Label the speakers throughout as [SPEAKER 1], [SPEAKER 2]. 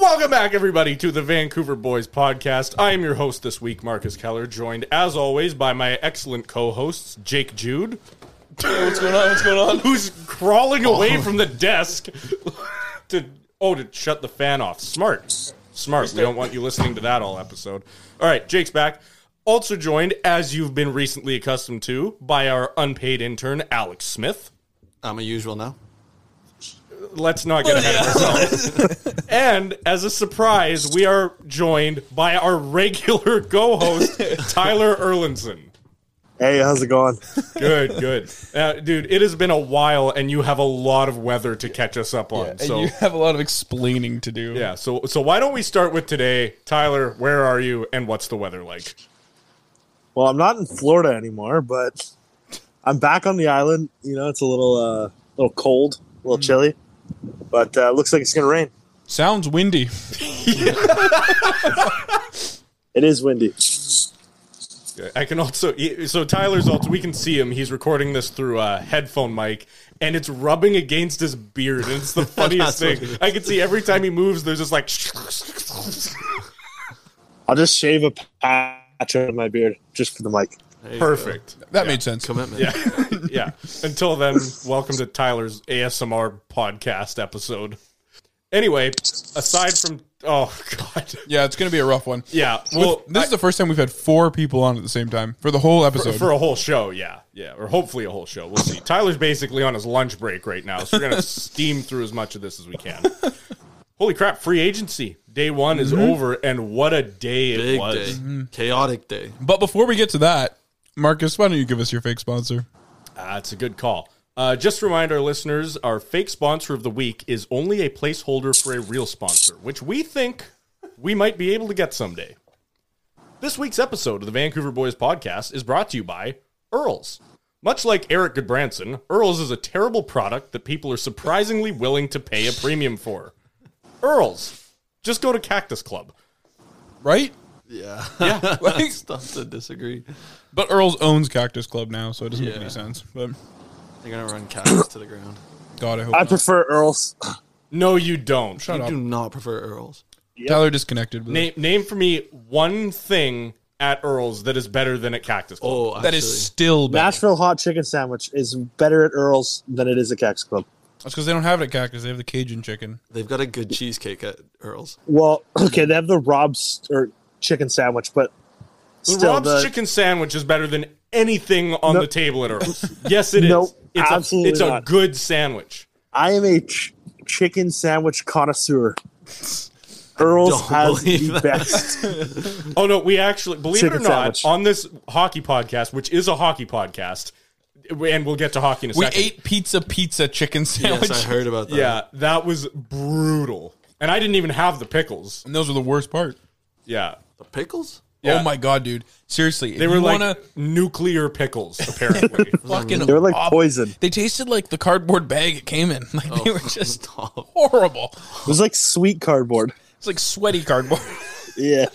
[SPEAKER 1] Welcome back, everybody, to the Vancouver Boys podcast. I am your host this week, Marcus Keller, joined as always by my excellent co hosts, Jake Jude,
[SPEAKER 2] What's going on? What's going on?
[SPEAKER 1] who's crawling away from the desk to, oh, to shut the fan off. Smart. Smart. We don't want you listening to that all episode. All right, Jake's back. Also joined, as you've been recently accustomed to, by our unpaid intern, Alex Smith.
[SPEAKER 3] I'm a usual now.
[SPEAKER 1] let's not get ahead of ourselves. and as a surprise, we are joined by our regular co-host Tyler Erlinson.
[SPEAKER 4] Hey, how's it going?
[SPEAKER 1] Good, good, uh, dude. It has been a while, and you have a lot of weather to catch us up on.
[SPEAKER 2] And
[SPEAKER 1] so
[SPEAKER 2] you have a lot of explaining to do.
[SPEAKER 1] yeah, so so why don't we start with today, Tyler? Where are you, and what's the weather like?
[SPEAKER 4] Well, I'm not in Florida anymore, but I'm back on the island. You know, it's a little uh, little cold, a
[SPEAKER 1] Mm.
[SPEAKER 4] little chilly, but uh, looks like it's gonna rain.
[SPEAKER 2] Sounds windy.
[SPEAKER 4] It is windy.
[SPEAKER 1] I can also so Tyler's also we can see him. He's recording this through a headphone mic, and it's rubbing against his beard, and it's the funniest
[SPEAKER 3] That's what
[SPEAKER 1] thing.
[SPEAKER 3] it is.
[SPEAKER 1] I can see every time he moves, there's just like.
[SPEAKER 4] I'll just shave a patch out of my beard just for the mic.
[SPEAKER 3] There you go.
[SPEAKER 1] Perfect.
[SPEAKER 2] That made sense.
[SPEAKER 3] commitment.
[SPEAKER 1] Yeah. yeah. Until then, welcome to Tyler's ASMR podcast episode. Anyway, aside from oh god.
[SPEAKER 2] Yeah, it's going to be a rough one.
[SPEAKER 1] Yeah. Well,
[SPEAKER 2] This is the first time we've had four people on at the same time for the whole episode.
[SPEAKER 1] for a whole show, yeah, yeah, or hopefully a whole show. We'll see. Tyler's basically on his lunch break right now, so we're gonna steam through as much of this as we can. Holy crap! Free agency day one is over, and what a day it
[SPEAKER 3] Mm-hmm. Big
[SPEAKER 1] was.
[SPEAKER 3] day. Chaotic day.
[SPEAKER 2] but before we get to that, Marcus, why don't you give us your fake sponsor?
[SPEAKER 1] Ah, it's a good call. Uh, just to remind our listeners, our fake sponsor of the week is only a placeholder for a real sponsor, which we think we might be able to get someday. This week's episode of the Vancouver Boys podcast is brought to you by Earls. Much like Eric Goodbranson, Earls is a terrible product that people are surprisingly willing to pay a premium for. Earls, just go to Cactus Club.
[SPEAKER 2] Right?
[SPEAKER 3] Yeah.
[SPEAKER 1] Yeah.
[SPEAKER 2] Like,
[SPEAKER 3] Stuff to disagree.
[SPEAKER 2] but Earl's owns Cactus Club now, so it doesn't make
[SPEAKER 3] Yeah.
[SPEAKER 2] any sense. But
[SPEAKER 3] They're gonna run cactus to the ground.
[SPEAKER 2] God, I hope.
[SPEAKER 4] I
[SPEAKER 2] not.
[SPEAKER 4] prefer Earls.
[SPEAKER 1] No, you don't.
[SPEAKER 2] Shut
[SPEAKER 3] I
[SPEAKER 2] up.
[SPEAKER 3] do not prefer Earls.
[SPEAKER 2] Tyler disconnected. With
[SPEAKER 1] Name, name for me one thing at Earls that is better than at Cactus Club.
[SPEAKER 3] Oh, actually,
[SPEAKER 2] that is still bad.
[SPEAKER 4] Nashville hot chicken sandwich is better at Earls than it is at Cactus Club.
[SPEAKER 2] That's because they don't have it at Cactus. They have the Cajun chicken.
[SPEAKER 3] they've got a good cheesecake at Earls.
[SPEAKER 4] Well, okay, they have the Rob's or chicken sandwich, but
[SPEAKER 1] The
[SPEAKER 4] still,
[SPEAKER 1] Rob's
[SPEAKER 4] the,
[SPEAKER 1] chicken sandwich is better than anything on
[SPEAKER 4] No.
[SPEAKER 1] the table at Earl's. Yes, it is.
[SPEAKER 4] Nope,
[SPEAKER 1] it's
[SPEAKER 4] absolutely
[SPEAKER 1] a, it's a
[SPEAKER 4] not.
[SPEAKER 1] good sandwich.
[SPEAKER 4] I am a ch- chicken sandwich connoisseur. Earls
[SPEAKER 3] don't
[SPEAKER 4] has the
[SPEAKER 3] believe that.
[SPEAKER 4] best.
[SPEAKER 1] Oh no, we actually believe it or
[SPEAKER 4] Chicken
[SPEAKER 1] not
[SPEAKER 4] sandwich.
[SPEAKER 1] on this hockey podcast, which is a hockey podcast, and we'll get to hockey in a
[SPEAKER 2] We
[SPEAKER 1] second.
[SPEAKER 2] ate pizza, pizza, chicken sandwich.
[SPEAKER 3] Yes, I heard about that.
[SPEAKER 1] yeah, that was brutal, and I didn't even have the pickles.
[SPEAKER 2] And those were the worst part.
[SPEAKER 1] Yeah,
[SPEAKER 3] the pickles.
[SPEAKER 1] Yeah.
[SPEAKER 2] Oh my god, dude! Seriously,
[SPEAKER 1] they were like
[SPEAKER 2] wanna
[SPEAKER 1] nuclear pickles. Apparently,
[SPEAKER 2] fucking.
[SPEAKER 4] They were like
[SPEAKER 2] awful-
[SPEAKER 4] poison.
[SPEAKER 2] They tasted like the cardboard bag it came in. Like they were
[SPEAKER 1] Oh.
[SPEAKER 2] just
[SPEAKER 3] Stop.
[SPEAKER 2] horrible.
[SPEAKER 4] It was like sweet cardboard.
[SPEAKER 2] It's like sweaty cardboard.
[SPEAKER 4] Yeah.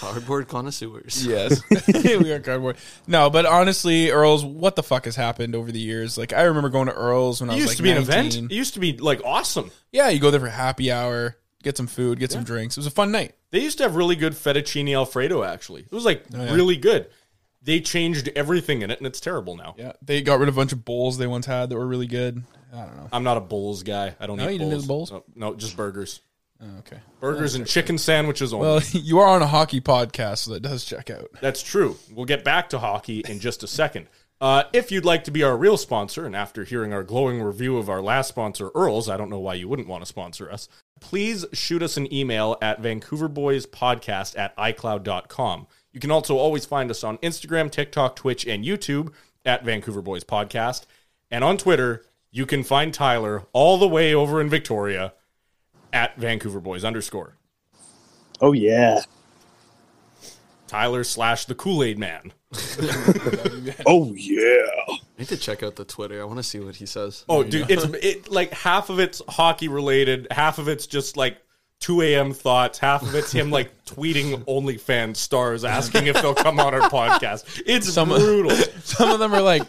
[SPEAKER 3] Cardboard connoisseurs.
[SPEAKER 2] yes, we are cardboard. No, but honestly, Earls, what the fuck has happened over the years? Like I remember going to Earls when I
[SPEAKER 1] it
[SPEAKER 2] was
[SPEAKER 1] used to be
[SPEAKER 2] like 19.
[SPEAKER 1] an event. It used to be like awesome.
[SPEAKER 2] Yeah, you go there for happy hour, get some food, get some drinks. It was a fun night.
[SPEAKER 1] They used to have really good fettuccine alfredo. Actually, it was like
[SPEAKER 2] Oh, yeah.
[SPEAKER 1] really good. They changed everything in it, and it's terrible now.
[SPEAKER 2] Yeah, they got rid of a bunch of bowls they once had that were really good. I don't know.
[SPEAKER 1] I'm not a bowls guy. I don't
[SPEAKER 2] No,
[SPEAKER 1] eat
[SPEAKER 2] you
[SPEAKER 1] bowls.
[SPEAKER 2] didn't do the bowls?
[SPEAKER 1] No, no, just burgers.
[SPEAKER 2] Oh, okay.
[SPEAKER 1] Burgers and chicken sandwiches only.
[SPEAKER 2] Well, you are on a hockey podcast, so that does check out.
[SPEAKER 1] That's true. We'll get back to hockey in just a second. Uh, if you'd like to be our real sponsor, and after hearing our glowing review of our last sponsor, Earls, I don't know why you wouldn't want to sponsor us, please shoot us an email at vancouverboyspodcast at icloud.com. You can also always find us on Instagram, TikTok, Twitch, and YouTube at Vancouver Boys Podcast. And on Twitter, you can find Tyler all the way over in Victoria at Vancouver Boys underscore.
[SPEAKER 4] Oh yeah.
[SPEAKER 1] Tyler slash the Kool Aid Man.
[SPEAKER 4] Oh yeah.
[SPEAKER 3] I need to check out the Twitter. I want to see what he says.
[SPEAKER 1] Oh, dude, it's it like half of it's hockey related, half of it's just like 2 a.m. thoughts, half of it's him like tweeting OnlyFans stars asking if they'll come on our podcast. It's brutal.
[SPEAKER 2] Some of them are like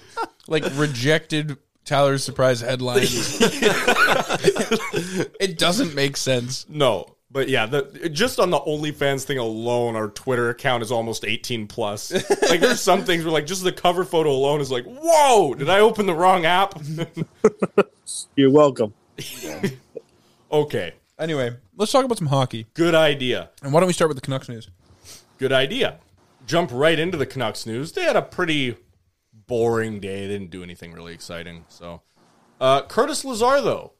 [SPEAKER 2] like rejected Tyler's surprise headlines. it doesn't make sense.
[SPEAKER 1] No, But yeah, the, just on the OnlyFans thing alone, our Twitter account is almost 18 plus. like there's some things where like just the cover photo alone is like, whoa, did I open the wrong app?
[SPEAKER 4] You're welcome.
[SPEAKER 1] okay,
[SPEAKER 2] Anyway, let's talk about some hockey.
[SPEAKER 1] good idea.
[SPEAKER 2] And why don't we start with the Canucks news?
[SPEAKER 1] Good idea. Jump right into the Canucks news. They had a pretty boring day. They didn't do anything really exciting. So, uh, Curtis Lazar, though,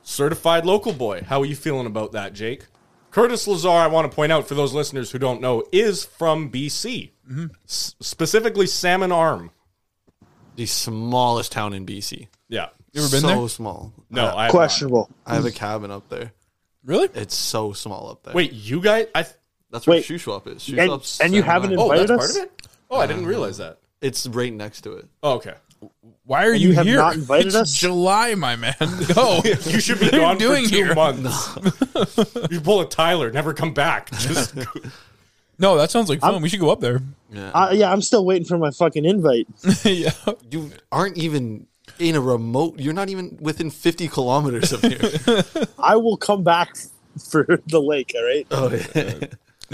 [SPEAKER 1] certified local boy. How are you feeling about that, Jake? Curtis Lazar, I want to point out for those listeners who don't know, is from BC, S- specifically Salmon Arm.
[SPEAKER 3] The smallest town in BC.
[SPEAKER 1] Yeah.
[SPEAKER 2] You ever been
[SPEAKER 3] so
[SPEAKER 2] there?
[SPEAKER 3] small.
[SPEAKER 1] No, I have not.
[SPEAKER 2] Uh,
[SPEAKER 4] Questionable.
[SPEAKER 3] I have a cabin up there.
[SPEAKER 2] Really?
[SPEAKER 3] It's so small up there.
[SPEAKER 1] Wait, you guys? I th-
[SPEAKER 3] that's where
[SPEAKER 4] wait.
[SPEAKER 3] Shoe Swap is. Shoe
[SPEAKER 4] And-
[SPEAKER 3] Swap's
[SPEAKER 4] and you
[SPEAKER 3] Salmon
[SPEAKER 4] haven't
[SPEAKER 3] Island.
[SPEAKER 1] oh,
[SPEAKER 4] Invited
[SPEAKER 1] that's
[SPEAKER 4] us?
[SPEAKER 1] part of it. Oh, I didn't realize that.
[SPEAKER 3] It's right next to it.
[SPEAKER 1] Oh, okay.
[SPEAKER 2] Why are
[SPEAKER 4] you
[SPEAKER 2] you,
[SPEAKER 4] have
[SPEAKER 2] here?
[SPEAKER 4] not invited
[SPEAKER 2] It's
[SPEAKER 4] us?
[SPEAKER 2] July, my man. Go.
[SPEAKER 1] You should be
[SPEAKER 2] What are you
[SPEAKER 1] gone
[SPEAKER 2] doing
[SPEAKER 1] for two
[SPEAKER 2] here?
[SPEAKER 1] months. you pull a Tyler, never come back. Just
[SPEAKER 2] no, that sounds like fun. we should go up there.
[SPEAKER 3] Yeah.
[SPEAKER 4] Uh, yeah, I'm still waiting for my fucking invite.
[SPEAKER 2] yeah.
[SPEAKER 3] you aren't even in a remote. You're not even within 50 kilometers of here.
[SPEAKER 4] I will come back for the lake. All right.
[SPEAKER 2] Uh.
[SPEAKER 3] oh, yeah.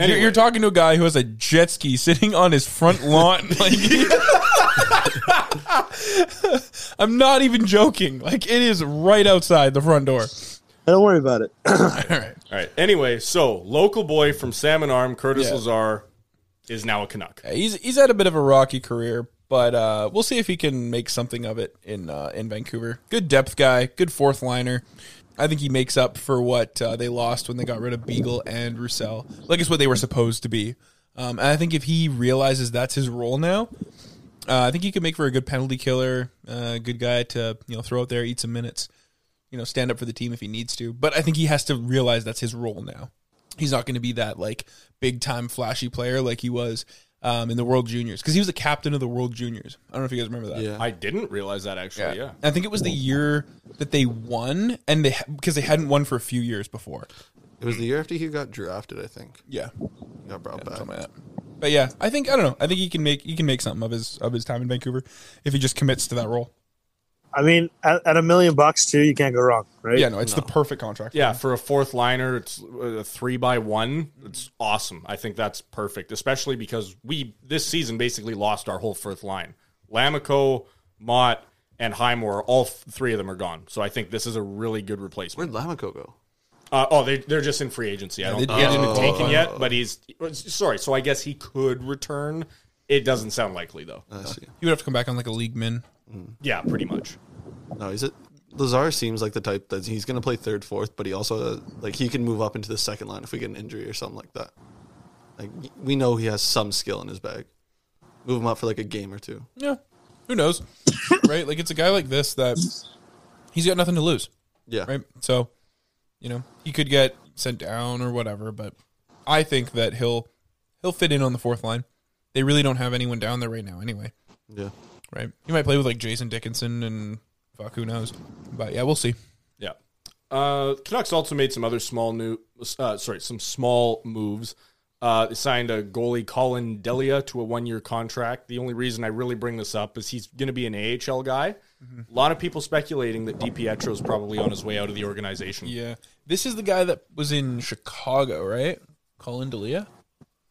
[SPEAKER 2] You're- You're, talking to a guy who has a jet ski sitting on his front lawn. Like, I'm not even joking. Like, it is right outside the front door.
[SPEAKER 4] Don't worry about it.
[SPEAKER 2] All right.
[SPEAKER 1] All right. Anyway, so local boy from Salmon Arm, Curtis
[SPEAKER 2] Yeah.
[SPEAKER 1] Lazar, is now a Canuck.
[SPEAKER 2] He's he's had a bit of a rocky career, but uh, we'll see if he can make something of it in uh, in Vancouver. Good depth guy, good fourth liner. I think he makes up for what uh, they lost when they got rid of Beagle and Roussel. Like it's what they were supposed to be. Um, and I think if he realizes that's his role now, uh, I think he can make for a good penalty killer, uh, good guy to you know throw out there, eat some minutes, you know, stand up for the team if he needs to. But I think he has to realize that's his role now he's not going to be that like big time flashy player like he was um, in the World Juniors because he was the captain of the World Juniors. I don't know if you guys remember that.
[SPEAKER 3] Yeah.
[SPEAKER 1] I didn't realize that actually. Yeah.
[SPEAKER 2] I think it was the year that they won, and they because they hadn't won for a few years before.
[SPEAKER 3] It was the year after he got drafted, I think.
[SPEAKER 2] Yeah,
[SPEAKER 3] He got brought back.
[SPEAKER 2] something like that. But yeah, I think I don't know. I think he can make he can make something of his of his time in Vancouver if he just commits to that role.
[SPEAKER 4] I mean, at, at a million bucks too, you can't go wrong, right?
[SPEAKER 2] Yeah, no, it's the perfect contract.
[SPEAKER 1] Yeah, for a fourth liner, it's uh, a three by one. It's awesome. I think that's perfect, especially because we this season basically lost our whole fourth line. Lamico, Mott, and Highmore, all f- three of them are gone. So I think this is a really good replacement.
[SPEAKER 3] Where'd Lamico go?
[SPEAKER 1] Uh, oh, they, they're just in free agency. I don't
[SPEAKER 2] they
[SPEAKER 1] think he hasn't
[SPEAKER 2] didn't
[SPEAKER 1] been
[SPEAKER 2] qualify.
[SPEAKER 1] taken yet, but he's sorry. So I guess he could return. It doesn't sound likely though.
[SPEAKER 3] I see.
[SPEAKER 2] he would have to come back on like a league min.
[SPEAKER 1] Yeah, pretty much.
[SPEAKER 3] No, he's a Lazar seems like the type that he's going to play third, fourth, but he also uh, like he can move up into the second line if we get an injury or something like that. Like we know he has some skill in his bag. Move him up for like a game or two.
[SPEAKER 2] Yeah, who knows, right? Like it's a guy like this that he's got nothing to lose.
[SPEAKER 3] Yeah,
[SPEAKER 2] right? So, you know, he could get sent down or whatever, but I think that he'll he'll fit in on the fourth line. They really don't have anyone down there right now, anyway,
[SPEAKER 3] yeah.
[SPEAKER 2] right? You might play with like Jason Dickinson and fuck who knows, but yeah, we'll see.
[SPEAKER 1] Yeah. Uh, Canucks also made some other small new, uh, sorry, some small moves. Uh, they signed a goalie Colin Delia to a one-year contract. The only reason I really bring this up is he's going to be an AHL guy. A
[SPEAKER 2] Mm-hmm.
[SPEAKER 1] lot of people speculating that DiPietro is probably on his way out of the organization.
[SPEAKER 2] Yeah, this is the guy that was in Chicago, right? Colin Delia.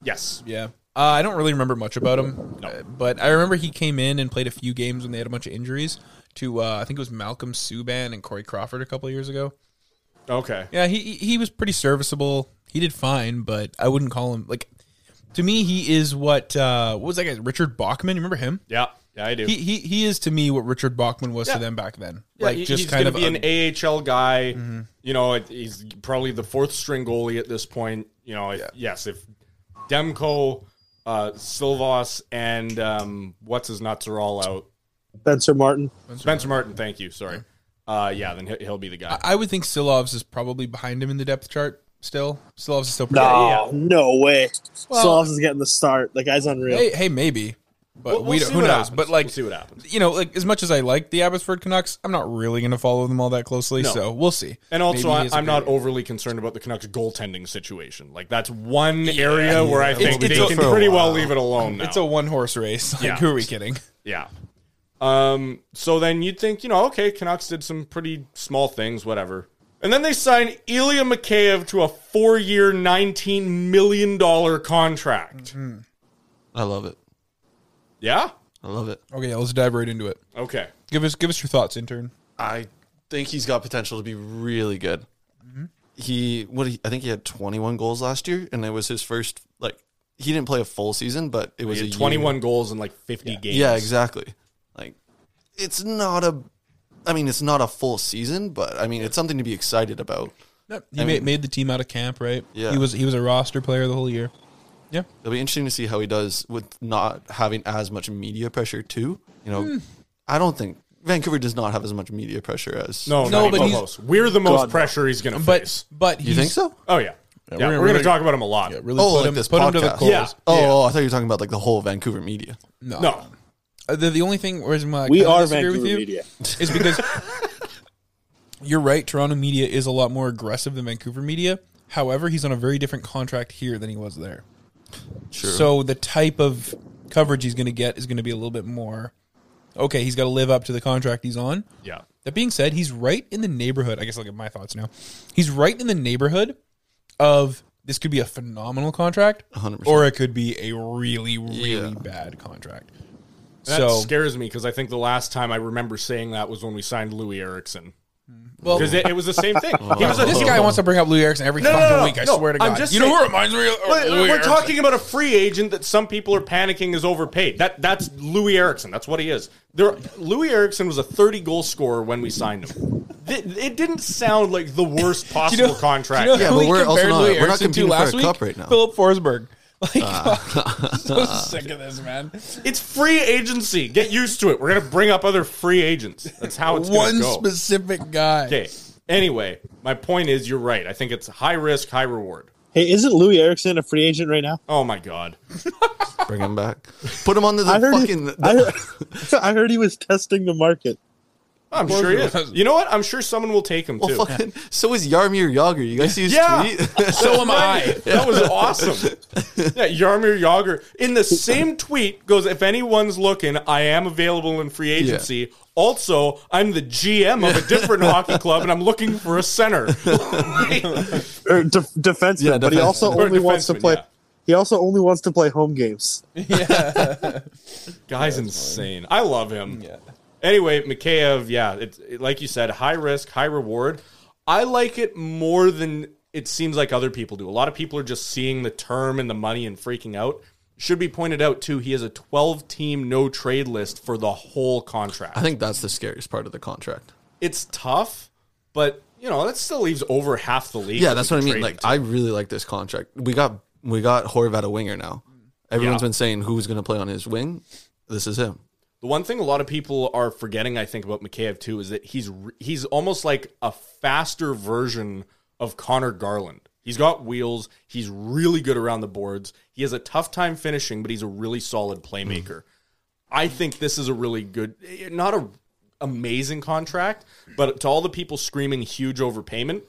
[SPEAKER 1] Yes,
[SPEAKER 2] Yeah. Uh, I don't really remember much about him, uh, but I remember he came in and played a few games when they had a bunch of injuries. To uh, I think it was Malcolm Subban and Corey Crawford a couple of years ago.
[SPEAKER 1] okay,
[SPEAKER 2] Yeah, he he- he was pretty serviceable. He did fine, but I wouldn't call him like. To me, he is what uh, what was that guy? Richard Bachman. You remember him?
[SPEAKER 1] yeah, yeah, I do.
[SPEAKER 2] He he, he is to me what Richard Bachman was
[SPEAKER 1] Yeah.
[SPEAKER 2] to them back then.
[SPEAKER 1] Yeah,
[SPEAKER 2] like
[SPEAKER 1] he-
[SPEAKER 2] just
[SPEAKER 1] he's
[SPEAKER 2] kind of
[SPEAKER 1] gonna
[SPEAKER 2] a- Mm-hmm.
[SPEAKER 1] be an AHL guy. You know, it- he's probably the fourth string goalie at this point. You know, if, yes, if Demko, uh, Silvas, and um, what's his nuts are all out,
[SPEAKER 4] Spencer Martin.
[SPEAKER 1] Spencer Martin. Thank you. Sorry. Uh, yeah, then he'll, he'll be the guy.
[SPEAKER 2] I would think Silovs is probably behind him in the depth chart. Still, Silovs is still pretty.
[SPEAKER 4] No,
[SPEAKER 1] yeah.
[SPEAKER 4] no way.
[SPEAKER 2] Well-
[SPEAKER 4] Solovs is getting the start. The guy's unreal.
[SPEAKER 2] Hey, hey, maybe, but
[SPEAKER 1] We'll-
[SPEAKER 2] we
[SPEAKER 1] we'll
[SPEAKER 2] don't,
[SPEAKER 1] see
[SPEAKER 2] who
[SPEAKER 1] what
[SPEAKER 2] knows?
[SPEAKER 1] happens.
[SPEAKER 2] But like,
[SPEAKER 1] We'll see what happens.
[SPEAKER 2] You know, like as much as I like the Abbotsford Canucks, I'm not really going to follow them all that closely.
[SPEAKER 1] No.
[SPEAKER 2] So we'll see.
[SPEAKER 1] And also,
[SPEAKER 2] Maybe he
[SPEAKER 1] I,
[SPEAKER 2] is a
[SPEAKER 1] I'm
[SPEAKER 2] great-
[SPEAKER 1] not overly concerned about the Canucks' goaltending situation. Like that's one area where I
[SPEAKER 2] It's-
[SPEAKER 1] think
[SPEAKER 2] it's a-
[SPEAKER 1] they
[SPEAKER 2] for
[SPEAKER 1] can
[SPEAKER 2] a
[SPEAKER 1] pretty well
[SPEAKER 3] while.
[SPEAKER 1] leave it alone. Now.
[SPEAKER 2] It's a one horse race. Like,
[SPEAKER 1] Yeah.
[SPEAKER 2] who are we kidding?
[SPEAKER 1] Yeah. Um, so then you'd think, you know, okay, Canucks did some pretty small things, whatever. And then they sign Ilya Mikheyev to a four year, $19 million contract.
[SPEAKER 3] I love it.
[SPEAKER 1] Yeah?
[SPEAKER 3] I love it.
[SPEAKER 2] Okay, yeah, let's dive right into it.
[SPEAKER 1] Okay.
[SPEAKER 2] Give us give us your thoughts, intern.
[SPEAKER 3] I think he's got potential to be really good.
[SPEAKER 1] Mm-hmm.
[SPEAKER 3] He what he, I think he had 21 goals last year, and it was his first like he didn't play a full season, but it was
[SPEAKER 1] He
[SPEAKER 3] a
[SPEAKER 1] had
[SPEAKER 3] year.
[SPEAKER 1] 21 goals in like 50 games.
[SPEAKER 3] Yeah, exactly. Like it's not a, I mean it's not a full season, but I mean it's something to be excited about.
[SPEAKER 2] He made, made the team out of camp, right?
[SPEAKER 3] Yeah.
[SPEAKER 2] He was he was a roster player the whole year. Yeah.
[SPEAKER 3] It'll be interesting to see how he does with not having as much media pressure too. You know,
[SPEAKER 1] Hmm.
[SPEAKER 3] I don't think Vancouver does not have as much media pressure as
[SPEAKER 1] No,
[SPEAKER 2] No,
[SPEAKER 1] no,
[SPEAKER 2] but
[SPEAKER 1] but
[SPEAKER 2] he's-
[SPEAKER 1] close. We're the most
[SPEAKER 4] God, no.
[SPEAKER 1] pressure he's going to
[SPEAKER 2] But
[SPEAKER 1] face.
[SPEAKER 2] but
[SPEAKER 3] You think so?
[SPEAKER 1] Oh, yeah. Yeah,
[SPEAKER 2] we're
[SPEAKER 1] we're,
[SPEAKER 2] really-
[SPEAKER 1] going to talk about him a lot.
[SPEAKER 2] Yeah, really
[SPEAKER 3] Oh,
[SPEAKER 2] put,
[SPEAKER 3] like
[SPEAKER 2] him,
[SPEAKER 3] this
[SPEAKER 2] put
[SPEAKER 3] podcast.
[SPEAKER 2] him to the coals.
[SPEAKER 1] Yeah.
[SPEAKER 3] Oh, oh, I thought you were talking about like the whole Vancouver media.
[SPEAKER 2] No.
[SPEAKER 1] No.
[SPEAKER 2] Uh, The, the only thing where I
[SPEAKER 4] We
[SPEAKER 2] kinda
[SPEAKER 4] are
[SPEAKER 2] disagree
[SPEAKER 4] Vancouver
[SPEAKER 2] with you
[SPEAKER 4] media.
[SPEAKER 2] is because you're right. Toronto media is a lot more aggressive than Vancouver media. However, he's on a very different contract here than he was there.
[SPEAKER 3] Sure.
[SPEAKER 2] So the type of coverage he's going to get is going to be a little bit more. Okay, he's got to live up to the contract he's on.
[SPEAKER 1] Yeah.
[SPEAKER 2] That being said, he's right in the neighborhood. I guess I'll get my thoughts now. He's right in the neighborhood of this could be a phenomenal contract,
[SPEAKER 3] 100%.
[SPEAKER 2] or it could be a really, really
[SPEAKER 3] Yeah.
[SPEAKER 2] bad contract.
[SPEAKER 1] That
[SPEAKER 2] so,
[SPEAKER 1] scares me because I think the last time I remember saying that was when we signed Louis Erickson.
[SPEAKER 2] well,
[SPEAKER 1] Because it, it was the same thing. He was a-
[SPEAKER 2] this guy wants to bring up Lou Erickson every
[SPEAKER 1] No, no,
[SPEAKER 2] fucking
[SPEAKER 1] no,
[SPEAKER 2] week. I
[SPEAKER 1] no,
[SPEAKER 2] swear to
[SPEAKER 1] I'm
[SPEAKER 2] God.
[SPEAKER 1] just
[SPEAKER 2] you know
[SPEAKER 1] saying-
[SPEAKER 2] who it reminds me of?
[SPEAKER 1] But
[SPEAKER 2] Lou
[SPEAKER 1] we're
[SPEAKER 2] Erickson.
[SPEAKER 1] talking about a free agent that some people are panicking is overpaid. That that's Louis Erickson. That's what he is. There, Louis Erickson was a thirty goal scorer when we signed him. Th- It didn't sound like the worst possible
[SPEAKER 2] Do you know-
[SPEAKER 1] contract.
[SPEAKER 2] do you know
[SPEAKER 3] Yeah,
[SPEAKER 2] who
[SPEAKER 3] but
[SPEAKER 2] we
[SPEAKER 3] we're also
[SPEAKER 2] compared
[SPEAKER 3] not-
[SPEAKER 2] Lou
[SPEAKER 3] we're not
[SPEAKER 2] Erickson to
[SPEAKER 3] competing for
[SPEAKER 2] last
[SPEAKER 3] a
[SPEAKER 2] week?
[SPEAKER 3] cup right now. Uh,
[SPEAKER 2] Philip Forsberg. Like, I'm so sick of this, man.
[SPEAKER 1] It's free agency. Get used to it. We're gonna bring up other free agents. That's how it's
[SPEAKER 2] One
[SPEAKER 1] gonna go.
[SPEAKER 2] specific guy.
[SPEAKER 1] okay. Anyway, my point is, you're right. I think it's high risk, high reward.
[SPEAKER 4] Hey, isn't Louis Erickson a free agent right now?
[SPEAKER 1] Oh my god.
[SPEAKER 3] Bring him back. Put him on the,
[SPEAKER 4] I heard,
[SPEAKER 3] fucking.
[SPEAKER 4] he, I, heard, I heard he was testing the market.
[SPEAKER 1] I'm sure he is.
[SPEAKER 2] it was.
[SPEAKER 1] You know what? I'm sure someone will take him too.
[SPEAKER 3] well, fucking. So is Yarmir Yager. You guys see his
[SPEAKER 1] Yeah.
[SPEAKER 3] tweet?
[SPEAKER 2] So am I.
[SPEAKER 1] That was awesome. Yeah, Yarmir Yager in the same tweet goes, "If anyone's looking, I am available in free agency. Also, I'm the GM of a different hockey club, and I'm looking for a center."
[SPEAKER 4] Or de- defenseman,
[SPEAKER 3] Yeah,
[SPEAKER 4] but he
[SPEAKER 3] defenseman.
[SPEAKER 4] also
[SPEAKER 1] Or
[SPEAKER 4] only wants to
[SPEAKER 1] defenseman,
[SPEAKER 4] play.
[SPEAKER 1] yeah.
[SPEAKER 4] He also only wants to play home games.
[SPEAKER 1] Guy's insane. I love him.
[SPEAKER 2] Yeah.
[SPEAKER 1] Anyway, Mikheyev, yeah, it's it, like you said, high risk, high reward. I like it more than it seems like other people do. A lot of people are just seeing the term and the money and freaking out. Should be pointed out too, he has a 12 team no trade list for the whole contract.
[SPEAKER 3] I think that's the scariest part of the contract.
[SPEAKER 1] it's tough, but you know that still leaves over half the league.
[SPEAKER 3] Yeah,
[SPEAKER 1] that
[SPEAKER 3] that's
[SPEAKER 1] we
[SPEAKER 3] what I
[SPEAKER 1] could
[SPEAKER 3] mean.
[SPEAKER 1] trade
[SPEAKER 3] Like,
[SPEAKER 1] him to.
[SPEAKER 3] I really like this contract. We got we got Horvat a winger now. Everyone's
[SPEAKER 1] Yeah.
[SPEAKER 3] been saying who's going to play on his wing. This is him.
[SPEAKER 1] the one thing a lot of people are forgetting, I think, about Mikheyev too, is that he's re- he's almost like a faster version of Connor Garland. He's got wheels. He's really good around the boards. He has a tough time finishing, but he's a really solid playmaker.
[SPEAKER 3] Mm-hmm.
[SPEAKER 1] I think this is a really good, eh, not a amazing contract, but to all the people screaming huge overpayment,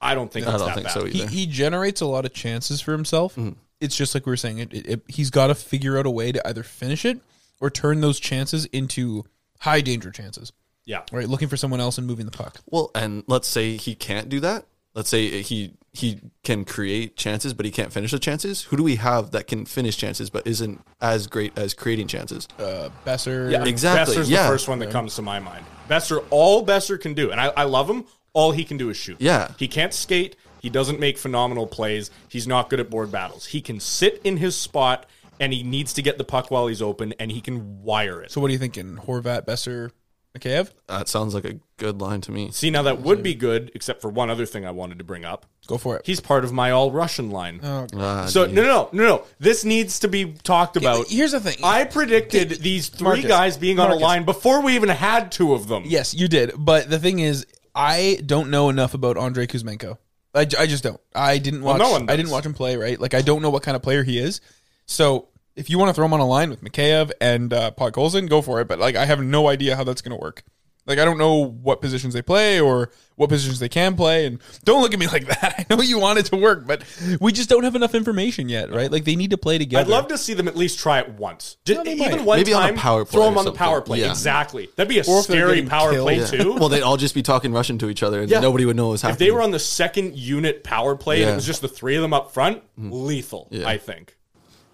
[SPEAKER 1] I don't think
[SPEAKER 3] I
[SPEAKER 1] it's
[SPEAKER 3] don't
[SPEAKER 1] that
[SPEAKER 3] think
[SPEAKER 1] bad.
[SPEAKER 3] so
[SPEAKER 2] he,
[SPEAKER 3] either.
[SPEAKER 2] he generates a lot of chances for himself.
[SPEAKER 1] Mm-hmm.
[SPEAKER 2] It's just like we were saying, it, it, it, he's got to figure out a way to either finish it or turn those chances into high danger chances.
[SPEAKER 1] Yeah,
[SPEAKER 2] Right, looking for someone else and moving the puck.
[SPEAKER 3] well, and let's say he can't do that. Let's say he he can create chances, but he can't finish the chances. Who do we have that can finish chances but isn't as great as creating chances?
[SPEAKER 2] Uh, Besser,
[SPEAKER 1] Yeah,
[SPEAKER 3] Exactly,
[SPEAKER 1] Besser's
[SPEAKER 3] yeah.
[SPEAKER 1] the first one that comes to my mind. Besser, all Besser can do, and I, I love him. All he can do is shoot.
[SPEAKER 3] Yeah.
[SPEAKER 1] he can't skate. He doesn't make phenomenal plays. He's not good at board battles. He can sit in his spot, and he needs to get the puck while he's open, and he can wire it.
[SPEAKER 2] So what are you thinking? Horvat, Besser, Mikheyev?
[SPEAKER 3] That sounds like a good line to me.
[SPEAKER 1] See, now that would be good, except for one other thing I wanted to bring up.
[SPEAKER 2] Go for it.
[SPEAKER 1] He's part of my all Russian line.
[SPEAKER 2] Oh,
[SPEAKER 3] Ah,
[SPEAKER 1] so no, no, no, no. This needs to be talked about.
[SPEAKER 2] Here's the thing.
[SPEAKER 1] I predicted these three
[SPEAKER 2] Marcus,
[SPEAKER 1] guys being on
[SPEAKER 2] Marcus.
[SPEAKER 1] a line before we even had two of them.
[SPEAKER 2] yes, you did. But the thing is, I don't know enough about Andre Kuzmenko. I, j- I just don't. I didn't watch.
[SPEAKER 1] no one
[SPEAKER 2] I
[SPEAKER 1] does.
[SPEAKER 2] didn't watch him play. Right, like I don't know what kind of player he is. So if you want to throw him on a line with Mikheyev and uh, Podkolzin, go for it. But like I have no idea how that's going to work. Like I don't know what positions they play or what positions they can play, and don't look at me like that. I know you want it to work, but we just don't have enough information yet, right? Like they need to play
[SPEAKER 1] I'd
[SPEAKER 2] together.
[SPEAKER 1] love to see them at least try it once. Just,
[SPEAKER 2] they
[SPEAKER 1] even
[SPEAKER 2] might.
[SPEAKER 1] one
[SPEAKER 3] Maybe on a
[SPEAKER 1] time,
[SPEAKER 3] power play
[SPEAKER 1] throw them
[SPEAKER 3] or
[SPEAKER 1] on the power
[SPEAKER 3] something.
[SPEAKER 1] play.
[SPEAKER 3] Yeah.
[SPEAKER 1] Exactly. That'd be a
[SPEAKER 2] Or if they're
[SPEAKER 1] scary
[SPEAKER 2] getting
[SPEAKER 1] power
[SPEAKER 2] killed.
[SPEAKER 1] play
[SPEAKER 2] Yeah.
[SPEAKER 1] too.
[SPEAKER 3] Well, they'd all just be talking Russian to each other, and
[SPEAKER 1] Yeah.
[SPEAKER 3] nobody would know what was happening.
[SPEAKER 1] if they were on the second unit power play and
[SPEAKER 3] Yeah. Hmm.
[SPEAKER 1] it was just the three of them up front, lethal.
[SPEAKER 3] Yeah.
[SPEAKER 1] I think.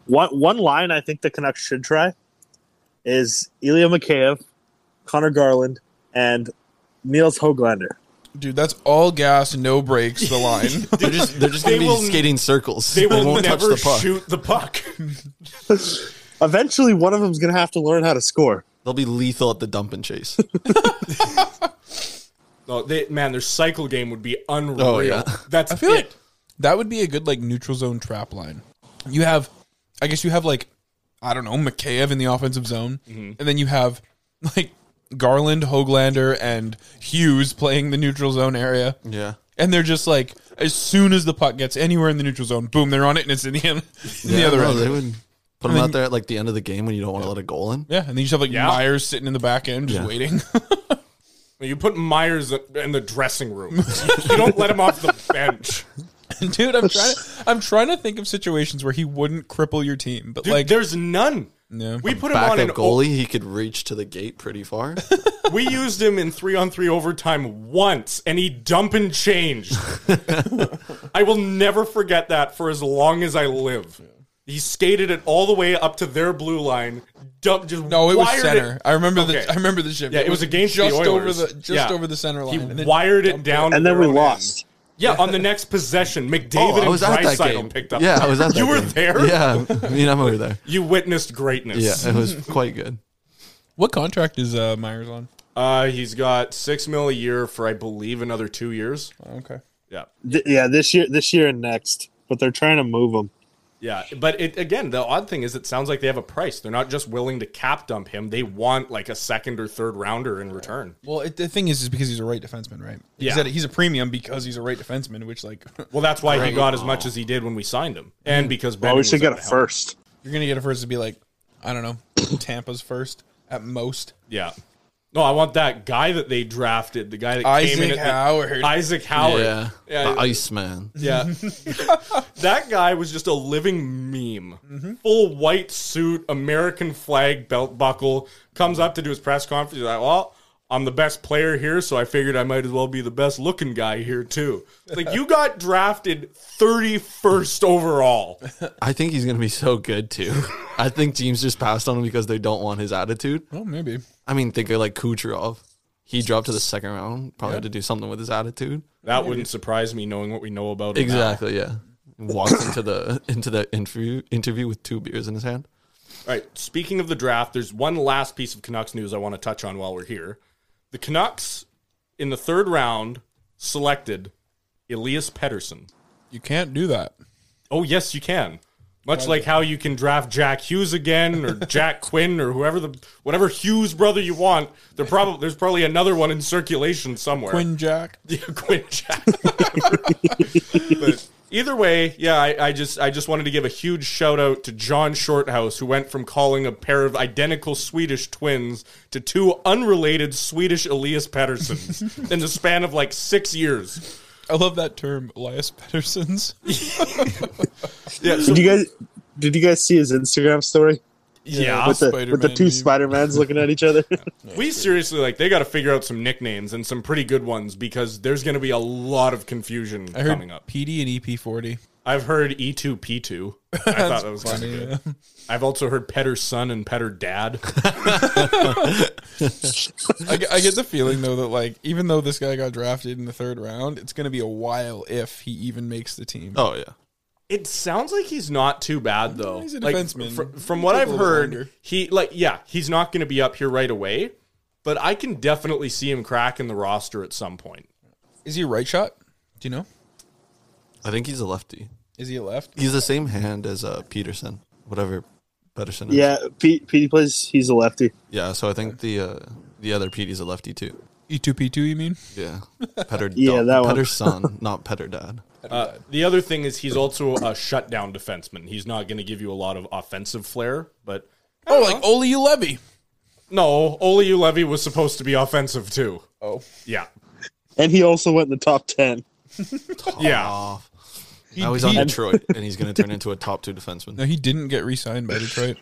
[SPEAKER 4] One one line I think the Canucks should try is Ilya Mikheyev, Connor Garland, and Niels Hoglander.
[SPEAKER 2] dude. That's all gas, no brakes. The line.
[SPEAKER 3] they're just they're just
[SPEAKER 1] They
[SPEAKER 3] going to
[SPEAKER 1] will-
[SPEAKER 3] be skating circles.
[SPEAKER 1] They will
[SPEAKER 3] won't
[SPEAKER 1] never
[SPEAKER 3] touch the puck.
[SPEAKER 1] shoot the puck.
[SPEAKER 4] Eventually, one of them's going to have to learn how to score.
[SPEAKER 3] They'll be lethal at the dump and chase.
[SPEAKER 1] oh, they, man, their cycle game would be unreal.
[SPEAKER 3] Oh, yeah.
[SPEAKER 1] That's
[SPEAKER 2] I feel
[SPEAKER 1] it.
[SPEAKER 2] like that would be a good like neutral zone trap line. You have, I guess you have like, I don't know, Mikheyev in the offensive zone,
[SPEAKER 3] Mm-hmm.
[SPEAKER 2] and then you have like Garland, Hoglander, and Hughes playing the neutral zone area,
[SPEAKER 3] yeah.
[SPEAKER 2] and they're just like, as soon as the puck gets anywhere in the neutral zone, boom, they're on it, and it's in the end, in the
[SPEAKER 3] Yeah,
[SPEAKER 2] other
[SPEAKER 3] no,
[SPEAKER 2] end.
[SPEAKER 3] They would put them out there at like the end of the game when you don't want to let a goal in.
[SPEAKER 2] Yeah, and then you just have like
[SPEAKER 1] Yeah.
[SPEAKER 2] Myers sitting in the back end just
[SPEAKER 3] Yeah.
[SPEAKER 2] waiting.
[SPEAKER 1] You put Myers in the dressing room. you don't let him off the bench.
[SPEAKER 2] Dude, I'm trying to, I'm trying to think of situations where he wouldn't cripple your team, but
[SPEAKER 1] Dude,
[SPEAKER 2] like
[SPEAKER 1] there's none.
[SPEAKER 2] Yeah.
[SPEAKER 1] We put him on
[SPEAKER 3] Backup
[SPEAKER 1] an
[SPEAKER 3] goalie, he could reach to the gate pretty far.
[SPEAKER 1] We used him in three on three overtime once, and he dump and changed. I will never forget that for as long as I live. He skated it all the way up to their blue line. Dump just
[SPEAKER 2] No, it was
[SPEAKER 1] wired
[SPEAKER 2] center. I remember
[SPEAKER 1] Okay.
[SPEAKER 2] the I remember the shift.
[SPEAKER 1] Yeah, it was against the
[SPEAKER 2] just over
[SPEAKER 1] Oilers.
[SPEAKER 2] the just
[SPEAKER 1] Yeah.
[SPEAKER 2] over the center
[SPEAKER 1] He
[SPEAKER 2] line. and then-
[SPEAKER 1] wired it down,
[SPEAKER 4] And
[SPEAKER 1] to their
[SPEAKER 4] then we
[SPEAKER 1] own
[SPEAKER 4] lost.
[SPEAKER 1] end. Yeah, on the next possession,
[SPEAKER 3] Oh,
[SPEAKER 1] McDavid
[SPEAKER 3] I was at
[SPEAKER 1] and
[SPEAKER 3] that game.
[SPEAKER 1] Drysaitel picked up.
[SPEAKER 3] Yeah, I was at that
[SPEAKER 1] You were
[SPEAKER 3] game.
[SPEAKER 1] there?
[SPEAKER 3] Yeah, I mean, I'm over there.
[SPEAKER 1] You witnessed greatness.
[SPEAKER 3] Yeah, it was quite good.
[SPEAKER 2] what contract is uh, Myers on?
[SPEAKER 1] Uh, he's got six mil a year for, I believe, another two years.
[SPEAKER 2] Okay,
[SPEAKER 1] Yeah.
[SPEAKER 4] Th- yeah, this year, this year and next, but they're trying to move him.
[SPEAKER 1] Yeah, but it again, the odd thing is it sounds like they have a price. They're not just willing to cap dump him. They want like a second or third rounder in return.
[SPEAKER 2] well it, the thing is, is because he's a right defenseman, right?
[SPEAKER 1] Yeah.
[SPEAKER 2] he's, at, he's a premium because he's a right defenseman, which like
[SPEAKER 1] Well, that's why he got as much as he did when we signed him. And because Ben
[SPEAKER 4] Oh, we should get a
[SPEAKER 1] first.
[SPEAKER 4] first.
[SPEAKER 2] you're gonna get a first to be like I don't know Tampa's first at most.
[SPEAKER 1] Yeah. No, I want that guy that they drafted, the guy that came in
[SPEAKER 2] Isaac
[SPEAKER 1] at the-
[SPEAKER 2] Howard.
[SPEAKER 1] Isaac Howard.
[SPEAKER 3] Yeah,
[SPEAKER 1] Yeah.
[SPEAKER 3] the Iceman.
[SPEAKER 1] Yeah. that guy was just a living meme. Full white suit, American flag, belt buckle, comes up to do his press conference. He's like, well, I'm the best player here, so I figured I might as well be the best looking guy here, too. It's Like, you got drafted 31st overall.
[SPEAKER 3] I think he's gonna be so good too. I think teams just passed on him because they don't want his attitude.
[SPEAKER 2] Oh, maybe.
[SPEAKER 3] I mean, think of like Kucherov. He dropped to the second round probably to do something with his attitude.
[SPEAKER 1] That wouldn't surprise me knowing what we know about him. now.
[SPEAKER 3] Exactly. Yeah. Walked into the into the interview interview with two beers in his hand.
[SPEAKER 1] All right. Speaking of the draft, there's one last piece of Canucks news I want to touch on while we're here. The Canucks in the third round selected Elias Pettersson.
[SPEAKER 2] You can't do that.
[SPEAKER 1] Oh, yes, you can. Much like how you can draft Jack Hughes again or Jack Quinn or whoever the whatever Hughes brother you want. There probably there's probably another one in circulation somewhere.
[SPEAKER 2] Quinn Jack.
[SPEAKER 1] Yeah, Quinn Jack. but either way, yeah, I, I just I just wanted to give a huge shout out to John Shorthouse, who went from calling a pair of identical Swedish twins to two unrelated Swedish Elias Petterssons in the span of like six years.
[SPEAKER 2] I love that term, Elias Pettersson's.
[SPEAKER 1] Yeah, so-
[SPEAKER 4] Did you guys? Did you guys see his Instagram story
[SPEAKER 1] yeah.
[SPEAKER 4] with the with the
[SPEAKER 2] Spider-Man
[SPEAKER 4] two
[SPEAKER 2] meme.
[SPEAKER 4] Spider Mans looking at each other?
[SPEAKER 1] we seriously like they got to figure out some nicknames and some pretty good ones because there's going to be a lot of confusion
[SPEAKER 2] I heard
[SPEAKER 1] coming up.
[SPEAKER 2] PD and EP forty.
[SPEAKER 1] I've heard E two P two. I thought that was kind of good.
[SPEAKER 2] Yeah.
[SPEAKER 1] I've also heard Petter son and Petter dad.
[SPEAKER 2] I get, I get the feeling though that like even though this guy got drafted in the third round, it's going to be a while if he even makes the team.
[SPEAKER 3] Oh yeah.
[SPEAKER 1] It sounds like he's not too bad though.
[SPEAKER 2] He's a
[SPEAKER 1] Like,
[SPEAKER 2] defenseman.
[SPEAKER 1] fr- from
[SPEAKER 2] He
[SPEAKER 1] what
[SPEAKER 2] took
[SPEAKER 1] I've
[SPEAKER 2] a little
[SPEAKER 1] heard,
[SPEAKER 2] longer.
[SPEAKER 1] he like yeah, he's not going to be up here right away, but I can definitely see him cracking the roster at some point.
[SPEAKER 2] Is he a right shot? Do you know?
[SPEAKER 3] I think he's a lefty.
[SPEAKER 2] Is he a left?
[SPEAKER 3] He's the same hand as uh, Peterson, whatever Peterson is.
[SPEAKER 4] yeah, Pete, Petey plays. He's a lefty.
[SPEAKER 3] Yeah. So I think the uh, the other Petey's a lefty too.
[SPEAKER 2] E two P two? You mean?
[SPEAKER 3] Yeah. Petter.
[SPEAKER 4] Yeah, that one.
[SPEAKER 3] son, not Petter dad.
[SPEAKER 1] Uh, the other thing is he's also a shutdown defenseman. He's not going to give you a lot of offensive flair, but
[SPEAKER 2] Oh, like Ole Levy.
[SPEAKER 1] No, Ole Ulevi was supposed to be offensive too.
[SPEAKER 2] Oh,
[SPEAKER 1] Yeah.
[SPEAKER 4] And he also went in the top 10.
[SPEAKER 1] Yeah.
[SPEAKER 3] Oh,
[SPEAKER 2] he,
[SPEAKER 3] now he's on
[SPEAKER 2] he-
[SPEAKER 3] Detroit, and he's going to turn into a top two
[SPEAKER 2] no,
[SPEAKER 3] defenseman.
[SPEAKER 2] he didn't get re-signed by Detroit.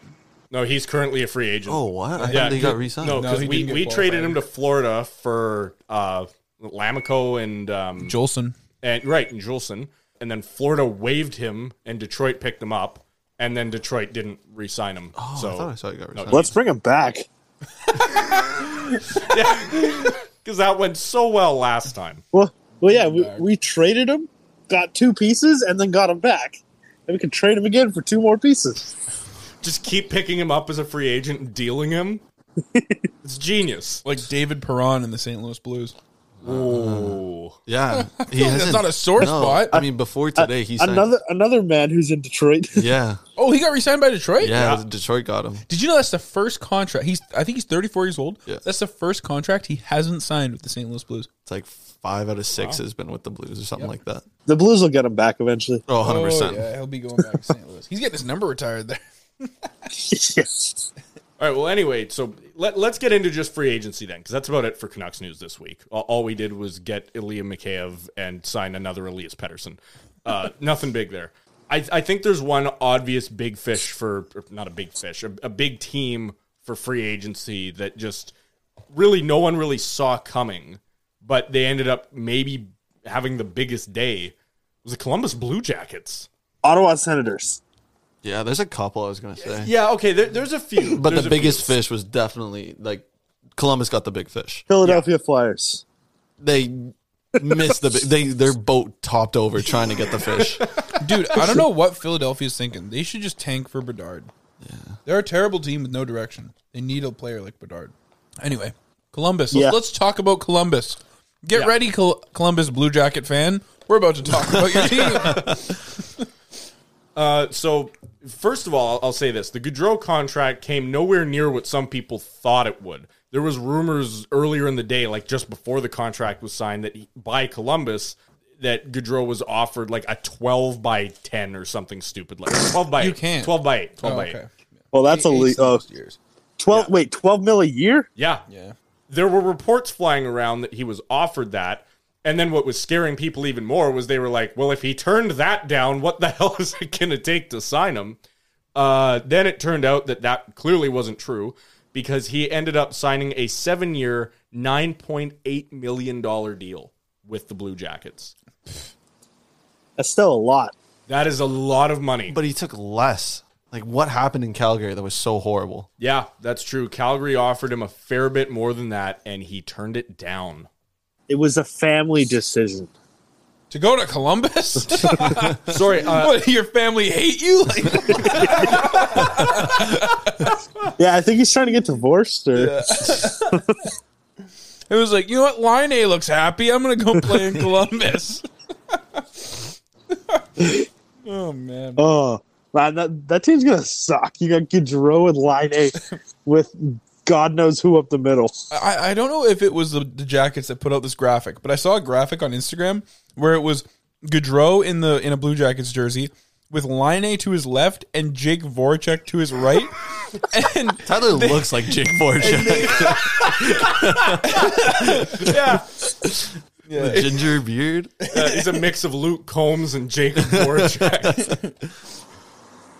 [SPEAKER 1] No, he's currently a free agent.
[SPEAKER 3] Oh, what? I
[SPEAKER 1] Yeah,
[SPEAKER 3] thought he got re-signed.
[SPEAKER 1] No,
[SPEAKER 2] No,
[SPEAKER 1] because
[SPEAKER 2] he
[SPEAKER 1] we,
[SPEAKER 2] didn't get
[SPEAKER 1] we
[SPEAKER 2] qualified.
[SPEAKER 1] traded him to Florida for uh, Lamico and um,
[SPEAKER 2] Jolson.
[SPEAKER 1] and right and Juleson, and then Florida waived him, and Detroit picked him up, and then Detroit didn't re-sign him.
[SPEAKER 3] Oh, I thought
[SPEAKER 1] so
[SPEAKER 3] I saw he got re-signed.
[SPEAKER 4] Let's bring him back.
[SPEAKER 1] because that went so well last time.
[SPEAKER 4] Well, well, yeah, we, we traded him, got two pieces, and then got him back. And we can trade him again for two more pieces.
[SPEAKER 1] Just keep picking him up as a free agent and dealing him. it's genius.
[SPEAKER 2] like David Perron in the St. Louis Blues.
[SPEAKER 3] Uh-huh.
[SPEAKER 1] Ooh.
[SPEAKER 3] Yeah, he
[SPEAKER 2] like that's
[SPEAKER 3] hasn't-
[SPEAKER 2] not a sore
[SPEAKER 3] no,
[SPEAKER 2] spot.
[SPEAKER 3] I mean, before today, he signed.
[SPEAKER 4] Another another man who's in Detroit.
[SPEAKER 3] Yeah,
[SPEAKER 2] Oh, he got re-signed by Detroit.
[SPEAKER 3] yeah,
[SPEAKER 1] Yeah.
[SPEAKER 3] Detroit got him.
[SPEAKER 2] Did you know that's the first contract? He's I think he's 34 years old.
[SPEAKER 3] Yeah.
[SPEAKER 2] That's the first contract he hasn't signed with the St. Louis Blues.
[SPEAKER 3] It's like five out of six has been with the Blues or something like that.
[SPEAKER 4] the Blues will get him back eventually.
[SPEAKER 3] Oh, 100 percent.
[SPEAKER 2] yeah, he'll be going back to St. Louis. He's getting his number retired there.
[SPEAKER 4] yes.
[SPEAKER 1] All right. Well, anyway, so let, let's get into just free agency then, because that's about it for Canucks news this week. All, all we did was get Ilya Mikheyev and sign another Elias Pettersson. Uh, nothing big there. I, I think there's one obvious big fish for, or not a big fish, a, a big team for free agency that just really no one really saw coming, but they ended up maybe having the biggest day. It was the Columbus Blue Jackets.
[SPEAKER 4] Ottawa Senators.
[SPEAKER 3] Yeah, there's a couple I was gonna say,
[SPEAKER 1] Yeah, okay, there, there's a few.
[SPEAKER 3] but
[SPEAKER 1] There's
[SPEAKER 3] the
[SPEAKER 1] a few.
[SPEAKER 3] biggest fish was definitely like Columbus got the big fish.
[SPEAKER 4] Philadelphia Flyers.
[SPEAKER 3] They missed the big, they their boat topped over trying to get the fish.
[SPEAKER 2] Dude, I don't know what Philadelphia's thinking. They should just tank for Bedard. Yeah. They're a terrible team with no direction. They need a player like Bedard. Anyway, Columbus.
[SPEAKER 4] Yeah.
[SPEAKER 2] Let's, let's talk about Columbus. Get
[SPEAKER 1] Yeah.
[SPEAKER 2] ready, Col- Columbus Blue Jacket fan. We're about to talk about your team. Oh,
[SPEAKER 1] Uh, so first of all, I'll say this: the Goudreau contract came nowhere near what some people thought it would. There was rumors earlier in the day, like just before the contract was signed, that he, by Columbus that Goudreau was offered like a twelve by ten or something stupid, like twelve by
[SPEAKER 2] You
[SPEAKER 1] eight,
[SPEAKER 2] can't.
[SPEAKER 1] twelve by eight, twelve
[SPEAKER 2] Oh,
[SPEAKER 1] by
[SPEAKER 2] okay.
[SPEAKER 1] eight.
[SPEAKER 4] Well, that's a le-
[SPEAKER 2] Ace
[SPEAKER 4] oh,
[SPEAKER 2] last year's.
[SPEAKER 4] 12 Wait, twelve mil a year?
[SPEAKER 1] Yeah,
[SPEAKER 2] Yeah.
[SPEAKER 1] there were reports flying around that he was offered that. And then what was scaring people even more was they were like, well, if he turned that down, what the hell is it going to take to sign him? Uh, then it turned out that that clearly wasn't true because he ended up signing a seven year, $9.8 million deal with the Blue Jackets.
[SPEAKER 4] That's still a lot.
[SPEAKER 1] That is a lot of money.
[SPEAKER 3] But he took less. Like what happened in Calgary that was so horrible?
[SPEAKER 1] yeah, that's true. Calgary offered him a fair bit more than that, and he turned it down.
[SPEAKER 4] It was a family decision.
[SPEAKER 2] To go to Columbus?
[SPEAKER 1] Sorry, uh,
[SPEAKER 2] what, your family hate you? Like,
[SPEAKER 4] Yeah, I think he's trying to get divorced. Or
[SPEAKER 2] It was like, you know what? Line A looks happy. I'm going to go play in Columbus. oh, man.
[SPEAKER 4] oh, man, that, that team's gonna suck. You got Gaudreau and Line A with God knows who up the middle.
[SPEAKER 2] I, I don't know if it was the, the Jackets that put out this graphic, but I saw a graphic on Instagram where it was Gaudreau in the in a Blue Jackets jersey with Line A to his left and Jake Voracek to his right. and
[SPEAKER 3] Tyler looks like Jake Voracek,
[SPEAKER 1] yeah.
[SPEAKER 3] the ginger beard.
[SPEAKER 1] Uh, he's a mix of Luke Combs and Jacob Voracek.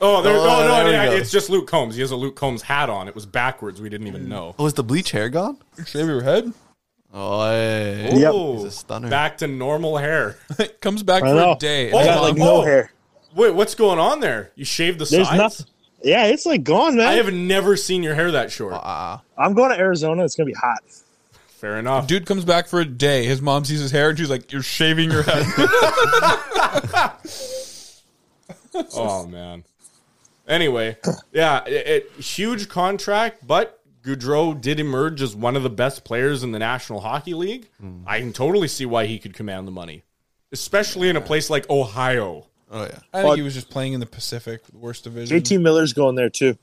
[SPEAKER 1] oh, there, oh, no,
[SPEAKER 3] there we
[SPEAKER 1] yeah,
[SPEAKER 3] go.
[SPEAKER 1] it's just Luke Combs. He has a Luke Combs hat on. It was backwards. We didn't even know.
[SPEAKER 3] Oh, is the bleach hair gone?
[SPEAKER 2] shave your head.
[SPEAKER 3] Oh, hey.
[SPEAKER 4] Yep.
[SPEAKER 1] Oh,
[SPEAKER 3] He's a stunner.
[SPEAKER 1] Back to normal hair.
[SPEAKER 2] It comes back
[SPEAKER 4] I
[SPEAKER 2] for
[SPEAKER 4] know.
[SPEAKER 2] a day.
[SPEAKER 1] Oh,
[SPEAKER 4] I
[SPEAKER 2] And
[SPEAKER 4] got
[SPEAKER 1] um,
[SPEAKER 4] like no
[SPEAKER 1] oh.
[SPEAKER 4] hair.
[SPEAKER 1] Wait, what's going on there? You shaved the
[SPEAKER 4] There's
[SPEAKER 1] sides?
[SPEAKER 4] nothing. Yeah, it's like gone,
[SPEAKER 1] I
[SPEAKER 4] man.
[SPEAKER 1] have never seen your hair that
[SPEAKER 3] Uh,
[SPEAKER 1] short.
[SPEAKER 4] I'm going to Arizona. It's gonna be hot.
[SPEAKER 1] Fair enough.
[SPEAKER 2] Dude comes back for a day. His mom sees his hair and she's like, "You're shaving your head."
[SPEAKER 1] Oh man. Anyway, yeah, it, it- huge contract, but Goudreau did emerge as one of the best players in the National Hockey League. I can totally see why he could command the money, especially in a place like Ohio.
[SPEAKER 3] Oh yeah.
[SPEAKER 2] I think he was just playing in the Pacific, the worst division.
[SPEAKER 1] Mm-hmm.
[SPEAKER 4] JT Miller's going there too.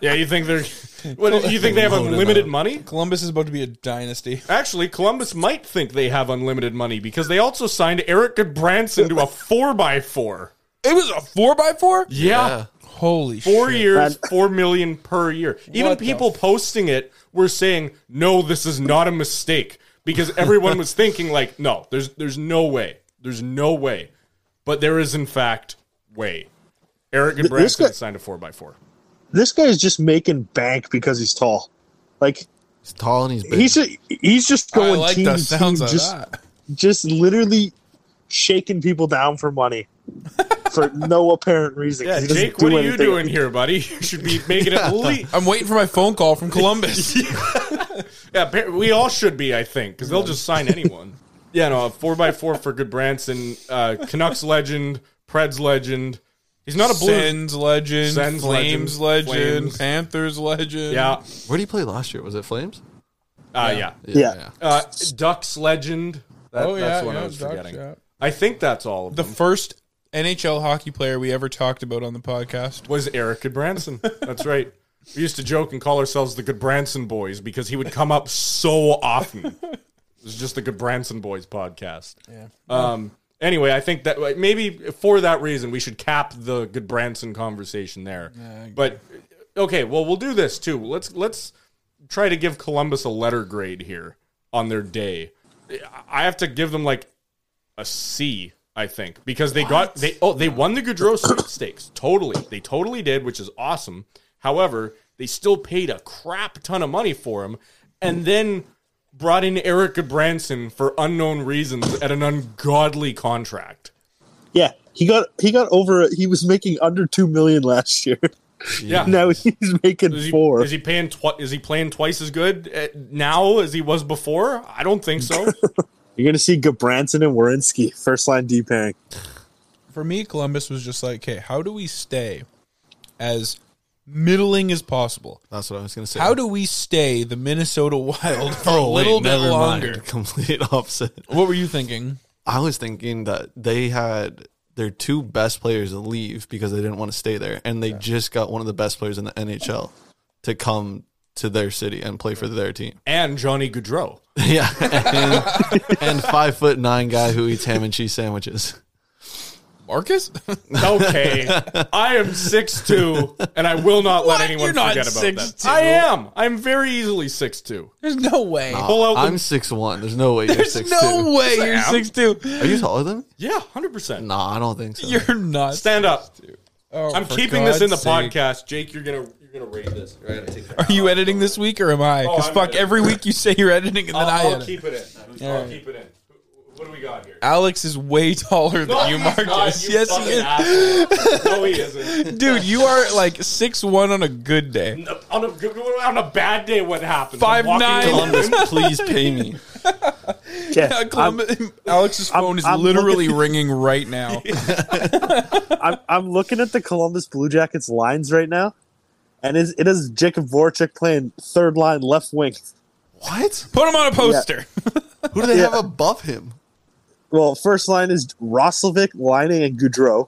[SPEAKER 1] Yeah, you think they're? What you think they have
[SPEAKER 3] Loaded
[SPEAKER 1] unlimited
[SPEAKER 3] up.
[SPEAKER 1] money?
[SPEAKER 2] Columbus is about to be a dynasty.
[SPEAKER 1] Actually, Columbus might think they have unlimited money because they also signed Eric Branson to a four by four.
[SPEAKER 2] It was a four by four.
[SPEAKER 1] Yeah.
[SPEAKER 2] Holy
[SPEAKER 1] Four
[SPEAKER 2] shit.
[SPEAKER 1] years,
[SPEAKER 4] That-
[SPEAKER 1] four million per year. Even
[SPEAKER 2] What the
[SPEAKER 1] people posting it were saying, "No, this is not a mistake," because everyone was thinking, "Like, no, there's there's no way, there's no way," but there is in fact way. Eric and
[SPEAKER 4] Th- this
[SPEAKER 1] Branson
[SPEAKER 4] guy-
[SPEAKER 1] signed a four by four.
[SPEAKER 4] This guy's just making bank because he's tall. Like
[SPEAKER 3] He's tall and he's big.
[SPEAKER 4] he's a, he's just
[SPEAKER 2] I
[SPEAKER 4] going
[SPEAKER 2] like
[SPEAKER 4] team
[SPEAKER 2] the
[SPEAKER 4] to team,
[SPEAKER 2] sounds of
[SPEAKER 4] just
[SPEAKER 2] that.
[SPEAKER 4] just literally shaking people down for money for no apparent reason. 'cause
[SPEAKER 1] Yeah,
[SPEAKER 4] he doesn't
[SPEAKER 1] Jake,
[SPEAKER 4] do
[SPEAKER 1] what are you
[SPEAKER 4] anything.
[SPEAKER 1] doing here, buddy? You should be making at least.
[SPEAKER 2] I'm waiting for my phone call from Columbus.
[SPEAKER 1] Yeah, appa- we all should be, I think, because they'll just sign anyone. yeah, no, a four by four for Good Branson, uh, Canucks legend, Preds legend. He's not a blue.
[SPEAKER 2] Sens legend,
[SPEAKER 1] Sens
[SPEAKER 2] Flames
[SPEAKER 1] legend,
[SPEAKER 2] legend,
[SPEAKER 1] Flames.
[SPEAKER 2] Panthers legend.
[SPEAKER 1] Yeah, uh,
[SPEAKER 3] Where did he play last year? Was it Flames?
[SPEAKER 1] yeah.
[SPEAKER 4] Yeah.
[SPEAKER 1] Uh, Ducks legend. That,
[SPEAKER 2] Oh, yeah,
[SPEAKER 1] that's what
[SPEAKER 2] yeah,
[SPEAKER 1] I was
[SPEAKER 2] Ducks,
[SPEAKER 1] forgetting.
[SPEAKER 2] yeah.
[SPEAKER 1] I think that's all of
[SPEAKER 2] The
[SPEAKER 1] them.
[SPEAKER 2] first NHL hockey player we ever talked about on the podcast.
[SPEAKER 1] was Eric Good Branson. That's right. We used to joke and call ourselves the Good Branson Boys because he would come up so often. It was just the Good Branson Boys podcast. Yeah. Um. Anyway, I think that like, maybe for that reason we should cap the Good Branson conversation there. but okay, well we'll do this too. Let's let's try to give Columbus a letter grade here on their day. I have to give them like a C, I think, because they got they oh they won the Goudreau stakes totally. They totally did, which is awesome. However, they still paid a crap ton of money for him, and then brought in Eric Branson for unknown reasons at an ungodly contract.
[SPEAKER 4] Yeah, he got he got over. He was making under two million last year.
[SPEAKER 1] Yeah.
[SPEAKER 4] Now he's making
[SPEAKER 1] Is he,
[SPEAKER 4] four.
[SPEAKER 1] is he paying twi- is he playing twice as good uh, now as he was before? I don't think so.
[SPEAKER 4] You're gonna see Gabranson and Warinsky first line D pairing.
[SPEAKER 2] For me, Columbus was just like, okay, how do we stay as middling as possible?
[SPEAKER 3] That's what I was gonna say.
[SPEAKER 2] How do we stay the Minnesota Wild for a
[SPEAKER 1] Oh,
[SPEAKER 3] Oh, wait,
[SPEAKER 2] little bit
[SPEAKER 3] never mind.
[SPEAKER 2] longer?
[SPEAKER 3] Complete opposite.
[SPEAKER 2] What were you thinking?
[SPEAKER 3] I was thinking that they had their two best players leave because they didn't want to stay there, and they just got one of the best players in the NHL to come to their city and play for their team.
[SPEAKER 1] and Johnny Goudreau.
[SPEAKER 3] yeah, and, and five foot nine guy who eats ham and cheese sandwiches.
[SPEAKER 2] Marcus?
[SPEAKER 1] Okay, I am six two, and I will not
[SPEAKER 2] What?
[SPEAKER 1] let anyone
[SPEAKER 2] You're not
[SPEAKER 1] forget about
[SPEAKER 2] 6'2"..
[SPEAKER 1] that. I am. I'm very easily six two.
[SPEAKER 2] There's no way.
[SPEAKER 1] Pull out the-
[SPEAKER 3] Uh, I'm six one. There's no way you're
[SPEAKER 2] There's
[SPEAKER 3] six
[SPEAKER 2] no
[SPEAKER 3] two.
[SPEAKER 2] way you're
[SPEAKER 1] am.
[SPEAKER 2] six two.
[SPEAKER 3] Are you taller than? me?
[SPEAKER 1] Yeah, hundred percent.
[SPEAKER 3] No, I don't think so.
[SPEAKER 2] You're not.
[SPEAKER 1] Stand up.
[SPEAKER 2] Oh,
[SPEAKER 1] I'm
[SPEAKER 2] for
[SPEAKER 1] keeping this
[SPEAKER 2] God's
[SPEAKER 1] in the
[SPEAKER 2] sake.
[SPEAKER 1] podcast. Jake, you're gonna you're gonna rate this. You're gonna take that.
[SPEAKER 2] Are you editing this week or am I?
[SPEAKER 1] Oh,
[SPEAKER 2] Because
[SPEAKER 1] I'm
[SPEAKER 2] fuck,
[SPEAKER 1] editing. Oh,
[SPEAKER 2] every week you say you're editing and then I
[SPEAKER 1] I'll, I'll
[SPEAKER 2] edit.
[SPEAKER 1] keep it in. I'll keep it in. What do we got here?
[SPEAKER 2] Alex is way taller
[SPEAKER 1] No,
[SPEAKER 2] than you,
[SPEAKER 1] he's not,
[SPEAKER 2] Marcus.
[SPEAKER 1] you
[SPEAKER 2] yes,
[SPEAKER 1] fucking
[SPEAKER 2] he is.
[SPEAKER 1] asshole. no, he isn't.
[SPEAKER 2] Dude, you are like six one on a good day.
[SPEAKER 1] On a, good- on a bad day, what happens?
[SPEAKER 2] Five
[SPEAKER 1] I'm walking
[SPEAKER 2] nine.
[SPEAKER 1] down-
[SPEAKER 3] Columbus, please pay me.
[SPEAKER 4] Yeah, I'm,
[SPEAKER 2] Columbus- Alex's phone is
[SPEAKER 4] I'm
[SPEAKER 2] literally ringing right now.
[SPEAKER 4] I'm, I'm looking at the Columbus Blue Jackets lines right now, and it, it is Jacob Voracek playing third line left wing.
[SPEAKER 3] What?
[SPEAKER 2] Put him on a poster.
[SPEAKER 3] Who do they
[SPEAKER 4] Yeah.
[SPEAKER 3] have above him?
[SPEAKER 4] Well, first line is Roslovic, Lining, and Goudreau.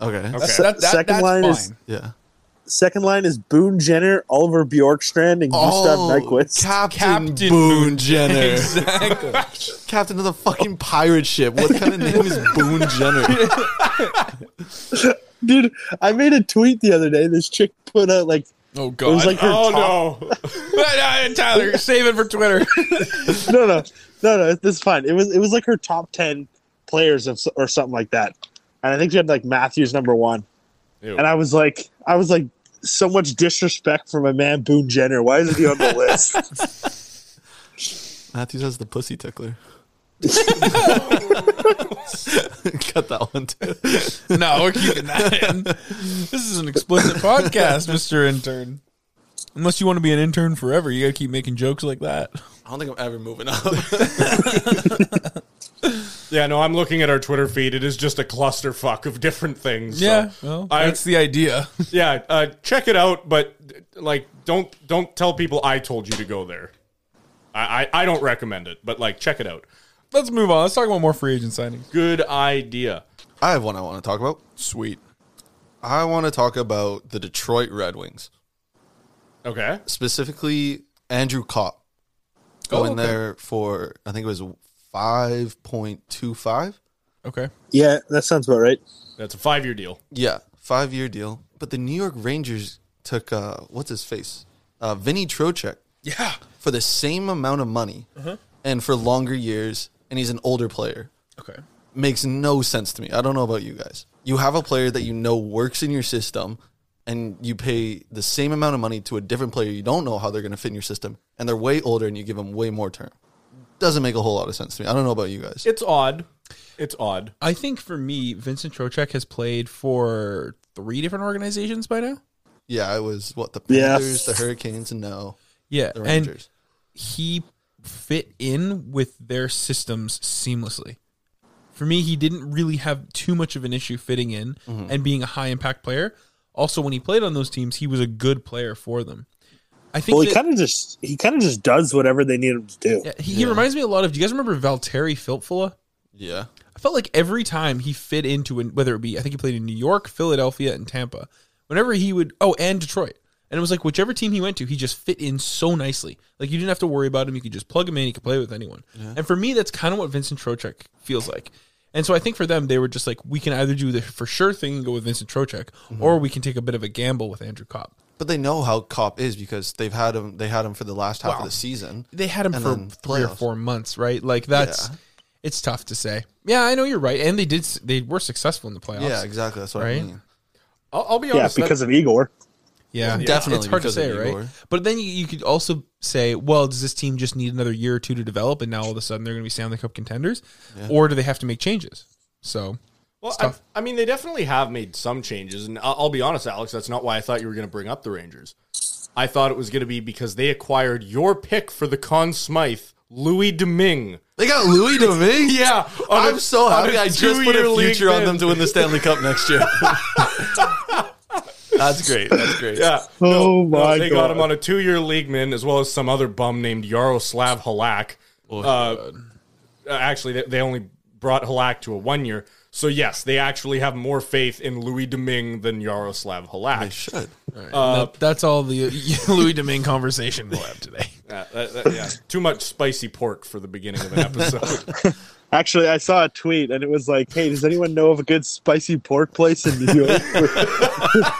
[SPEAKER 3] Okay.
[SPEAKER 1] Okay.
[SPEAKER 2] That- that-
[SPEAKER 4] Second
[SPEAKER 2] that's
[SPEAKER 4] line
[SPEAKER 2] fine.
[SPEAKER 4] is-
[SPEAKER 3] Yeah.
[SPEAKER 4] Second line is Boone Jenner, Oliver Bjorkstrand, and Gustav Nyquist.
[SPEAKER 3] Oh, Captain,
[SPEAKER 2] Captain
[SPEAKER 3] Boone Jenner.
[SPEAKER 2] exactly.
[SPEAKER 3] Captain of the fucking pirate ship. What kind of name is Boone Jenner?
[SPEAKER 4] Dude, I made a tweet the other day. This chick put out like
[SPEAKER 2] Oh
[SPEAKER 4] it was
[SPEAKER 2] god.
[SPEAKER 4] like her
[SPEAKER 1] Oh
[SPEAKER 4] top
[SPEAKER 1] no!
[SPEAKER 2] But, uh, Tyler, save it for Twitter.
[SPEAKER 4] no, no, no, no. This is fine. It was it was like her top ten players of, or something like that, and I think she had like Matthews number one.
[SPEAKER 1] Ew.
[SPEAKER 4] And I was like, I was like, so much disrespect for my man Boone Jenner. Why isn't he on the list?
[SPEAKER 3] Matthews has the pussy tickler. Cut that one too.
[SPEAKER 2] no, we're keeping that in. This is an explicit podcast, Mister Intern. Unless you want to be an intern forever, you gotta keep making jokes like that.
[SPEAKER 3] I don't think I'm ever moving up.
[SPEAKER 1] Yeah, no, I'm looking at our Twitter feed. It is just a clusterfuck of different things. so-
[SPEAKER 2] yeah, well,
[SPEAKER 1] I-
[SPEAKER 2] that's the idea.
[SPEAKER 1] yeah. Uh, check it out, but like, don't don't tell people I told you to go there. I, I I don't recommend it, but like, check it out.
[SPEAKER 2] Let's move on. Let's talk about more free agent signings.
[SPEAKER 1] Good idea.
[SPEAKER 3] I have one I want to talk about.
[SPEAKER 2] Sweet.
[SPEAKER 3] I want to talk about the Detroit Red Wings,
[SPEAKER 1] Okay.
[SPEAKER 3] specifically Andrew Kopp going there for I think it was five point two five.
[SPEAKER 2] Okay.
[SPEAKER 4] yeah, that sounds about right.
[SPEAKER 1] That's a five year deal.
[SPEAKER 3] Yeah, five year deal. But but the New York Rangers took uh, what's his face, uh, Vinny Trocek
[SPEAKER 2] Yeah.
[SPEAKER 3] for the same amount of money and for longer years, and he's an older player.
[SPEAKER 2] Okay.
[SPEAKER 3] Makes no sense to me. I don't know about you guys. You have a player that you know works in your system, and you pay the same amount of money to a different player you don't know how they're going to fit in your system, and they're way older, and you give them way more term. Doesn't make a whole lot of sense to me. I don't know about you guys.
[SPEAKER 1] It's odd. It's odd.
[SPEAKER 2] I think for me, Vincent Trocek has played for three different organizations by now.
[SPEAKER 3] Yeah, it was what the
[SPEAKER 4] Yeah.
[SPEAKER 3] Panthers, the Hurricanes, and now
[SPEAKER 2] Yeah,
[SPEAKER 3] the
[SPEAKER 2] and
[SPEAKER 3] Rangers.
[SPEAKER 2] he fit in with their systems seamlessly. For me, he didn't really have too much of an issue fitting in and being a high impact player. Also, when he played on those teams, he was a good player for them. I think
[SPEAKER 4] Well, he
[SPEAKER 2] that-
[SPEAKER 4] kind of just he kind of just does whatever they need him to do.
[SPEAKER 2] yeah, he, he reminds me a lot of. Do you guys remember Valteri Filppula?
[SPEAKER 3] yeah,
[SPEAKER 2] I felt like every time he fit into an, whether it be I think he played in New York, Philadelphia, and Tampa. Whenever he would, oh, and Detroit, and it was like whichever team he went to, he just fit in so nicely. Like you didn't have to worry about him; you could just plug him in. He could play with anyone. And for me, that's kind of what Vincent Trocek feels like. And so I think for them, they were just like, we can either do the for sure thing and go with Vincent Trocek,
[SPEAKER 3] Mm-hmm.
[SPEAKER 2] or we can take a bit of a gamble with Andrew Kopp.
[SPEAKER 3] but they know how Cop is because they've had him. They had him for the last half of the season.
[SPEAKER 2] they had him
[SPEAKER 3] And
[SPEAKER 2] for
[SPEAKER 3] then
[SPEAKER 2] three or
[SPEAKER 3] playoffs.
[SPEAKER 2] four months, right? Like that's it's tough to say. Yeah, I know you're right, and they did s- they were successful in the playoffs.
[SPEAKER 3] Yeah, exactly. That's what I
[SPEAKER 2] Right?
[SPEAKER 3] mean.
[SPEAKER 1] I'll, I'll be
[SPEAKER 4] Yeah,
[SPEAKER 1] honest. that-
[SPEAKER 4] because of Igor.
[SPEAKER 2] Yeah,
[SPEAKER 3] Definitely
[SPEAKER 2] It's hard to
[SPEAKER 3] because of
[SPEAKER 2] say, right?
[SPEAKER 3] Igor.
[SPEAKER 2] But then you, you could also say, well, does this team just need another year or two to develop, and now all of a sudden they're going to be Stanley Cup contenders, or do they have to make changes? So
[SPEAKER 1] well, I,
[SPEAKER 2] tough.
[SPEAKER 1] I mean, they definitely have made some changes, and I'll, I'll be honest, Alex. That's not why I thought you were going to bring up the Rangers. I thought it was going to be because they acquired your pick for the Conn Smythe, Louis Domingue.
[SPEAKER 3] They got Louis Domingue.
[SPEAKER 1] Yeah, on
[SPEAKER 3] I'm
[SPEAKER 1] a-
[SPEAKER 3] so
[SPEAKER 1] on
[SPEAKER 3] happy. I just put
[SPEAKER 1] two-year
[SPEAKER 3] a
[SPEAKER 1] league
[SPEAKER 3] future on them
[SPEAKER 1] bid.
[SPEAKER 3] to win the Stanley Cup next year. That's great. That's great.
[SPEAKER 1] Yeah.
[SPEAKER 4] Oh
[SPEAKER 1] No,
[SPEAKER 4] my
[SPEAKER 1] they
[SPEAKER 4] god!
[SPEAKER 1] got him on a two-year league min, as well as some other bum named Yaroslav Halak.
[SPEAKER 3] Oh,
[SPEAKER 1] Uh, uh, actually, they, they only brought Halak to a one-year. So yes, they actually have more faith in Louis Domingue than Yaroslav
[SPEAKER 3] I
[SPEAKER 1] Halak.
[SPEAKER 3] should.
[SPEAKER 2] that- that's all the Louis Domingue conversation we'll have today.
[SPEAKER 1] Uh, that- that- yeah. Too much spicy pork for the beginning of an episode.
[SPEAKER 4] Actually, I saw a tweet and it was like, "Hey, does anyone know of a good spicy pork place in New York?"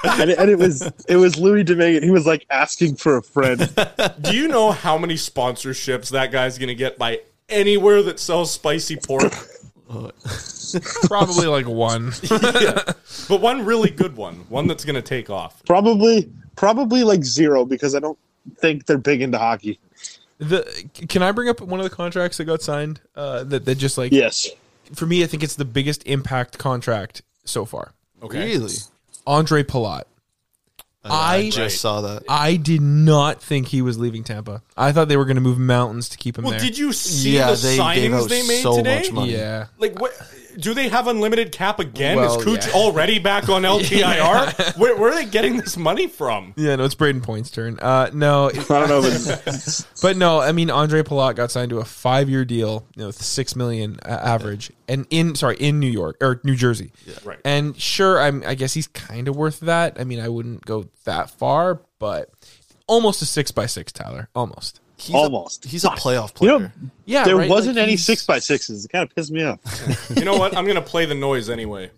[SPEAKER 4] and, it, and it was it was Louis Domingue. and He was like asking for a friend.
[SPEAKER 1] Do you know how many sponsorships that guy's going to get by anywhere that sells spicy pork?
[SPEAKER 2] Probably like one.
[SPEAKER 1] But one really good one, one that's going to take off.
[SPEAKER 4] Probably probably like zero because I don't think they're big into hockey.
[SPEAKER 2] the can I bring up one of the contracts that got signed? Uh, that that just like
[SPEAKER 4] Yes,
[SPEAKER 2] for me, I think it's the biggest impact contract so far.
[SPEAKER 1] Okay.
[SPEAKER 3] Really?
[SPEAKER 2] Andre Palat.
[SPEAKER 3] I,
[SPEAKER 2] I
[SPEAKER 3] just saw that.
[SPEAKER 2] I did not think he was leaving Tampa. I thought they were going to move mountains to keep him
[SPEAKER 1] Well,
[SPEAKER 2] there.
[SPEAKER 1] did you see
[SPEAKER 3] Yeah,
[SPEAKER 1] the
[SPEAKER 3] they gave
[SPEAKER 1] signings
[SPEAKER 3] out
[SPEAKER 1] they made
[SPEAKER 3] so
[SPEAKER 1] today?
[SPEAKER 3] much money.
[SPEAKER 2] yeah.
[SPEAKER 1] Like what? Do they have unlimited cap again?
[SPEAKER 2] Well,
[SPEAKER 1] Is Cooch
[SPEAKER 2] yeah.
[SPEAKER 1] already back on LTIR? where, where are they getting this money from?
[SPEAKER 2] Yeah, no, it's Braden Point's turn. Uh, no, it-
[SPEAKER 4] I don't know. If it's,
[SPEAKER 2] but no, I mean Andre Palat got signed to a five-year deal, you know, with six million uh, average, and in sorry in New York or New Jersey.
[SPEAKER 1] Right.
[SPEAKER 2] And sure, I'm. I guess he's kind of worth that. I mean, I wouldn't go that far, but almost a six by six, Tyler. Almost.
[SPEAKER 3] He's
[SPEAKER 4] Almost.
[SPEAKER 3] A, he's a playoff
[SPEAKER 4] you
[SPEAKER 3] player.
[SPEAKER 4] know,
[SPEAKER 2] Yeah,
[SPEAKER 4] there
[SPEAKER 2] right,
[SPEAKER 4] wasn't
[SPEAKER 2] like,
[SPEAKER 4] any
[SPEAKER 2] he's-
[SPEAKER 4] six by sixes. It kind of pissed me off.
[SPEAKER 1] You know what? I'm gonna play the noise anyway.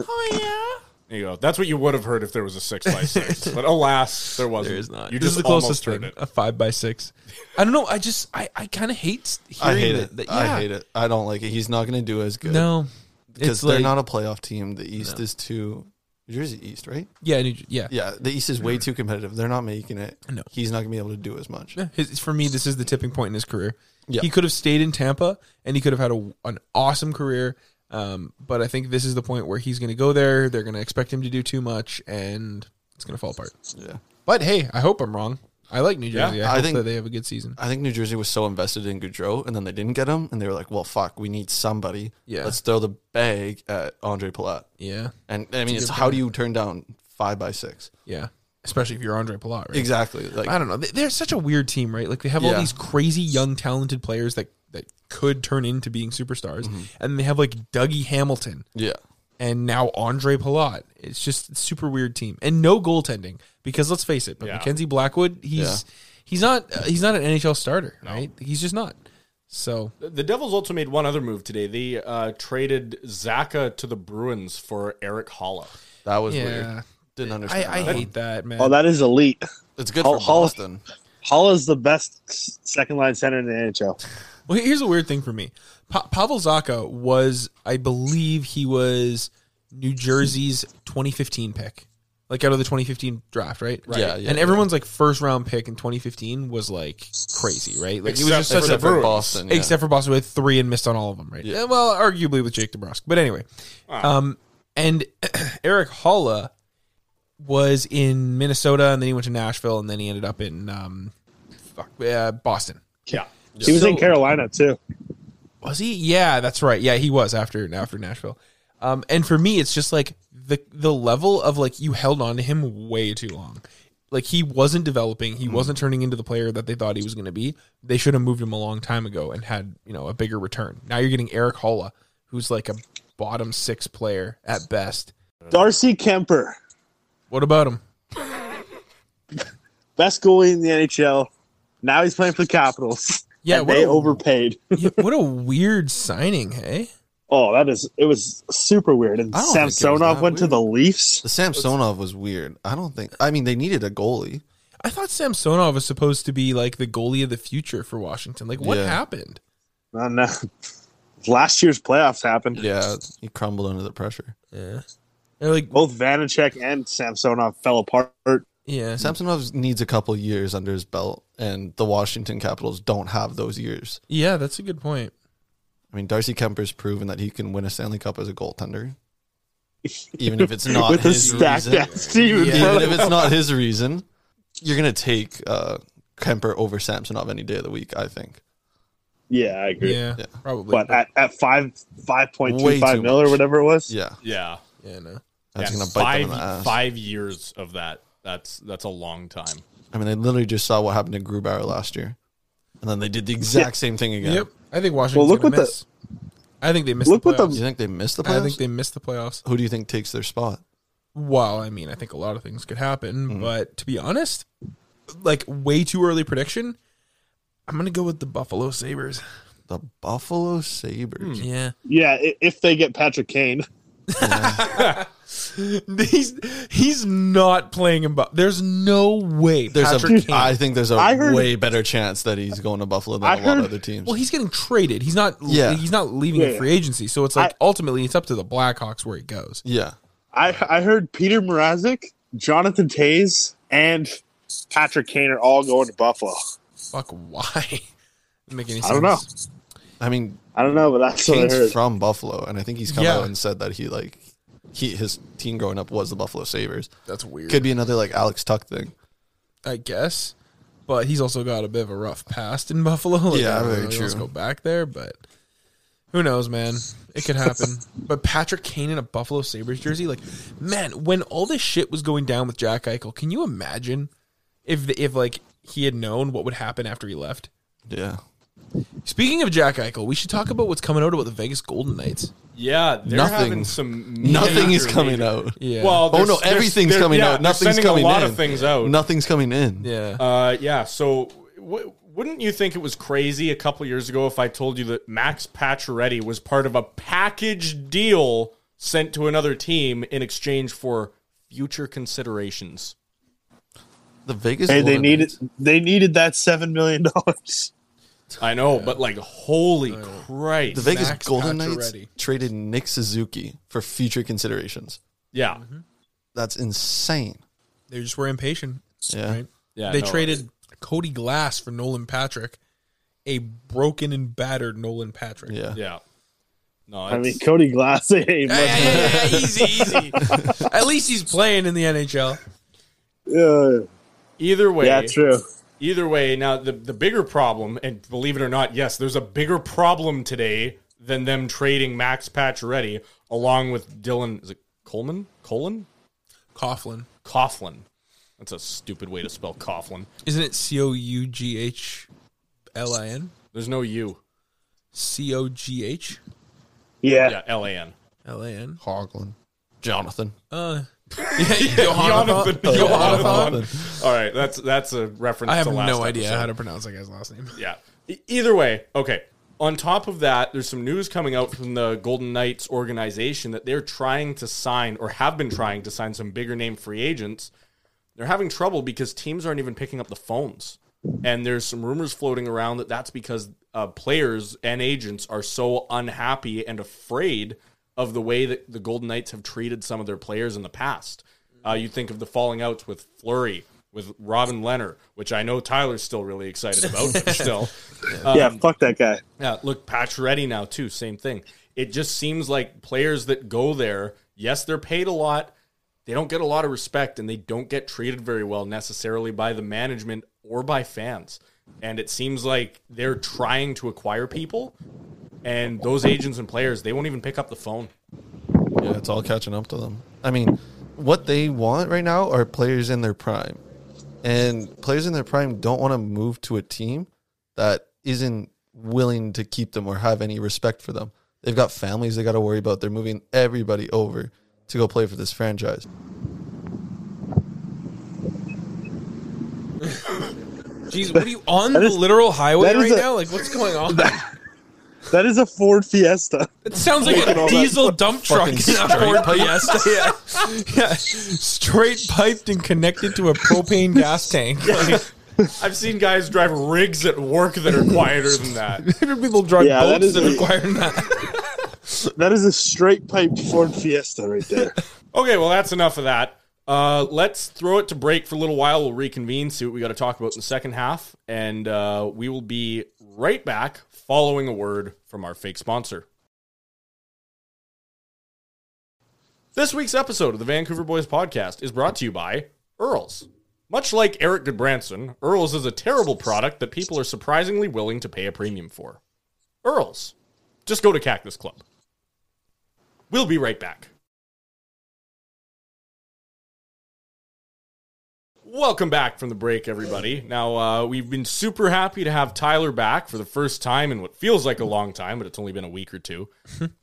[SPEAKER 2] Oh yeah.
[SPEAKER 1] There you go. That's what you would have heard if there was a six by six. But alas, there wasn't.
[SPEAKER 2] There is not.
[SPEAKER 1] You
[SPEAKER 2] this
[SPEAKER 1] just
[SPEAKER 2] is the closest
[SPEAKER 1] almost heard it.
[SPEAKER 2] thing. A five by six. I don't know. I just I, I kind of hate s-
[SPEAKER 3] I
[SPEAKER 2] hearing
[SPEAKER 3] hate
[SPEAKER 2] that,
[SPEAKER 3] it.
[SPEAKER 2] that- yeah.
[SPEAKER 3] I hate it. I don't like it. He's not going to do as good.
[SPEAKER 2] No,
[SPEAKER 3] because
[SPEAKER 2] it's
[SPEAKER 3] they're
[SPEAKER 2] like
[SPEAKER 3] not a playoff team. The East is too. Jersey East, right?
[SPEAKER 2] yeah, New Jer- yeah.
[SPEAKER 3] Yeah, the East is way too competitive. They're not making it.
[SPEAKER 2] No.
[SPEAKER 3] he's not going to be able to do as much.
[SPEAKER 2] yeah. His, for me, this is the tipping point in his career.
[SPEAKER 3] Yeah.
[SPEAKER 2] He could have stayed in Tampa, and he could have had a, an awesome career. Um, but I think this is the point where he's going to go there. They're going to expect him to do too much, and it's going to fall apart.
[SPEAKER 3] Yeah.
[SPEAKER 2] But hey, I hope I'm wrong. I like New Jersey. I,
[SPEAKER 3] I
[SPEAKER 2] hope
[SPEAKER 3] think-
[SPEAKER 2] that they have a good season.
[SPEAKER 3] I think New Jersey was so invested in Goudreau, and then they didn't get him, and they were like, "Well, fuck, we need somebody.
[SPEAKER 2] Yeah.
[SPEAKER 3] let's throw the bag at Andre Palat."
[SPEAKER 2] Yeah,
[SPEAKER 3] And I mean, it's how do you turn down five by six?
[SPEAKER 2] yeah. Especially if you're Andre Pilat, right?
[SPEAKER 3] Exactly. Like
[SPEAKER 2] I don't know. They- They're such a weird team, right? Like they have all
[SPEAKER 3] Yeah.
[SPEAKER 2] these crazy young talented players that that could turn into being superstars,
[SPEAKER 3] Mm-hmm.
[SPEAKER 2] and they have like Dougie Hamilton
[SPEAKER 3] yeah,
[SPEAKER 2] and now Andre Pilat. It's just a super weird team, and no goaltending because let's face it, but
[SPEAKER 1] Yeah.
[SPEAKER 2] Mackenzie Blackwood, he's he's not uh, he's not an NHL starter, right? He's just not. So
[SPEAKER 1] The Devils also made one other move today. They uh, traded Zaka to the Bruins for Eric Holla.
[SPEAKER 3] that was
[SPEAKER 2] yeah,
[SPEAKER 3] weird. Didn't understand.
[SPEAKER 2] I, I
[SPEAKER 3] that.
[SPEAKER 2] hate that, man.
[SPEAKER 4] Oh, that is elite.
[SPEAKER 3] It's good
[SPEAKER 4] Hol-
[SPEAKER 3] for
[SPEAKER 4] Hol-
[SPEAKER 3] Boston.
[SPEAKER 4] Hall is the best s- second line center in the NHL.
[SPEAKER 2] Well, here's a weird thing for me. Pa- Pavel Zaka was, I believe, he was New Jersey's 2015 pick, like out of the 2015 draft, right? Right.
[SPEAKER 3] Yeah, yeah,
[SPEAKER 2] and everyone's like first round pick in 2015 was like crazy, right? Like
[SPEAKER 1] Except for the Bruins.
[SPEAKER 3] Boston. yeah.
[SPEAKER 2] except for Boston with three and missed on all of them, right?
[SPEAKER 3] Yeah.
[SPEAKER 2] Eh, Well, arguably with Jake DeBrusk, but anyway. Um, and Eric Halla was in Minnesota, and then he went to Nashville, and then he ended up in um, fuck, uh, Boston.
[SPEAKER 1] Yeah.
[SPEAKER 4] He was
[SPEAKER 2] So-
[SPEAKER 4] in Carolina too.
[SPEAKER 2] Was he? Yeah, that's right. Yeah, he was after after Nashville. Um, and for me, it's just like the the level of like you held on to him way too long. Like he wasn't developing, he wasn't turning into the player that they thought he was going to be. They should have moved him a long time ago and had you know a bigger return. Now you're getting Eric Holla, who's like a bottom six player at best.
[SPEAKER 4] Darcy Kemper,
[SPEAKER 2] What about him?
[SPEAKER 4] best goalie in the NHL. Now he's playing for the Capitals.
[SPEAKER 2] Yeah,
[SPEAKER 4] and
[SPEAKER 2] what
[SPEAKER 4] they
[SPEAKER 2] a-
[SPEAKER 4] overpaid.
[SPEAKER 2] Yeah, what a weird signing, hey?
[SPEAKER 4] Oh, that is it was super weird. And
[SPEAKER 3] I don't think it was
[SPEAKER 4] Samsonov
[SPEAKER 3] that
[SPEAKER 4] went to
[SPEAKER 3] weird.
[SPEAKER 4] the Leafs.
[SPEAKER 3] the Samsonov was weird. I don't think. I mean, they needed a goalie.
[SPEAKER 2] I thought Samsonov was supposed to be like the goalie of the future for Washington. Like, what
[SPEAKER 3] Yeah.
[SPEAKER 2] happened?
[SPEAKER 4] No, no. Last year's playoffs happened.
[SPEAKER 3] Yeah, he crumbled under the pressure.
[SPEAKER 2] Yeah, they're like,
[SPEAKER 4] Both Vanacek and Samsonov fell apart.
[SPEAKER 2] yeah,
[SPEAKER 3] Samsonov needs a couple years under his belt, and the Washington Capitals don't have those years.
[SPEAKER 2] Yeah, that's a good point.
[SPEAKER 3] I mean, Darcy Kemper's proven that he can win a Stanley Cup as a goaltender, even if it's not
[SPEAKER 4] with a
[SPEAKER 3] his
[SPEAKER 4] stacked
[SPEAKER 3] reason.
[SPEAKER 4] ass team in
[SPEAKER 2] Yeah.
[SPEAKER 4] front
[SPEAKER 3] Even
[SPEAKER 4] of
[SPEAKER 3] if
[SPEAKER 4] him.
[SPEAKER 3] it's not his reason, you're gonna take uh, Kemper over Samsonov any day of the week. I think.
[SPEAKER 4] Yeah, I agree.
[SPEAKER 2] Yeah,
[SPEAKER 3] Yeah.
[SPEAKER 2] probably.
[SPEAKER 4] But at, at five five point two
[SPEAKER 3] Way too
[SPEAKER 4] five mil or
[SPEAKER 3] much.
[SPEAKER 4] whatever it was,
[SPEAKER 3] Yeah,
[SPEAKER 1] Yeah.
[SPEAKER 2] yeah, no.
[SPEAKER 3] that's
[SPEAKER 1] Yeah,
[SPEAKER 3] gonna bite
[SPEAKER 1] five,
[SPEAKER 3] them in the ass.
[SPEAKER 1] five years of that. That's that's a long time.
[SPEAKER 3] I mean, they literally just saw what happened to Grubauer last year, and then they did the exact same thing again.
[SPEAKER 2] Yep, I think Washington.
[SPEAKER 4] Well, look
[SPEAKER 2] gonna
[SPEAKER 4] what
[SPEAKER 2] miss. I think they missed.
[SPEAKER 4] look
[SPEAKER 2] the
[SPEAKER 4] what the-
[SPEAKER 3] Do you think they missed the
[SPEAKER 2] playoffs. I
[SPEAKER 3] playoffs?
[SPEAKER 2] think they missed the playoffs.
[SPEAKER 3] Who do you think takes their spot?
[SPEAKER 2] Well, I mean, I think a lot of things could happen,
[SPEAKER 4] Mm-hmm.
[SPEAKER 2] but to be honest, like way too early prediction. I'm gonna go with the Buffalo Sabers.
[SPEAKER 3] The Buffalo Sabers.
[SPEAKER 1] Hmm.
[SPEAKER 2] Yeah,
[SPEAKER 4] yeah, i- if they get Patrick Kane,
[SPEAKER 2] he's he's not playing in. Bu- There's no way.
[SPEAKER 3] There's
[SPEAKER 2] Patrick
[SPEAKER 3] a,
[SPEAKER 2] Kane-
[SPEAKER 3] I think there's a
[SPEAKER 4] I heard-
[SPEAKER 3] way better chance that he's going to Buffalo than
[SPEAKER 4] I
[SPEAKER 3] a lot of
[SPEAKER 4] heard-
[SPEAKER 3] other teams.
[SPEAKER 2] Well, he's getting traded. He's not.
[SPEAKER 3] Yeah.
[SPEAKER 2] he's not leaving in
[SPEAKER 4] Yeah.
[SPEAKER 2] free agency. So it's like ultimately, it's up to the Blackhawks where he goes.
[SPEAKER 3] yeah,
[SPEAKER 4] I I heard Peter Mrazek, Jonathan Tays, and Patrick Kane are all going to Buffalo.
[SPEAKER 2] Fuck, why? Doesn't make any sense.
[SPEAKER 4] I don't know.
[SPEAKER 3] I mean,
[SPEAKER 4] I don't know, but that's what I heard.
[SPEAKER 3] Kane's from Buffalo, and I think he's come
[SPEAKER 2] Yeah.
[SPEAKER 3] out and said that he like he his team growing up was the Buffalo Sabers.
[SPEAKER 2] That's weird.
[SPEAKER 3] Could be another like Alex Tuck thing.
[SPEAKER 2] I guess. But he's also got a bit of a rough past in Buffalo. Like,
[SPEAKER 3] Yeah,
[SPEAKER 2] I don't
[SPEAKER 3] very
[SPEAKER 2] know if he wants to
[SPEAKER 3] true.
[SPEAKER 2] go back there, but who knows, man? It could happen. but Patrick Kane in a Buffalo Sabres jersey, like, man, when all this shit was going down with Jack Eichel, can you imagine if the, if like he had known what would happen after he left?
[SPEAKER 3] Yeah,
[SPEAKER 2] Speaking of Jack Eichel, we should talk about what's coming out about the Vegas Golden Knights.
[SPEAKER 1] Yeah, they're
[SPEAKER 3] Nothing-
[SPEAKER 1] having some
[SPEAKER 3] nothing is
[SPEAKER 1] major-
[SPEAKER 3] coming out.
[SPEAKER 2] Yeah.
[SPEAKER 1] Well,
[SPEAKER 3] Oh
[SPEAKER 1] there's-
[SPEAKER 3] no,
[SPEAKER 1] there's-
[SPEAKER 3] everything's
[SPEAKER 1] there-
[SPEAKER 3] coming
[SPEAKER 1] yeah,
[SPEAKER 3] out.
[SPEAKER 1] they're
[SPEAKER 3] Nothing's
[SPEAKER 1] sending
[SPEAKER 3] coming
[SPEAKER 1] a lot
[SPEAKER 3] in.
[SPEAKER 1] of things out.
[SPEAKER 3] Nothing's coming in.
[SPEAKER 2] yeah.
[SPEAKER 1] Uh, yeah. So, w- wouldn't you think it was crazy a couple years ago if I told you that Max Pacioretty was part of a package deal sent to another team in exchange for future considerations?
[SPEAKER 3] The Vegas.
[SPEAKER 4] Hey, they
[SPEAKER 3] Golden
[SPEAKER 4] needed
[SPEAKER 3] Knights.
[SPEAKER 4] they needed that seven million dollars.
[SPEAKER 1] I know, but like, holy Christ!
[SPEAKER 3] The Vegas
[SPEAKER 2] Max
[SPEAKER 3] Golden Knights
[SPEAKER 2] Pacioretty.
[SPEAKER 3] traded Nick Suzuki for future considerations.
[SPEAKER 1] yeah,
[SPEAKER 3] That's insane.
[SPEAKER 2] They just were impatient.
[SPEAKER 3] Yeah.
[SPEAKER 2] Right?
[SPEAKER 1] yeah.
[SPEAKER 2] they
[SPEAKER 1] no,
[SPEAKER 2] traded Cody Glass for Nolan Patrick, a broken and battered Nolan Patrick.
[SPEAKER 3] Yeah.
[SPEAKER 1] Yeah. No,
[SPEAKER 4] I mean,
[SPEAKER 1] it's-
[SPEAKER 4] Cody Glass. Hey,
[SPEAKER 2] Hey,
[SPEAKER 4] much-
[SPEAKER 2] hey, hey, hey, easy, easy. At least he's playing in the NHL.
[SPEAKER 4] uh,
[SPEAKER 1] either way,
[SPEAKER 4] yeah, true.
[SPEAKER 1] Either way, now the, the bigger problem, and believe it or not, yes, there's a bigger problem today than them trading Max Pacioretty along with Dylan. Is it Coleman? Colin?
[SPEAKER 2] Coughlin,
[SPEAKER 1] Coughlin. That's a stupid way to spell Coughlin.
[SPEAKER 2] isn't it? C O U G H L I N.
[SPEAKER 1] There's no U.
[SPEAKER 2] C O G H
[SPEAKER 4] Yeah,
[SPEAKER 1] Yeah, L A N.
[SPEAKER 2] L A N.
[SPEAKER 3] Hoglin. Jonathan.
[SPEAKER 2] Uh,
[SPEAKER 1] Jonathan.
[SPEAKER 2] Jonathan.
[SPEAKER 1] Jonathan. All right, that's that's a reference.
[SPEAKER 2] I have
[SPEAKER 1] to last
[SPEAKER 2] no idea
[SPEAKER 1] episode.
[SPEAKER 2] how to pronounce that guy's last name.
[SPEAKER 1] Yeah. E- Either way, okay. On top of that, there's some news coming out from the Golden Knights organization that they're trying to sign or have been trying to sign some bigger name free agents. They're having trouble because teams aren't even picking up the phones. And there's some rumors floating around that that's because uh, players and agents are so unhappy and afraid of the way that the Golden Knights have treated some of their players in the past. Uh, you think of the falling outs with Flurry, with Robin Leonard, which I know Tyler's still really excited about, but still.
[SPEAKER 4] yeah, fuck that guy.
[SPEAKER 1] Yeah, look, Patch Ready now too, same thing. It just seems like players that go there, yes, they're paid a lot, they don't get a lot of respect and they don't get treated very well necessarily by the management or by fans. And it seems like they're trying to acquire people and those agents and players, they won't even pick up the phone.
[SPEAKER 3] Yeah, it's all catching up to them. I mean, what they want right now are players in their prime. And players in their prime don't want to move to a team that isn't willing to keep them or have any respect for them. They've got families they got to worry about. They're moving everybody over to go play for this franchise.
[SPEAKER 2] Jeez, what are you on the
[SPEAKER 4] is-
[SPEAKER 2] literal highway
[SPEAKER 4] that is
[SPEAKER 2] right
[SPEAKER 4] a-
[SPEAKER 2] now? Like, what's going on?
[SPEAKER 4] That is a Ford Fiesta.
[SPEAKER 2] It sounds like a
[SPEAKER 4] all that
[SPEAKER 2] diesel dump truck in a Ford Fiesta. Yeah. yeah, straight piped and connected to a propane gas tank. Like,
[SPEAKER 1] I've seen guys drive rigs at work that are quieter than that.
[SPEAKER 2] different people drive
[SPEAKER 4] Yeah, that
[SPEAKER 2] boats
[SPEAKER 4] is
[SPEAKER 2] that,
[SPEAKER 4] a-
[SPEAKER 2] require that.
[SPEAKER 4] That is a straight piped Ford Fiesta right there.
[SPEAKER 1] Okay, well, that's enough of that. Uh, let's throw it to break for a little while. We'll reconvene, see what we got to talk about in the second half, and uh, we will be right back following a word from our fake sponsor. This week's episode of the Vancouver Boys Podcast is brought to you by Earls. Much like Eric Goodbranson, Earls is a terrible product that people are surprisingly willing to pay a premium for. Earls. Just go to Cactus Club. We'll be right back. Welcome back from the break, everybody. Now, uh, we've been super happy to have Tyler back for the first time in what feels like a long time, but it's only been a week or two.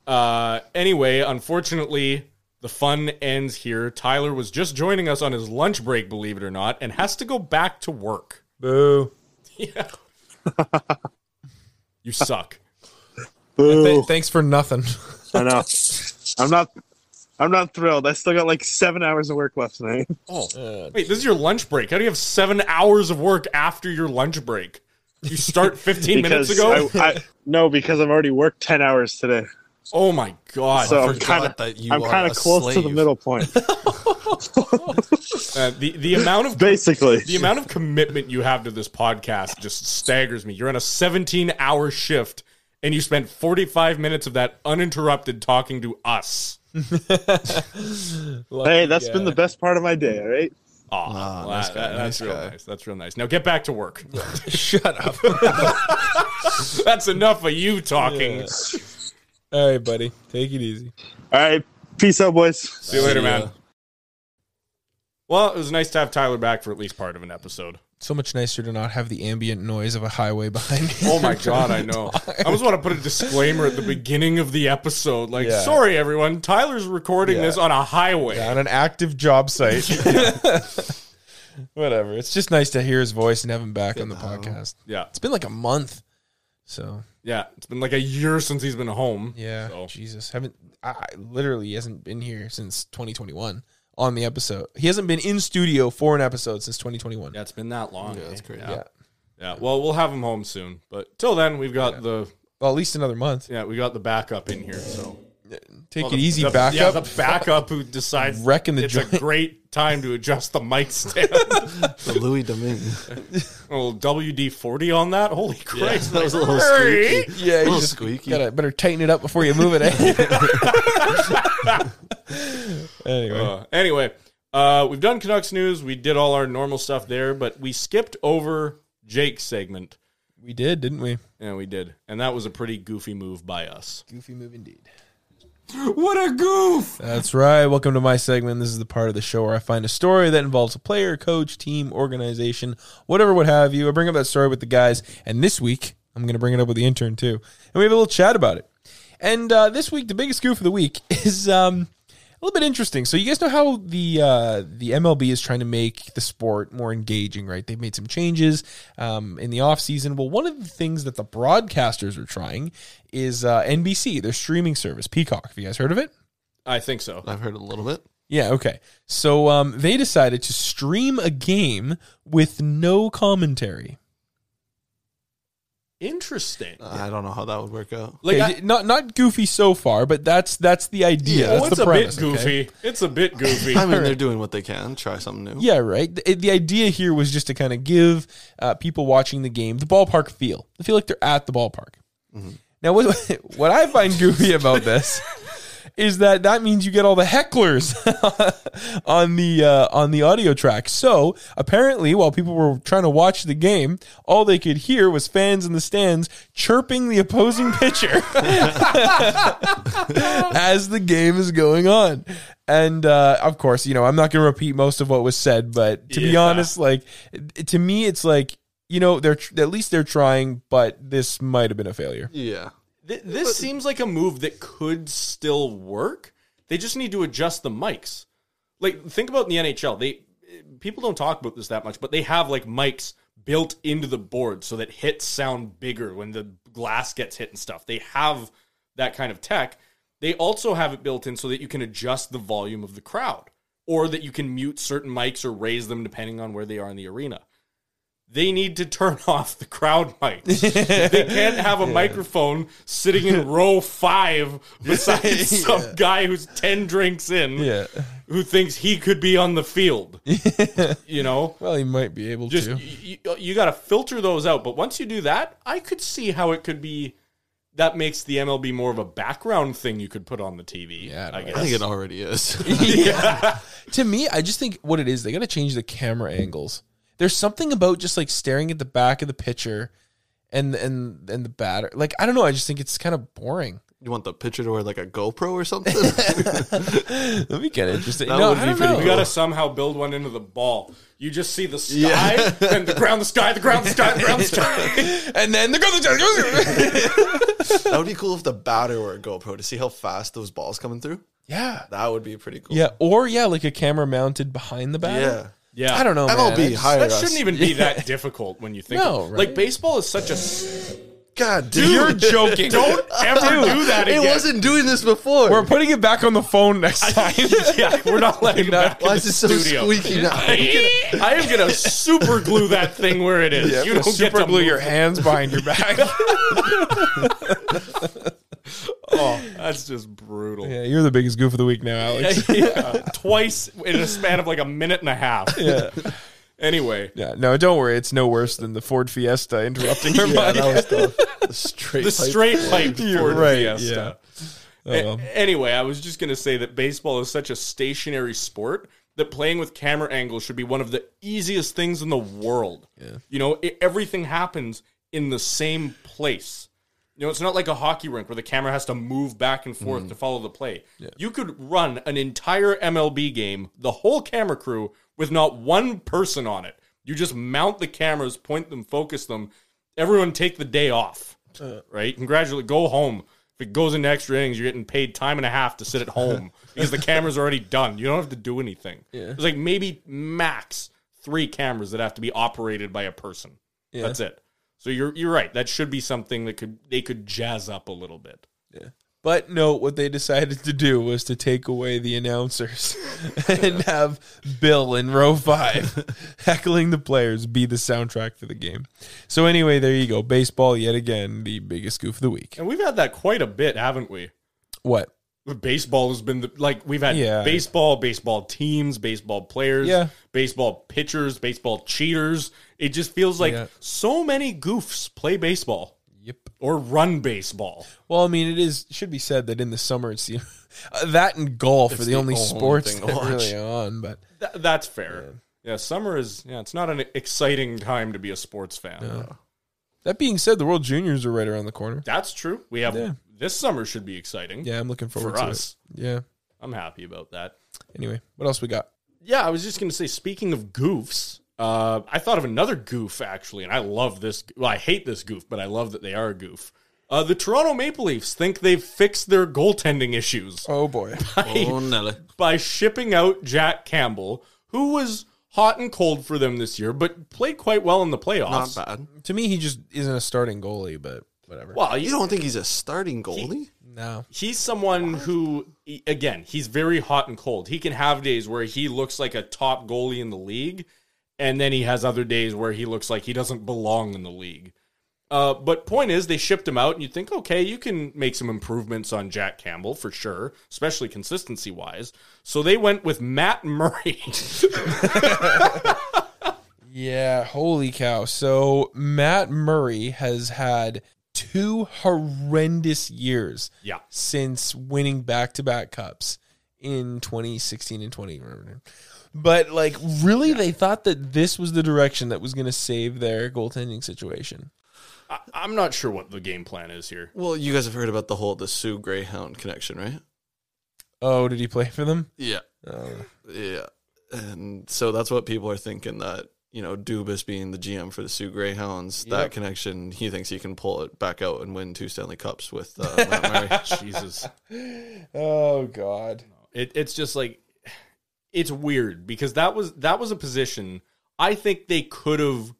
[SPEAKER 1] uh, anyway, unfortunately, the fun ends here. Tyler was just joining us on his lunch break, believe it or not, and has to go back to work.
[SPEAKER 2] Boo.
[SPEAKER 1] Yeah. you suck.
[SPEAKER 4] Boo.
[SPEAKER 2] thanks for nothing.
[SPEAKER 4] I know. I'm not. I'm not thrilled. I still got like seven hours of work left tonight.
[SPEAKER 1] Oh, wait, this is your lunch break. How do you have seven hours of work after your lunch break? You start 15 minutes ago?
[SPEAKER 4] I, I, no, because I've already worked ten hours today,
[SPEAKER 1] oh my God.
[SPEAKER 4] so I'm
[SPEAKER 3] forgot
[SPEAKER 4] kind of.
[SPEAKER 3] that you
[SPEAKER 4] I'm
[SPEAKER 3] are
[SPEAKER 4] kind
[SPEAKER 3] a
[SPEAKER 4] of close to the
[SPEAKER 3] slave.
[SPEAKER 4] middle point,
[SPEAKER 1] Uh, the, the amount of
[SPEAKER 4] basically.
[SPEAKER 1] The amount of commitment you have to this podcast just staggers me. You're on a 17 hour shift and you spent 45 minutes of that uninterrupted talking to us.
[SPEAKER 4] Hey, that's
[SPEAKER 2] Yeah.
[SPEAKER 4] been the best part of my day. All right.
[SPEAKER 1] Aw,
[SPEAKER 3] Ah, nice
[SPEAKER 1] that-
[SPEAKER 3] guy,
[SPEAKER 1] that- that's
[SPEAKER 3] nice
[SPEAKER 1] real
[SPEAKER 3] guy.
[SPEAKER 1] nice. That's real nice. Now get back to work.
[SPEAKER 2] Shut up.
[SPEAKER 1] that's enough of you talking.
[SPEAKER 2] Yeah. All right, buddy. Take it easy.
[SPEAKER 4] All right. Peace out, boys.
[SPEAKER 1] See you later,
[SPEAKER 3] See ya.
[SPEAKER 1] man. Well, it was nice to have Tyler back for at least part of an episode.
[SPEAKER 2] So much nicer to not have the ambient noise of a highway behind me.
[SPEAKER 1] Oh my god, I know. I almost want to put a disclaimer at the beginning of the episode. Like,
[SPEAKER 2] Yeah.
[SPEAKER 1] sorry everyone, Tyler's recording
[SPEAKER 2] Yeah.
[SPEAKER 1] this on a highway.
[SPEAKER 2] on an active job site. Whatever. It's just nice to hear his voice and have him back on the podcast.
[SPEAKER 1] yeah.
[SPEAKER 2] It's been like a month. So
[SPEAKER 1] Yeah, it's been like a year since he's been home.
[SPEAKER 2] yeah,
[SPEAKER 1] So.
[SPEAKER 2] Jesus, haven't I, I literally hasn't been here since 2021 on the episode. He hasn't been in studio for an episode since 2021.
[SPEAKER 1] Yeah, it's been that long. Yeah,
[SPEAKER 3] that's crazy.
[SPEAKER 1] Yeah. Yeah, Well, we'll have him home soon, but till then, we've got the
[SPEAKER 2] Well, at least another month.
[SPEAKER 1] yeah, we got the backup in here. So
[SPEAKER 2] Take it easy,
[SPEAKER 1] the,
[SPEAKER 2] back
[SPEAKER 1] yeah,
[SPEAKER 2] up.
[SPEAKER 1] the backup who decides
[SPEAKER 2] Wrecking the
[SPEAKER 1] it's
[SPEAKER 2] joint.
[SPEAKER 1] a great time to adjust the mic stand.
[SPEAKER 3] The Louis Domingue.
[SPEAKER 1] a little WD forty on that. Holy Christ!
[SPEAKER 3] that was a little
[SPEAKER 1] Hey!
[SPEAKER 3] squeaky.
[SPEAKER 2] yeah,
[SPEAKER 3] A
[SPEAKER 2] you
[SPEAKER 3] little
[SPEAKER 2] just
[SPEAKER 3] squeaky.
[SPEAKER 2] gotta better tighten it up before you move it. eh? anyway,
[SPEAKER 1] Uh, anyway, uh, we've done Canucks news. We did all our normal stuff there, but we skipped over Jake's segment.
[SPEAKER 2] we did, didn't we?
[SPEAKER 1] Yeah, we did, and that was a pretty goofy move by us.
[SPEAKER 2] Goofy move indeed.
[SPEAKER 1] What a goof!
[SPEAKER 2] That's right. Welcome to my segment. This is the part of the show where I find a story that involves a player, coach, team, organization, whatever, what have you. I bring up that story with the guys, and this week I'm going to bring it up with the intern too, and we have a little chat about it. And uh, this week, the biggest goof of the week is um, a little bit interesting. So you guys know how the uh, the MLB is trying to make the sport more engaging, right? They've made some changes um, in the off season. Well, one of the things that the broadcasters are trying is uh, NBC, their streaming service, Peacock. Have you guys heard of it?
[SPEAKER 1] I think so.
[SPEAKER 3] I've heard a little bit.
[SPEAKER 2] Yeah, okay. So um, they decided to stream a game with no commentary.
[SPEAKER 1] Interesting.
[SPEAKER 3] Uh, I don't know how that would work out.
[SPEAKER 1] Like
[SPEAKER 2] Okay,
[SPEAKER 1] I-
[SPEAKER 2] d- not not goofy so far, but that's that's the idea.
[SPEAKER 1] oh,
[SPEAKER 2] that's
[SPEAKER 1] it's
[SPEAKER 2] the
[SPEAKER 1] a
[SPEAKER 2] premise,
[SPEAKER 1] bit
[SPEAKER 2] okay?
[SPEAKER 1] goofy. It's a bit goofy.
[SPEAKER 3] I mean, they're doing what they can. Try something new.
[SPEAKER 2] Yeah, right. The, the idea here was just to kind of give uh, people watching the game the ballpark feel. They feel like they're at the ballpark. Now, what, what I find goofy about this is that that means you get all the hecklers on the uh, on the audio track. So apparently, while people were trying to watch the game, all they could hear was fans in the stands chirping the opposing pitcher as the game is going on. And uh, of course, you know, I'm not going to repeat most of what was said, but to be
[SPEAKER 1] Yeah.
[SPEAKER 2] honest, like it- to me, it's like you know they're tr- at least they're trying, but this might have been a failure.
[SPEAKER 3] Yeah.
[SPEAKER 1] Th- this seems like a move that could still work. They just need to adjust the mics. Like think about in the NHL. They people don't talk about this that much, but they have like mics built into the board so that hits sound bigger when the glass gets hit and stuff. They have that kind of tech. They also have it built in so that you can adjust the volume of the crowd or that you can mute certain mics or raise them depending on where they are in the arena. They need to turn off the crowd mics. they can't have a microphone sitting in row five beside some guy who's 10 drinks in
[SPEAKER 2] Yeah.
[SPEAKER 1] who thinks he could be on the field. you know,
[SPEAKER 2] Well, he might be able
[SPEAKER 1] just
[SPEAKER 2] to.
[SPEAKER 1] you, you got to filter those out. But once you do that, I could see how it could be. That makes the MLB more of a background thing you could put on the TV.
[SPEAKER 2] Yeah,
[SPEAKER 1] I
[SPEAKER 2] right.
[SPEAKER 1] guess.
[SPEAKER 3] I think it already is.
[SPEAKER 2] to me, I just think what it is, they got to change the camera angles. There's something about just like staring at the back of the pitcher and and and the batter. Like I don't know, I just think it's kind of boring.
[SPEAKER 3] you want the pitcher to wear like a GoPro or something?
[SPEAKER 2] That'd be kind of interesting.
[SPEAKER 3] That
[SPEAKER 2] no,
[SPEAKER 3] would
[SPEAKER 2] I
[SPEAKER 3] be
[SPEAKER 2] don't
[SPEAKER 3] pretty
[SPEAKER 2] know.
[SPEAKER 1] We gotta somehow build one into the ball. You just see the sky and the ground, the sky, the ground, the sky, the ground, the sky.
[SPEAKER 2] And then the goes.
[SPEAKER 3] that would be cool if the batter were a GoPro to see how fast those balls coming through.
[SPEAKER 2] yeah,
[SPEAKER 3] That would be pretty cool.
[SPEAKER 2] yeah, or yeah, like a camera mounted behind the batter.
[SPEAKER 3] Yeah.
[SPEAKER 1] Yeah,
[SPEAKER 2] I don't know.
[SPEAKER 3] Oh,
[SPEAKER 2] man. I
[SPEAKER 3] MLB,
[SPEAKER 2] just-
[SPEAKER 3] hire
[SPEAKER 1] That
[SPEAKER 3] us.
[SPEAKER 1] shouldn't even be that difficult when you think.
[SPEAKER 2] No,
[SPEAKER 1] of-
[SPEAKER 2] right?
[SPEAKER 1] Like baseball is such a. s-
[SPEAKER 3] God, dude.
[SPEAKER 2] You're joking.
[SPEAKER 1] Don't ever do that
[SPEAKER 3] it
[SPEAKER 1] again.
[SPEAKER 3] wasn't doing this before.
[SPEAKER 2] We're putting it back on the phone next time.
[SPEAKER 1] yeah, we're not letting it back
[SPEAKER 3] Why
[SPEAKER 1] in
[SPEAKER 3] is
[SPEAKER 1] the
[SPEAKER 3] it so
[SPEAKER 1] studio.
[SPEAKER 3] squeaky now?
[SPEAKER 1] I am gonna super glue that thing where it is. you don't get
[SPEAKER 2] super
[SPEAKER 1] to
[SPEAKER 2] glue
[SPEAKER 1] move
[SPEAKER 2] your
[SPEAKER 1] it.
[SPEAKER 2] hands behind your back.
[SPEAKER 1] Oh, that's just brutal.
[SPEAKER 2] yeah, you're the biggest goof of the week now, Alex.
[SPEAKER 1] Yeah. Twice in a span of like a minute and a half. Yeah. Anyway,
[SPEAKER 2] Yeah, no, don't worry. It's no worse than the Ford Fiesta interrupting your
[SPEAKER 3] yeah,
[SPEAKER 2] body.
[SPEAKER 3] that was the, the straight.
[SPEAKER 1] the
[SPEAKER 3] pipe.
[SPEAKER 1] straight pipe Ford
[SPEAKER 2] right,
[SPEAKER 1] Fiesta. A-
[SPEAKER 2] Oh, well.
[SPEAKER 1] anyway, I was just gonna say that baseball is such a stationary sport that playing with camera angles should be one of the easiest things in the world. Yeah. You know, i everything happens in the same place. You know, it's not like a hockey rink where the camera has to move back and forth to follow the play. You could run an entire MLB game, the whole camera crew, with not one person on it. You just mount the cameras, point them, focus them. Everyone take the day off, right? Congratulate, go home. If it goes into extra innings, you're getting paid time and a half to sit at home because the camera's already done. You don't have to do anything. It's like maybe max three cameras that have to be operated by a person. That's it. So you're you're right. That should be something that could they could jazz up a little bit.
[SPEAKER 2] But no, what they decided to do was to take away the announcers and have Bill in row five heckling the players be the soundtrack for the game. So anyway, there you go. Baseball yet again the biggest goof of the week.
[SPEAKER 1] And we've had that quite a bit, haven't we?
[SPEAKER 2] What?
[SPEAKER 1] Baseball has been the, like we've had
[SPEAKER 2] Yeah.
[SPEAKER 1] baseball, baseball teams, baseball players,
[SPEAKER 2] Yeah.
[SPEAKER 1] baseball pitchers, baseball cheaters. It just feels like
[SPEAKER 2] Yeah.
[SPEAKER 1] so many goofs play baseball
[SPEAKER 2] Yep.
[SPEAKER 1] or run baseball.
[SPEAKER 2] Well, I mean, it is should be said that in the summer it's the, that and golf are the,
[SPEAKER 3] the
[SPEAKER 2] only
[SPEAKER 3] only
[SPEAKER 2] sports
[SPEAKER 3] thing
[SPEAKER 2] that
[SPEAKER 3] to watch.
[SPEAKER 2] really are on. But
[SPEAKER 1] Th- that's fair. Yeah. summer is yeah, it's not an exciting time to be a sports fan.
[SPEAKER 2] that being said, the World Juniors are right around the corner.
[SPEAKER 1] That's true. We have
[SPEAKER 2] Yeah.
[SPEAKER 1] this summer should be exciting
[SPEAKER 2] Yeah, I'm looking forward
[SPEAKER 1] for
[SPEAKER 2] to
[SPEAKER 1] us.
[SPEAKER 2] it. Yeah.
[SPEAKER 1] I'm happy about that.
[SPEAKER 2] Anyway, what else we got?
[SPEAKER 1] yeah, I was just going to say, speaking of goofs, uh, I thought of another goof actually, and I love this. Well, I hate this goof, but I love that they are a goof. Uh, the Toronto Maple Leafs think they've fixed their goaltending issues
[SPEAKER 2] Oh boy.
[SPEAKER 1] by,
[SPEAKER 3] Oh, Nelly.
[SPEAKER 1] by shipping out Jack Campbell, who was hot and cold for them this year, but played quite well in the
[SPEAKER 3] Not
[SPEAKER 1] playoffs.
[SPEAKER 3] bad.
[SPEAKER 2] to me, he just isn't a starting goalie, but whatever.
[SPEAKER 1] Well,
[SPEAKER 3] You
[SPEAKER 1] you
[SPEAKER 3] don't think he's a starting goalie?
[SPEAKER 2] No.
[SPEAKER 1] he's someone who he- again he's very hot and cold he can have days where he looks like a top goalie in the league and then he has other days where he looks like he doesn't belong in the league uh, but point is they shipped him out and you think okay you can make some improvements on jack campbell for sure especially consistency wise so they went with matt murray
[SPEAKER 2] Yeah, holy cow. So Matt Murray has had two horrendous years
[SPEAKER 1] yeah
[SPEAKER 2] since winning back to back cups in 2016 and 20. remember? But like, really, they thought that this was the direction that was going to save their goaltending situation.
[SPEAKER 1] I- i'm not sure what the game plan is here
[SPEAKER 3] Well, you guys have heard about the whole the Sioux Greyhound connection, right?
[SPEAKER 2] Oh, did he play for them?
[SPEAKER 3] Yeah.
[SPEAKER 1] Uh.
[SPEAKER 2] Oh.
[SPEAKER 3] Yeah. And so that's what people are thinking that, you know, Dubas being the GM for the Sioux Greyhounds,
[SPEAKER 2] Yep.
[SPEAKER 3] that connection, he thinks he can pull it back out and win two Stanley Cups with uh, Matt Murray.
[SPEAKER 1] jesus
[SPEAKER 2] oh God.
[SPEAKER 1] It, it's just like it's weird because that was that was a position I think they could have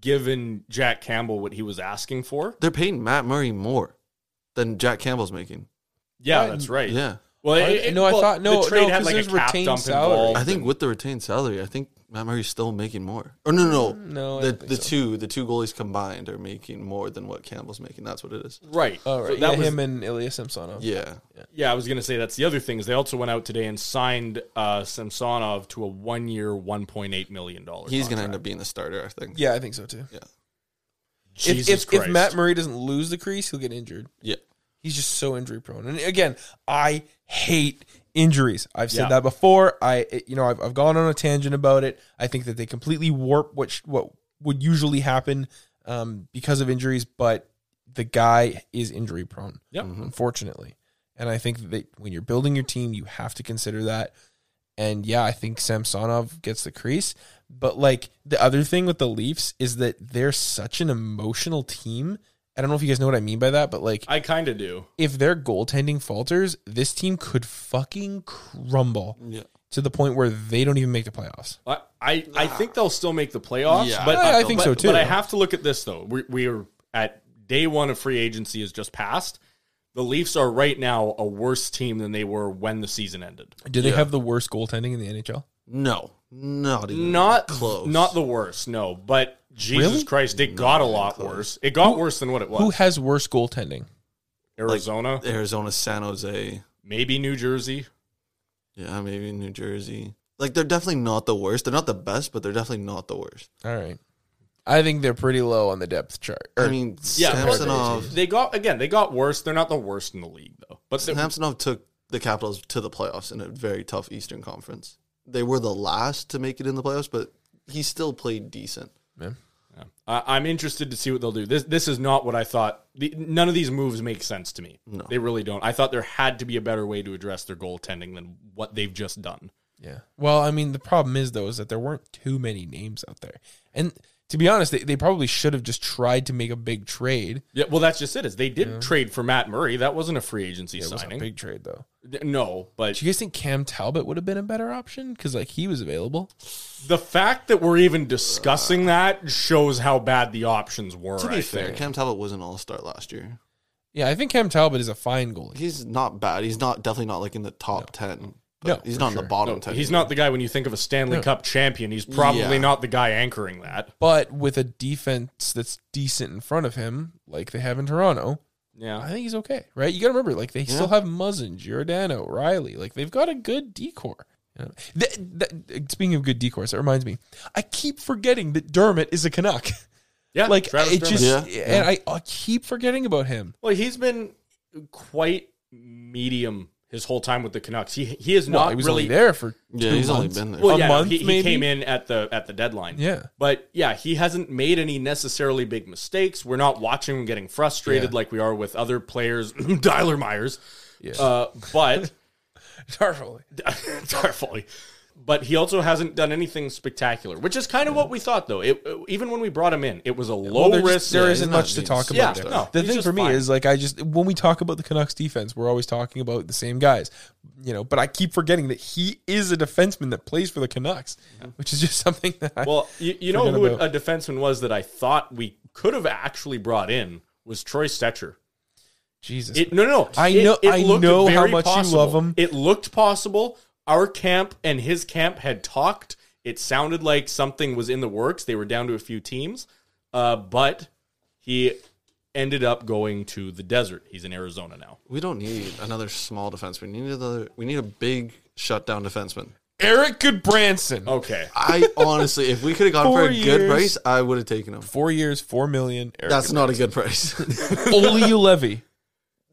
[SPEAKER 1] given Jack Campbell what he was asking for.
[SPEAKER 3] They're paying Matt Murray more than Jack Campbell's making.
[SPEAKER 1] Yeah,
[SPEAKER 2] Right.
[SPEAKER 1] that's right.
[SPEAKER 3] Yeah.
[SPEAKER 1] Well,
[SPEAKER 2] I-
[SPEAKER 1] it, it-
[SPEAKER 2] no, I
[SPEAKER 1] well,
[SPEAKER 2] thought- no,
[SPEAKER 1] the trade
[SPEAKER 2] no,
[SPEAKER 1] had
[SPEAKER 2] 'cause
[SPEAKER 1] like a
[SPEAKER 2] there's
[SPEAKER 1] cap
[SPEAKER 2] retained
[SPEAKER 1] dump
[SPEAKER 2] salary.
[SPEAKER 1] involved.
[SPEAKER 3] I think with the retained salary, I think Matt Murray's still making more. Or no, no, no.
[SPEAKER 2] Mm, No, I
[SPEAKER 3] the
[SPEAKER 2] don't think
[SPEAKER 3] the
[SPEAKER 2] so.
[SPEAKER 3] two the two goalies combined are making more than what Campbell's making. That's what it is.
[SPEAKER 1] right.
[SPEAKER 2] Oh, right.
[SPEAKER 1] So that
[SPEAKER 2] yeah,
[SPEAKER 1] was
[SPEAKER 2] him and Ilya Samsonov.
[SPEAKER 3] Yeah.
[SPEAKER 1] yeah. I was gonna say that's the other thing is they also went out today and signed uh, Samsonov to a one year, one point eight million dollars.
[SPEAKER 3] He's going to end up being the starter, I think.
[SPEAKER 2] Yeah, I think so too.
[SPEAKER 1] Jesus
[SPEAKER 2] if, if,
[SPEAKER 1] Christ.
[SPEAKER 2] if Matt Murray doesn't lose the crease, he'll get injured.
[SPEAKER 3] Yeah.
[SPEAKER 2] He's just so injury prone. And again, I hate injuries. I've said
[SPEAKER 1] Yeah.
[SPEAKER 2] that before. I it- you know I've, I've gone on a tangent about it. I think that they completely warp what sh- what would usually happen um, because of injuries, but the guy is injury prone.
[SPEAKER 1] Yep.
[SPEAKER 3] Mm-hmm.
[SPEAKER 2] unfortunately. And I think that when you're building your team, you have to consider that. And yeah, I think Samsonov gets the crease. But like the other thing with the Leafs is that they're such an emotional team. I don't know if you guys know what I mean by that, but like
[SPEAKER 1] I kind of do.
[SPEAKER 2] if their goaltending falters, this team could fucking crumble
[SPEAKER 3] Yeah.
[SPEAKER 2] to the point where they don't even make the playoffs.
[SPEAKER 1] I I, I think they'll still make the playoffs,
[SPEAKER 3] Yeah.
[SPEAKER 1] but
[SPEAKER 2] I, I think
[SPEAKER 1] but,
[SPEAKER 2] so too.
[SPEAKER 1] but I have to look at this though. We, we are at day one of free agency has just passed. The Leafs are right now a worse team than they were when the season ended.
[SPEAKER 2] Do they have the worst goaltending in the NHL?
[SPEAKER 3] No. Not even
[SPEAKER 1] Not
[SPEAKER 3] close.
[SPEAKER 1] Not the worst, no. But Jesus
[SPEAKER 2] Really?
[SPEAKER 1] Christ, it got a lot worse. It got worse than what it
[SPEAKER 2] Who
[SPEAKER 1] was.
[SPEAKER 2] has worse goaltending?
[SPEAKER 1] Arizona,
[SPEAKER 3] Arizona, San Jose.
[SPEAKER 1] maybe New Jersey.
[SPEAKER 3] Yeah, maybe New Jersey. Like they're definitely not the worst. They're not the best, but they're definitely not the worst.
[SPEAKER 2] All right. I think they're pretty low on the depth chart.
[SPEAKER 3] I
[SPEAKER 2] Or-
[SPEAKER 3] mean,
[SPEAKER 1] Yeah,
[SPEAKER 3] Samsonov.
[SPEAKER 1] but they got again. They got worse. They're not the worst in the league though. But they-
[SPEAKER 3] Samsonov took the Capitals to the playoffs in a very tough Eastern Conference. They were the last to make it in the playoffs, but he still played decent.
[SPEAKER 1] I, I'm interested to see what they'll do. This this is not what I thought. The, none of these moves make sense to me.
[SPEAKER 3] No.
[SPEAKER 1] They really don't. I thought there had to be a better way to address their goaltending than what they've just done.
[SPEAKER 2] Yeah. Well, I mean, the problem is though is that there weren't too many names out there, and to be honest, they, they probably should have just tried to make a big trade.
[SPEAKER 1] Yeah, well, that's just it. Is they did trade for Matt Murray? That wasn't a free agency
[SPEAKER 2] It wasn't a
[SPEAKER 1] signing.
[SPEAKER 2] big trade though.
[SPEAKER 1] Th- no, but
[SPEAKER 2] Do you guys think Cam Talbot would have been a better option because like he was available?
[SPEAKER 1] the fact that we're even discussing
[SPEAKER 2] Ah.
[SPEAKER 1] that shows how bad the options were.
[SPEAKER 3] To
[SPEAKER 1] I
[SPEAKER 3] be fair,
[SPEAKER 1] think.
[SPEAKER 3] Cam Talbot was an All Star last year.
[SPEAKER 2] Yeah, I think Cam Talbot is a fine goalie.
[SPEAKER 3] He's not bad. He's not definitely not like in the top ten. But
[SPEAKER 2] No,
[SPEAKER 3] he's
[SPEAKER 2] for
[SPEAKER 3] not in
[SPEAKER 2] sure.
[SPEAKER 3] the bottom
[SPEAKER 1] No,
[SPEAKER 3] ten.
[SPEAKER 1] he's not the guy when you think of a Stanley
[SPEAKER 2] No.
[SPEAKER 1] Cup champion. He's probably
[SPEAKER 3] Yeah.
[SPEAKER 1] not the guy anchoring that.
[SPEAKER 2] But with a defense that's decent in front of him, like they have in Toronto, I
[SPEAKER 1] Yeah,
[SPEAKER 2] think he's okay, right? You got to remember, like they still have Muzzin, Giordano, Riley. Like they've got a good decor. You know? Th- th- speaking of good decors, that reminds me. I keep forgetting that Dermot is a Canuck.
[SPEAKER 1] yeah.
[SPEAKER 2] like
[SPEAKER 1] Travis
[SPEAKER 2] it
[SPEAKER 1] Dermott.
[SPEAKER 2] just,
[SPEAKER 3] Yeah,
[SPEAKER 2] and I, I keep forgetting about him.
[SPEAKER 1] Well, he's been quite medium his whole time with the Canucks. He he is
[SPEAKER 2] Well,
[SPEAKER 1] not
[SPEAKER 2] he was
[SPEAKER 1] really
[SPEAKER 2] only there for
[SPEAKER 3] Yeah,
[SPEAKER 2] two
[SPEAKER 3] he's only
[SPEAKER 2] months.
[SPEAKER 3] been there.
[SPEAKER 1] Well,
[SPEAKER 2] a
[SPEAKER 1] yeah, no,
[SPEAKER 2] month.
[SPEAKER 1] he, he
[SPEAKER 2] maybe.
[SPEAKER 1] came in at the at the deadline.
[SPEAKER 2] Yeah,
[SPEAKER 1] But yeah, he hasn't made any necessarily big mistakes. We're not watching him getting frustrated
[SPEAKER 2] Yeah.
[SPEAKER 1] like we are with other players, Dyler Myers.
[SPEAKER 2] yeah.
[SPEAKER 1] Uh, but
[SPEAKER 2] Darfully.
[SPEAKER 1] Darfully. but he also hasn't done anything spectacular, which is kind of what we thought though. It, even when we brought him in, it was a low
[SPEAKER 2] there just-
[SPEAKER 1] risk.
[SPEAKER 2] there isn't
[SPEAKER 3] he's not
[SPEAKER 2] much to
[SPEAKER 3] being
[SPEAKER 2] talk
[SPEAKER 1] yeah,
[SPEAKER 2] about. there.
[SPEAKER 1] no,
[SPEAKER 2] the
[SPEAKER 1] he's
[SPEAKER 2] thing
[SPEAKER 1] just
[SPEAKER 2] for me
[SPEAKER 1] fine.
[SPEAKER 2] is like I just when we talk about the Canucks defense, we're always talking about the same guys, you know. But I keep forgetting that he is a defenseman that plays for the Canucks, which is just something that I,
[SPEAKER 1] Well, you, you know
[SPEAKER 2] Forget
[SPEAKER 1] who
[SPEAKER 2] about-
[SPEAKER 1] a defenseman was that I thought we could have actually brought in was Troy Stetcher.
[SPEAKER 2] Jesus,
[SPEAKER 1] It, no, no, no.
[SPEAKER 2] I
[SPEAKER 1] It-
[SPEAKER 2] know-
[SPEAKER 1] it
[SPEAKER 2] I
[SPEAKER 1] looked
[SPEAKER 2] know how
[SPEAKER 1] very
[SPEAKER 2] much you
[SPEAKER 1] possible.
[SPEAKER 2] love him.
[SPEAKER 1] It looked possible. Our camp and his camp had talked. It sounded like something was in the works. They were down to a few teams, uh, but he ended up going to the desert. He's in Arizona now.
[SPEAKER 3] We don't need another small defenseman. We need another. We need a big shutdown defenseman.
[SPEAKER 2] Eric Goodbranson,
[SPEAKER 1] Okay.
[SPEAKER 3] I honestly, if we could have gone for
[SPEAKER 2] Four
[SPEAKER 3] a
[SPEAKER 2] years.
[SPEAKER 3] good price, I would have taken him.
[SPEAKER 2] four years, four million. Eric
[SPEAKER 3] That's not a good price.
[SPEAKER 2] Oliu Levy.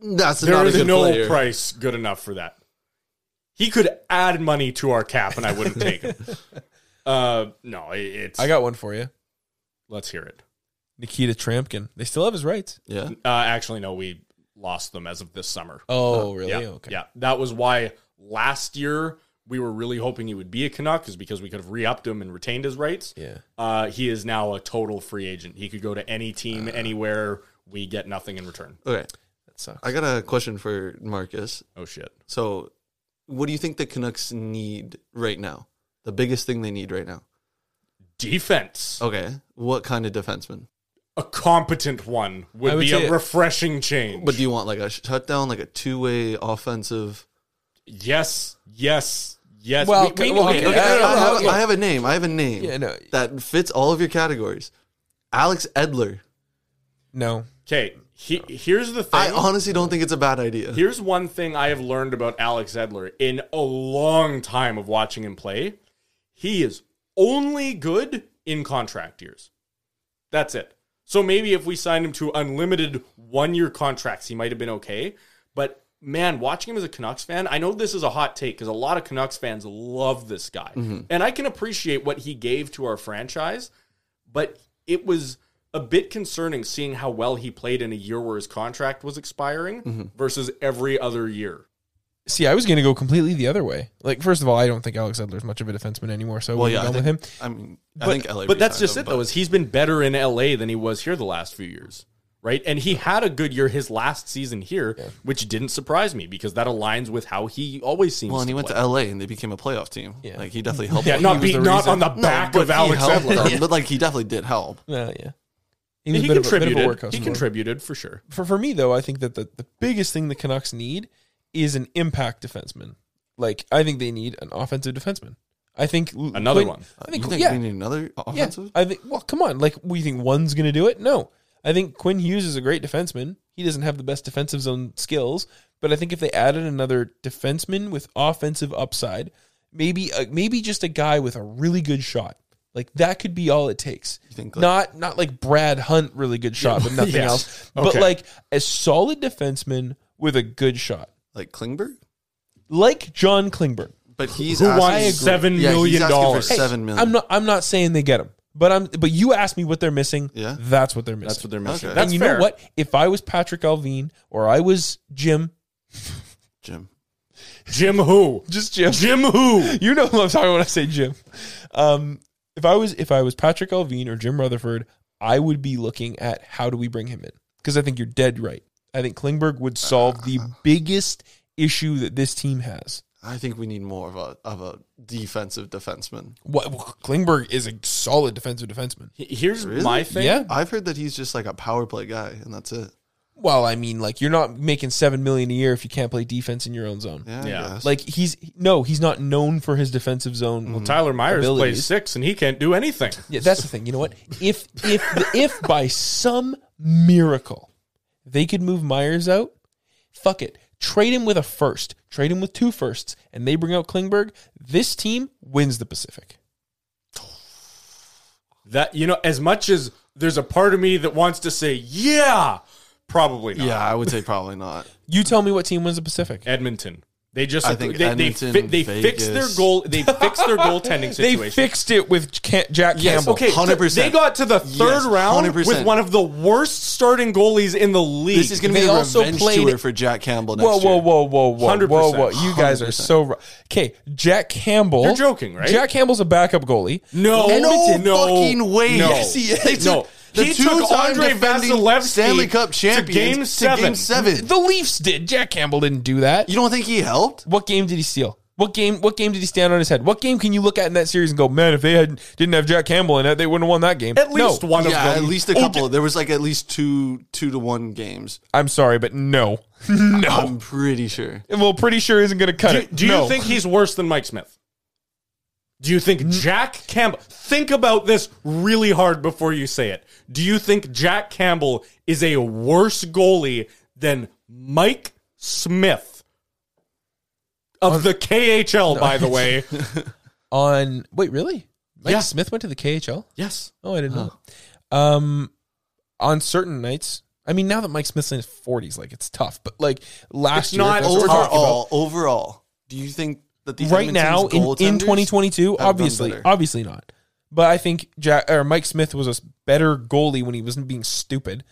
[SPEAKER 3] That's
[SPEAKER 1] There
[SPEAKER 3] not a
[SPEAKER 1] is
[SPEAKER 3] good
[SPEAKER 1] no
[SPEAKER 3] player.
[SPEAKER 1] price good enough for that. He could add money to our cap, and I wouldn't take him. Uh, no, it- it's.
[SPEAKER 2] I got one for you,
[SPEAKER 1] let's hear it.
[SPEAKER 2] Nikita Trampkin. They still have his rights.
[SPEAKER 3] Yeah,
[SPEAKER 1] Uh, actually, no, we lost them as of this summer.
[SPEAKER 2] Oh, really?
[SPEAKER 1] Yeah,
[SPEAKER 2] okay.
[SPEAKER 1] yeah. That was why last year we were really hoping he would be a Canuck, is because we could have re-upped him and retained his rights.
[SPEAKER 2] Yeah.
[SPEAKER 1] Uh, he is now a total free agent. He could go to any
[SPEAKER 2] Uh.
[SPEAKER 1] team, anywhere. We get nothing in return.
[SPEAKER 3] Okay,
[SPEAKER 2] That sucks.
[SPEAKER 3] I got a question for Marcus.
[SPEAKER 1] Oh shit.
[SPEAKER 3] So, what do you think the Canucks need right now? The biggest thing they need right now.
[SPEAKER 1] Defense.
[SPEAKER 2] Oh.
[SPEAKER 3] Okay, what kind of defenseman?
[SPEAKER 1] A competent one would,
[SPEAKER 2] I would
[SPEAKER 1] be
[SPEAKER 2] say-
[SPEAKER 1] a refreshing change.
[SPEAKER 3] But do you want like a shutdown, like a two-way offensive?
[SPEAKER 1] yes, yes, yes.
[SPEAKER 2] Well,
[SPEAKER 1] We- we-
[SPEAKER 2] well, okay,
[SPEAKER 1] we-
[SPEAKER 2] okay,
[SPEAKER 3] I,
[SPEAKER 2] no, no,
[SPEAKER 3] have,
[SPEAKER 2] no,
[SPEAKER 3] I have a name. I have a name
[SPEAKER 2] Yeah, no.
[SPEAKER 3] that fits all of your categories. Alex Edler.
[SPEAKER 2] no.
[SPEAKER 1] okay. He, here's the thing.
[SPEAKER 3] I honestly don't think it's a bad idea.
[SPEAKER 1] Here's one thing I have learned about Alex Edler in a long time of watching him play. He is only good in contract years. That's it. So maybe if we signed him to unlimited one year contracts, he might have been okay. But man, watching him as a Canucks fan, I know this is a hot take because a lot of Canucks fans love this guy. And I can appreciate what he gave to our franchise but it was a bit concerning seeing how well he played in a year where his contract was expiring versus every other year.
[SPEAKER 2] See, I was going to go completely the other way. Like, first of all, I don't think Alex Edler's much of a defenseman anymore, so
[SPEAKER 3] well,
[SPEAKER 2] we're
[SPEAKER 3] yeah, I
[SPEAKER 2] done
[SPEAKER 3] think,
[SPEAKER 2] with him.
[SPEAKER 3] I mean,
[SPEAKER 1] But,
[SPEAKER 3] I think LA.
[SPEAKER 1] but that's
[SPEAKER 3] re-signed
[SPEAKER 1] just
[SPEAKER 3] him,
[SPEAKER 1] it though,
[SPEAKER 3] but-
[SPEAKER 1] is he's been better in LA than he was here the last few years. Right. And he had a good year his last season here, which didn't surprise me because that aligns with how he always seems
[SPEAKER 3] Well, and
[SPEAKER 1] to
[SPEAKER 3] he went
[SPEAKER 1] play.
[SPEAKER 3] to LA and they became a playoff team.
[SPEAKER 2] Yeah.
[SPEAKER 3] Like he definitely helped.
[SPEAKER 2] Yeah,
[SPEAKER 3] them.
[SPEAKER 1] not
[SPEAKER 2] was
[SPEAKER 1] be,
[SPEAKER 2] the
[SPEAKER 1] not
[SPEAKER 2] reason.
[SPEAKER 1] on the
[SPEAKER 3] No,
[SPEAKER 1] back
[SPEAKER 3] but
[SPEAKER 1] of
[SPEAKER 3] he
[SPEAKER 1] Alex
[SPEAKER 3] helped
[SPEAKER 1] Edler.
[SPEAKER 3] them. But like he definitely did help.
[SPEAKER 2] Well, yeah.
[SPEAKER 1] He,
[SPEAKER 2] was a bit of a- bit of a
[SPEAKER 1] contributed.
[SPEAKER 2] workhorse
[SPEAKER 1] he
[SPEAKER 2] in the
[SPEAKER 1] contributed for sure.
[SPEAKER 2] for, for me though, I think that the, the biggest thing the Canucks need is an impact defenseman. Like I think they need an offensive defenseman. I think l-
[SPEAKER 1] Another
[SPEAKER 2] Quinn-
[SPEAKER 1] one.
[SPEAKER 2] I
[SPEAKER 3] You
[SPEAKER 2] think,
[SPEAKER 3] think
[SPEAKER 2] yeah,
[SPEAKER 3] we need another
[SPEAKER 2] yeah.
[SPEAKER 3] offensive?
[SPEAKER 2] I think well, come on, like we think one's going to do it. No, I think Quinn Hughes is a great defenseman. He doesn't have the best defensive zone skills, but I think if they added another defenseman with offensive upside, maybe uh, maybe just a guy with a really good shot. Like that could be all it takes.
[SPEAKER 3] think, like-
[SPEAKER 2] not not like Brad Hunt, really good shot, but nothing
[SPEAKER 1] Yes.
[SPEAKER 2] else. But
[SPEAKER 1] Okay.
[SPEAKER 2] like a solid defenseman with a good shot,
[SPEAKER 3] Like Klingberg?
[SPEAKER 2] like John Klingberg.
[SPEAKER 3] But he's
[SPEAKER 1] Who
[SPEAKER 3] asking-
[SPEAKER 1] wants seven
[SPEAKER 3] yeah,
[SPEAKER 1] million
[SPEAKER 3] he's asking
[SPEAKER 1] dollars?
[SPEAKER 3] For
[SPEAKER 1] Hey,
[SPEAKER 3] seven million.
[SPEAKER 2] I'm not I'm not saying they get him, but I'm but you asked me what they're missing.
[SPEAKER 3] Yeah.
[SPEAKER 2] that's what they're missing.
[SPEAKER 1] That's what they're missing.
[SPEAKER 3] Okay.
[SPEAKER 1] That's
[SPEAKER 2] and you
[SPEAKER 1] fair.
[SPEAKER 2] know what? If I was Patrick Alvine or I was Jim,
[SPEAKER 3] Jim.
[SPEAKER 1] Jim who?
[SPEAKER 2] just Jim,
[SPEAKER 1] Jim who?
[SPEAKER 2] you know who I'm talking when I say Jim. Um, if I was if I was Patrick Alvine or Jim Rutherford, I would be looking at how do we bring him in because I think you're dead right. I think Klingberg would solve
[SPEAKER 1] Ah.
[SPEAKER 2] the biggest issue that this team has.
[SPEAKER 3] I think we need more of a of a defensive defenseman.
[SPEAKER 2] What Klingberg is a solid defensive defenseman.
[SPEAKER 1] Here's
[SPEAKER 3] Really?
[SPEAKER 1] my thing.
[SPEAKER 2] Yeah.
[SPEAKER 3] I've heard that he's just like a power play guy, and that's it.
[SPEAKER 2] Well, I mean, like you're not making seven million a year if you can't play defense in your own zone.
[SPEAKER 3] Yeah. I
[SPEAKER 1] Yeah.
[SPEAKER 3] guess.
[SPEAKER 2] Like he's no, he's not known for his defensive zone.
[SPEAKER 1] Tyler Myers plays
[SPEAKER 2] Abilities.
[SPEAKER 1] six and he can't do anything.
[SPEAKER 2] Yeah, that's the thing. You know what? If if if by some miracle they could move Myers out, fuck it. Trade him with a first. Trade him with two firsts, and they bring out Klingberg. This team wins the Pacific.
[SPEAKER 1] That you know, as much as there's a part of me that wants to say, yeah, probably not.
[SPEAKER 3] yeah, I would say probably not.
[SPEAKER 2] You tell me what team wins the Pacific?
[SPEAKER 1] Edmonton. They just
[SPEAKER 3] I think
[SPEAKER 1] they, they, fi-
[SPEAKER 3] Edmonton,
[SPEAKER 1] they fixed their
[SPEAKER 3] Vegas.
[SPEAKER 1] goal they fixed their goaltending
[SPEAKER 2] They
[SPEAKER 1] situation.
[SPEAKER 2] fixed it with Ca- Jack
[SPEAKER 3] Yes,
[SPEAKER 2] Campbell.
[SPEAKER 1] Okay, so
[SPEAKER 3] 100%.
[SPEAKER 1] they got to the third
[SPEAKER 3] Yes,
[SPEAKER 1] round
[SPEAKER 3] 100%.
[SPEAKER 1] with one of the worst starting goalies in the league.
[SPEAKER 3] This is going to be
[SPEAKER 2] They
[SPEAKER 3] a
[SPEAKER 2] also
[SPEAKER 3] revenge
[SPEAKER 2] played-
[SPEAKER 3] tour for Jack Campbell next
[SPEAKER 2] Whoa, whoa,
[SPEAKER 3] year.
[SPEAKER 2] whoa, whoa, whoa, whoa, whoa!
[SPEAKER 1] 100%.
[SPEAKER 2] You guys are so wrong. Okay, Jack Campbell.
[SPEAKER 1] You're joking, right?
[SPEAKER 2] Jack Campbell's a backup goalie. oh,
[SPEAKER 1] No,
[SPEAKER 3] Edmonton,
[SPEAKER 1] no
[SPEAKER 3] fucking way.
[SPEAKER 1] No,
[SPEAKER 3] Yes, he is.
[SPEAKER 1] no.
[SPEAKER 3] The
[SPEAKER 1] he took
[SPEAKER 3] two-time
[SPEAKER 1] Andre
[SPEAKER 3] defending
[SPEAKER 1] Vasilevsky
[SPEAKER 3] Stanley Cup champions
[SPEAKER 1] to game seven.
[SPEAKER 3] seven.
[SPEAKER 2] The Leafs did. Jack Campbell didn't do that.
[SPEAKER 3] You don't think he helped?
[SPEAKER 2] What game did he steal? What game? What game did he stand on his head? What game can you look at in that series and go, man, if they had didn't have Jack Campbell in it, they wouldn't have won that game.
[SPEAKER 1] At least
[SPEAKER 2] No.
[SPEAKER 1] one of
[SPEAKER 3] Yeah,
[SPEAKER 1] them.
[SPEAKER 3] at least a
[SPEAKER 2] Oh,
[SPEAKER 3] couple. There was like at least two two to one games.
[SPEAKER 2] I'm sorry, but no, no.
[SPEAKER 3] I'm pretty sure.
[SPEAKER 2] well, pretty sure isn't going to cut
[SPEAKER 1] Do,
[SPEAKER 2] it.
[SPEAKER 1] do you
[SPEAKER 2] Uh, No.
[SPEAKER 1] think he's worse than Mike Smith? Do you think Jack Campbell? Think about this really hard before you say it. Do you think Jack Campbell is a worse goalie than Mike Smith of the KHL? By the way,
[SPEAKER 2] on? Wait, really? Mike
[SPEAKER 1] Yeah.
[SPEAKER 2] Smith went to the KHL.
[SPEAKER 1] yes.
[SPEAKER 2] Oh, I didn't know. that. Um, on certain nights, I mean, now that Mike Smith's in his forties, like it's tough. But like last
[SPEAKER 1] It's
[SPEAKER 2] year, if
[SPEAKER 1] not
[SPEAKER 2] that's what we're talking about,
[SPEAKER 3] Overall, overall, do you think that these
[SPEAKER 2] right now
[SPEAKER 3] Edmonton's
[SPEAKER 2] in, in
[SPEAKER 3] goaltenders-
[SPEAKER 2] 2022,
[SPEAKER 3] done
[SPEAKER 2] obviously,
[SPEAKER 3] better.
[SPEAKER 2] obviously not. But I think Jack or Mike Smith was a s- better goalie when he wasn't being stupid.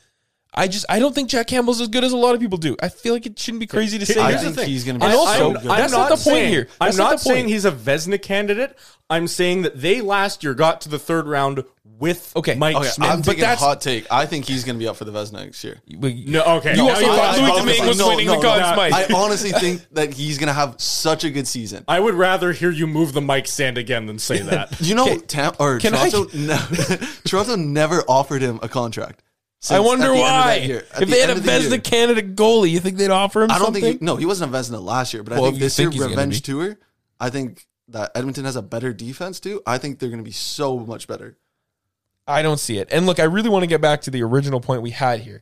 [SPEAKER 2] I just I don't think Jack Campbell's as good as a lot of people do. I feel like it shouldn't be crazy to say
[SPEAKER 1] I
[SPEAKER 2] that.
[SPEAKER 3] I
[SPEAKER 1] Here's the
[SPEAKER 3] think
[SPEAKER 1] thing.
[SPEAKER 3] he's going to be
[SPEAKER 2] And
[SPEAKER 1] I-
[SPEAKER 2] also-
[SPEAKER 3] so
[SPEAKER 1] I'm-
[SPEAKER 3] good.
[SPEAKER 1] I'm
[SPEAKER 2] That's not the point
[SPEAKER 1] saying-
[SPEAKER 2] here.
[SPEAKER 1] I'm
[SPEAKER 2] That's not
[SPEAKER 1] not
[SPEAKER 2] the point.
[SPEAKER 1] saying he's a Vesna candidate. I'm saying that they last year got to the third round with
[SPEAKER 2] Okay,
[SPEAKER 1] Mike
[SPEAKER 3] Okay,
[SPEAKER 1] Smith.
[SPEAKER 3] Oh, I'm
[SPEAKER 2] but
[SPEAKER 3] taking a
[SPEAKER 2] that's-
[SPEAKER 3] hot take. I think he's going to be up for the Vesna next year.
[SPEAKER 2] We-
[SPEAKER 1] no, okay.
[SPEAKER 2] You
[SPEAKER 1] No,
[SPEAKER 2] also
[SPEAKER 1] I-
[SPEAKER 2] thought
[SPEAKER 1] I-
[SPEAKER 2] Louis
[SPEAKER 1] I-
[SPEAKER 2] Domingue was
[SPEAKER 1] no,
[SPEAKER 2] winning
[SPEAKER 1] no,
[SPEAKER 2] the Conn
[SPEAKER 1] no.
[SPEAKER 2] Smythe.
[SPEAKER 3] I honestly think that he's going to have such a good season.
[SPEAKER 1] I would rather hear you move the mic stand again than say that.
[SPEAKER 3] You know, Tam- or
[SPEAKER 2] Can I-
[SPEAKER 3] Toronto, ne- Toronto never offered him a contract.
[SPEAKER 2] I
[SPEAKER 3] since at
[SPEAKER 2] wonder
[SPEAKER 3] the end of that
[SPEAKER 2] why.
[SPEAKER 3] year. At
[SPEAKER 2] if
[SPEAKER 3] the
[SPEAKER 2] they had a
[SPEAKER 3] end of the year.
[SPEAKER 2] Vesna Canada goalie, you think they'd offer him
[SPEAKER 3] I don't
[SPEAKER 2] something?
[SPEAKER 3] think he, no, he wasn't a Vesna last year, but
[SPEAKER 2] Well,
[SPEAKER 3] I
[SPEAKER 2] if
[SPEAKER 3] think
[SPEAKER 2] you
[SPEAKER 3] this
[SPEAKER 2] think he's
[SPEAKER 3] year
[SPEAKER 2] gonna
[SPEAKER 3] revenge tour. I think that Edmonton has a better defense too. I think they're going to be so much better.
[SPEAKER 2] I don't see it. And look, I really want to get back to the original point we had here,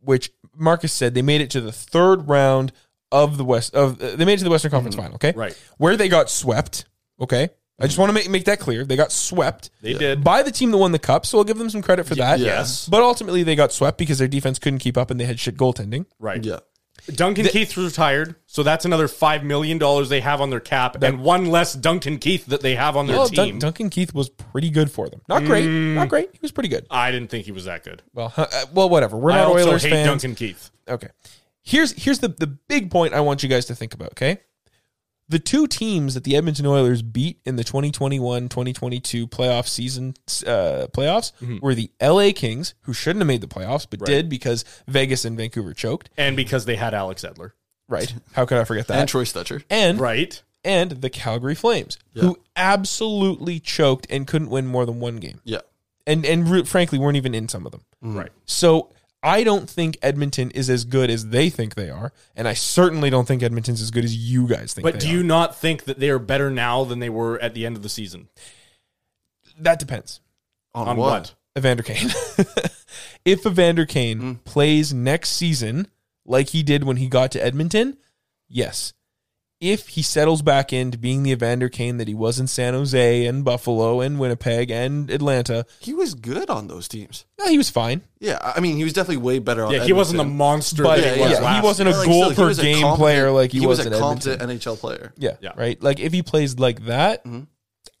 [SPEAKER 2] which Marcus said they made it to the third round of the West of uh, they made it to the Western Conference final, okay?
[SPEAKER 1] Mm-hmm. Right. Mm-hmm.
[SPEAKER 2] Where they got swept, okay? I just want to make, make that clear. They got swept
[SPEAKER 1] They did.
[SPEAKER 2] by the team that won the cup, so I'll give them some credit for that.
[SPEAKER 1] yes.
[SPEAKER 2] But ultimately they got swept because their defense couldn't keep up and they had shit goaltending.
[SPEAKER 1] Right.
[SPEAKER 3] Yeah,
[SPEAKER 1] Duncan Keith retired, so that's another five million dollars they have on their cap, and one less Duncan Keith that they have on their
[SPEAKER 2] Well,
[SPEAKER 1] team. Mm.
[SPEAKER 2] Dun- Duncan Keith was pretty good for them. Not great, not great. He was pretty good.
[SPEAKER 1] I didn't think he was that good.
[SPEAKER 2] Well, huh, uh, well, whatever. We're
[SPEAKER 1] I
[SPEAKER 2] not
[SPEAKER 1] also
[SPEAKER 2] Oilers
[SPEAKER 1] hate
[SPEAKER 2] fans.
[SPEAKER 1] Duncan Keith.
[SPEAKER 2] okay. Here's here's the the big point I want you guys to think about, okay? The two teams that the Edmonton Oilers beat in the 2021-2022 playoff season uh, playoffs were the LA Kings, who shouldn't have made the playoffs but did because Vegas and Vancouver choked.
[SPEAKER 1] And because they had Alex Edler.
[SPEAKER 2] Right. How could I forget that?
[SPEAKER 3] and Troy Stetcher.
[SPEAKER 2] and
[SPEAKER 1] Right.
[SPEAKER 2] and the Calgary Flames, who absolutely choked and couldn't win more than one game.
[SPEAKER 3] Yeah,
[SPEAKER 2] And and re- frankly weren't even in some of them.
[SPEAKER 1] Right.
[SPEAKER 2] So I don't think Edmonton is as good as they think they are, and I certainly don't think Edmonton's as good as you guys think.
[SPEAKER 1] But
[SPEAKER 2] they
[SPEAKER 1] do
[SPEAKER 2] are.
[SPEAKER 1] you not think that they are better now than they were at the end of the season?
[SPEAKER 2] That depends.
[SPEAKER 3] on,
[SPEAKER 1] On
[SPEAKER 3] what?
[SPEAKER 1] what?
[SPEAKER 2] Evander Kane. if Evander Kane
[SPEAKER 1] Mm.
[SPEAKER 2] plays next season like he did when he got to Edmonton, yes. If he settles back into being the Evander Kane that he was in San Jose and Buffalo and Winnipeg and Atlanta,
[SPEAKER 3] He was good on those teams.
[SPEAKER 2] well, he was fine.
[SPEAKER 3] Yeah, I I mean, he was definitely way better. on
[SPEAKER 1] Yeah, he wasn't the
[SPEAKER 3] Edmonton.
[SPEAKER 1] monster
[SPEAKER 2] But
[SPEAKER 1] that he
[SPEAKER 3] yeah,
[SPEAKER 1] was
[SPEAKER 3] yeah, he
[SPEAKER 1] last.
[SPEAKER 2] he wasn't
[SPEAKER 1] year.
[SPEAKER 2] a
[SPEAKER 3] But, like,
[SPEAKER 2] goal
[SPEAKER 3] still, he
[SPEAKER 2] per
[SPEAKER 3] was a
[SPEAKER 2] game
[SPEAKER 3] competent-
[SPEAKER 2] player like he, was,
[SPEAKER 3] a
[SPEAKER 2] in Edmonton.
[SPEAKER 3] competent NHL player.
[SPEAKER 2] Yeah,
[SPEAKER 1] Yeah. Mm-hmm.
[SPEAKER 2] Right. Like if he plays like that,
[SPEAKER 3] Mhm.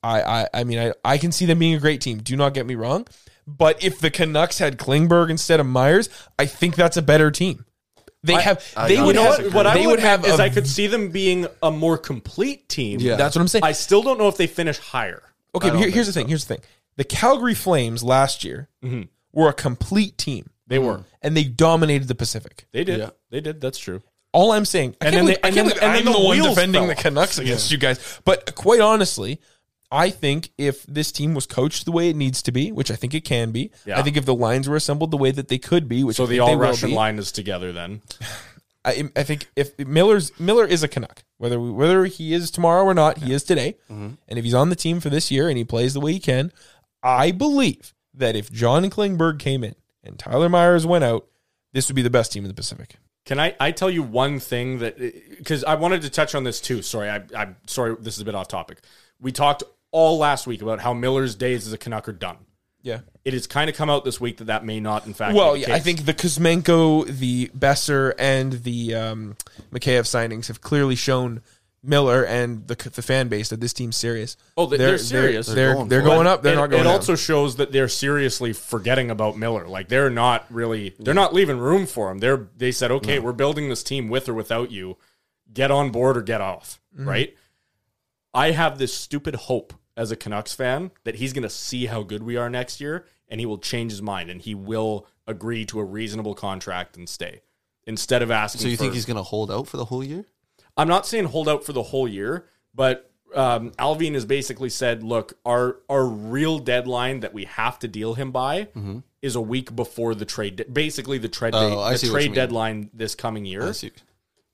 [SPEAKER 2] I, I I mean I, I can see them being a great team. Do not get me wrong. But if the Canucks had Klingberg instead of Myers, I think that's a better team. They have
[SPEAKER 3] I
[SPEAKER 2] they
[SPEAKER 3] don't
[SPEAKER 2] would
[SPEAKER 1] You know
[SPEAKER 2] have
[SPEAKER 1] what? What
[SPEAKER 2] they
[SPEAKER 1] I
[SPEAKER 2] would have
[SPEAKER 1] is
[SPEAKER 2] a-
[SPEAKER 1] I could see them being a more complete team.
[SPEAKER 3] Yeah.
[SPEAKER 2] that's what I'm saying.
[SPEAKER 1] I still don't know if they finish higher.
[SPEAKER 2] okay,
[SPEAKER 3] I
[SPEAKER 2] but
[SPEAKER 3] don't
[SPEAKER 2] here, here's the
[SPEAKER 3] think
[SPEAKER 2] thing. Here's the thing. The Calgary Flames last year were a complete team.
[SPEAKER 1] Mm-hmm. They were.
[SPEAKER 2] And they dominated the Pacific.
[SPEAKER 1] They did.
[SPEAKER 3] Yeah.
[SPEAKER 1] They did. That's true.
[SPEAKER 2] All I'm saying, I
[SPEAKER 1] And
[SPEAKER 2] can't
[SPEAKER 1] then
[SPEAKER 2] believe,
[SPEAKER 1] they-
[SPEAKER 2] I
[SPEAKER 1] and
[SPEAKER 2] can't
[SPEAKER 1] then-
[SPEAKER 2] believe
[SPEAKER 1] and
[SPEAKER 2] I'm
[SPEAKER 1] then
[SPEAKER 2] the,
[SPEAKER 1] the
[SPEAKER 2] one
[SPEAKER 1] wheels
[SPEAKER 2] defending
[SPEAKER 1] fell
[SPEAKER 2] the
[SPEAKER 1] off.
[SPEAKER 2] Canucks against you guys. But quite honestly, I think if this team was coached the way it needs to be, which I think it can be,
[SPEAKER 1] Yeah.
[SPEAKER 2] I think if the lines were assembled the way that they could be, which
[SPEAKER 1] So
[SPEAKER 2] I
[SPEAKER 1] the
[SPEAKER 2] think they
[SPEAKER 1] all
[SPEAKER 2] will
[SPEAKER 1] Russian
[SPEAKER 2] be,
[SPEAKER 1] line is together then.
[SPEAKER 2] I, I think if Miller's Miller is a Canuck, whether we, whether he is tomorrow or not, he is today.
[SPEAKER 1] Mm-hmm.
[SPEAKER 2] And if he's on the team for this year and he plays the way he can, I believe that if John Klingberg came in and Tyler Myers went out, this would be the best team in the Pacific.
[SPEAKER 1] Can I, I tell you one thing that because I wanted to touch on this too. Sorry, I, I'm sorry. This is a bit off topic. We talked all last week about how Miller's days as a Canuck are done.
[SPEAKER 2] Yeah.
[SPEAKER 1] It has kind of come out this week that that may not, in fact.
[SPEAKER 2] Well,
[SPEAKER 1] be the
[SPEAKER 2] yeah, I
[SPEAKER 1] case.
[SPEAKER 2] think the Kuzmenko, the Besser, and the um, Mikheyev signings have clearly shown Miller and the the fan base that this team's serious.
[SPEAKER 1] Oh, they- they're serious.
[SPEAKER 2] They're they're going,
[SPEAKER 3] They're
[SPEAKER 2] they're
[SPEAKER 3] going for it.
[SPEAKER 2] going up. They're
[SPEAKER 1] it,
[SPEAKER 2] not going.
[SPEAKER 1] it
[SPEAKER 2] down.
[SPEAKER 1] also shows that they're seriously forgetting about Miller. Like they're not really they're not leaving room for him. They're they said, okay, we're building this team with or without you. Get on board or get off.
[SPEAKER 3] Mm-hmm.
[SPEAKER 1] Right. I have this stupid hope as a Canucks fan that he's gonna see how good we are next year and he will change his mind and he will agree to a reasonable contract and stay. Instead of asking
[SPEAKER 3] So you think
[SPEAKER 1] for-
[SPEAKER 3] he's going to hold out for the whole year?
[SPEAKER 1] I'm not saying hold out for the whole year, but um, Alvin has basically said, look, our our real deadline that we have to deal him by is a week before the trade, de- basically the trade,
[SPEAKER 3] Mm-hmm. Oh,
[SPEAKER 1] date-
[SPEAKER 3] I see
[SPEAKER 1] the
[SPEAKER 3] what you
[SPEAKER 1] trade
[SPEAKER 3] mean.
[SPEAKER 1] deadline this coming year.
[SPEAKER 3] I see.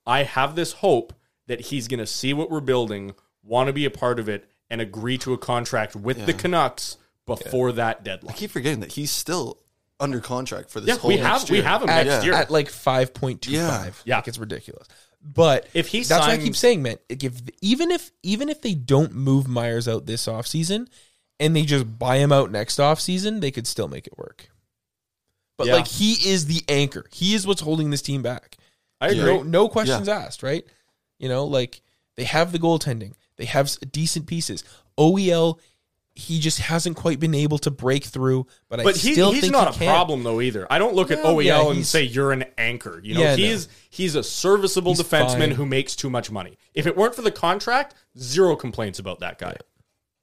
[SPEAKER 1] I have this hope that he's going to see what we're building, want to be a part of it, and agree to a contract with the Canucks before that
[SPEAKER 3] I
[SPEAKER 1] deadline.
[SPEAKER 3] keep forgetting that he's still under contract for this
[SPEAKER 1] Yeah,
[SPEAKER 3] whole
[SPEAKER 1] we have
[SPEAKER 3] next
[SPEAKER 1] we
[SPEAKER 3] year.
[SPEAKER 1] have him
[SPEAKER 2] at,
[SPEAKER 1] next year.
[SPEAKER 2] at like five point two five.
[SPEAKER 1] Yeah.
[SPEAKER 2] like it's ridiculous. But
[SPEAKER 1] If he
[SPEAKER 2] that's what I
[SPEAKER 1] signs-
[SPEAKER 2] keep saying, man. Like if even if even if they don't move Myers out this offseason and they just buy him out next offseason, they could still make it work. But
[SPEAKER 1] Yeah.
[SPEAKER 2] like he is the anchor. He is what's holding this team back.
[SPEAKER 1] I agree.
[SPEAKER 2] No, no questions asked, right? You know, like they have the goaltending, they have s- decent pieces. OEL, he just hasn't quite been able to break through. But,
[SPEAKER 1] but
[SPEAKER 2] I
[SPEAKER 1] he,
[SPEAKER 2] still
[SPEAKER 1] he's
[SPEAKER 2] think
[SPEAKER 1] not
[SPEAKER 2] he
[SPEAKER 1] a
[SPEAKER 2] can.
[SPEAKER 1] problem though either. I don't look at
[SPEAKER 2] No,
[SPEAKER 1] OEL
[SPEAKER 2] yeah,
[SPEAKER 1] and
[SPEAKER 2] he's-
[SPEAKER 1] say you're an anchor. You know,
[SPEAKER 2] Yeah,
[SPEAKER 1] he's he's a serviceable
[SPEAKER 2] He's
[SPEAKER 1] defenseman
[SPEAKER 2] fine.
[SPEAKER 1] who makes too much money. If it weren't for the contract, zero complaints about that guy,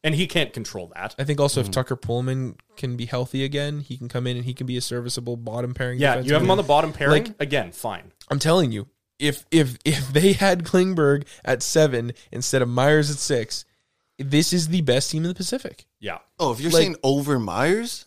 [SPEAKER 1] and he can't control that.
[SPEAKER 2] I think also
[SPEAKER 3] Mm.
[SPEAKER 2] if Tucker Pullman can be healthy again, he can come in and he can be a serviceable bottom pairing.
[SPEAKER 1] Yeah, you have him on the
[SPEAKER 2] defenseman.
[SPEAKER 1] bottom pairing
[SPEAKER 2] Like-
[SPEAKER 1] again. Fine.
[SPEAKER 2] I'm telling you, if if if they had Klingberg at seven instead of Myers at six, this is the best team in the Pacific.
[SPEAKER 1] Yeah,
[SPEAKER 3] Oh, if you're
[SPEAKER 2] Like-
[SPEAKER 3] saying over Myers,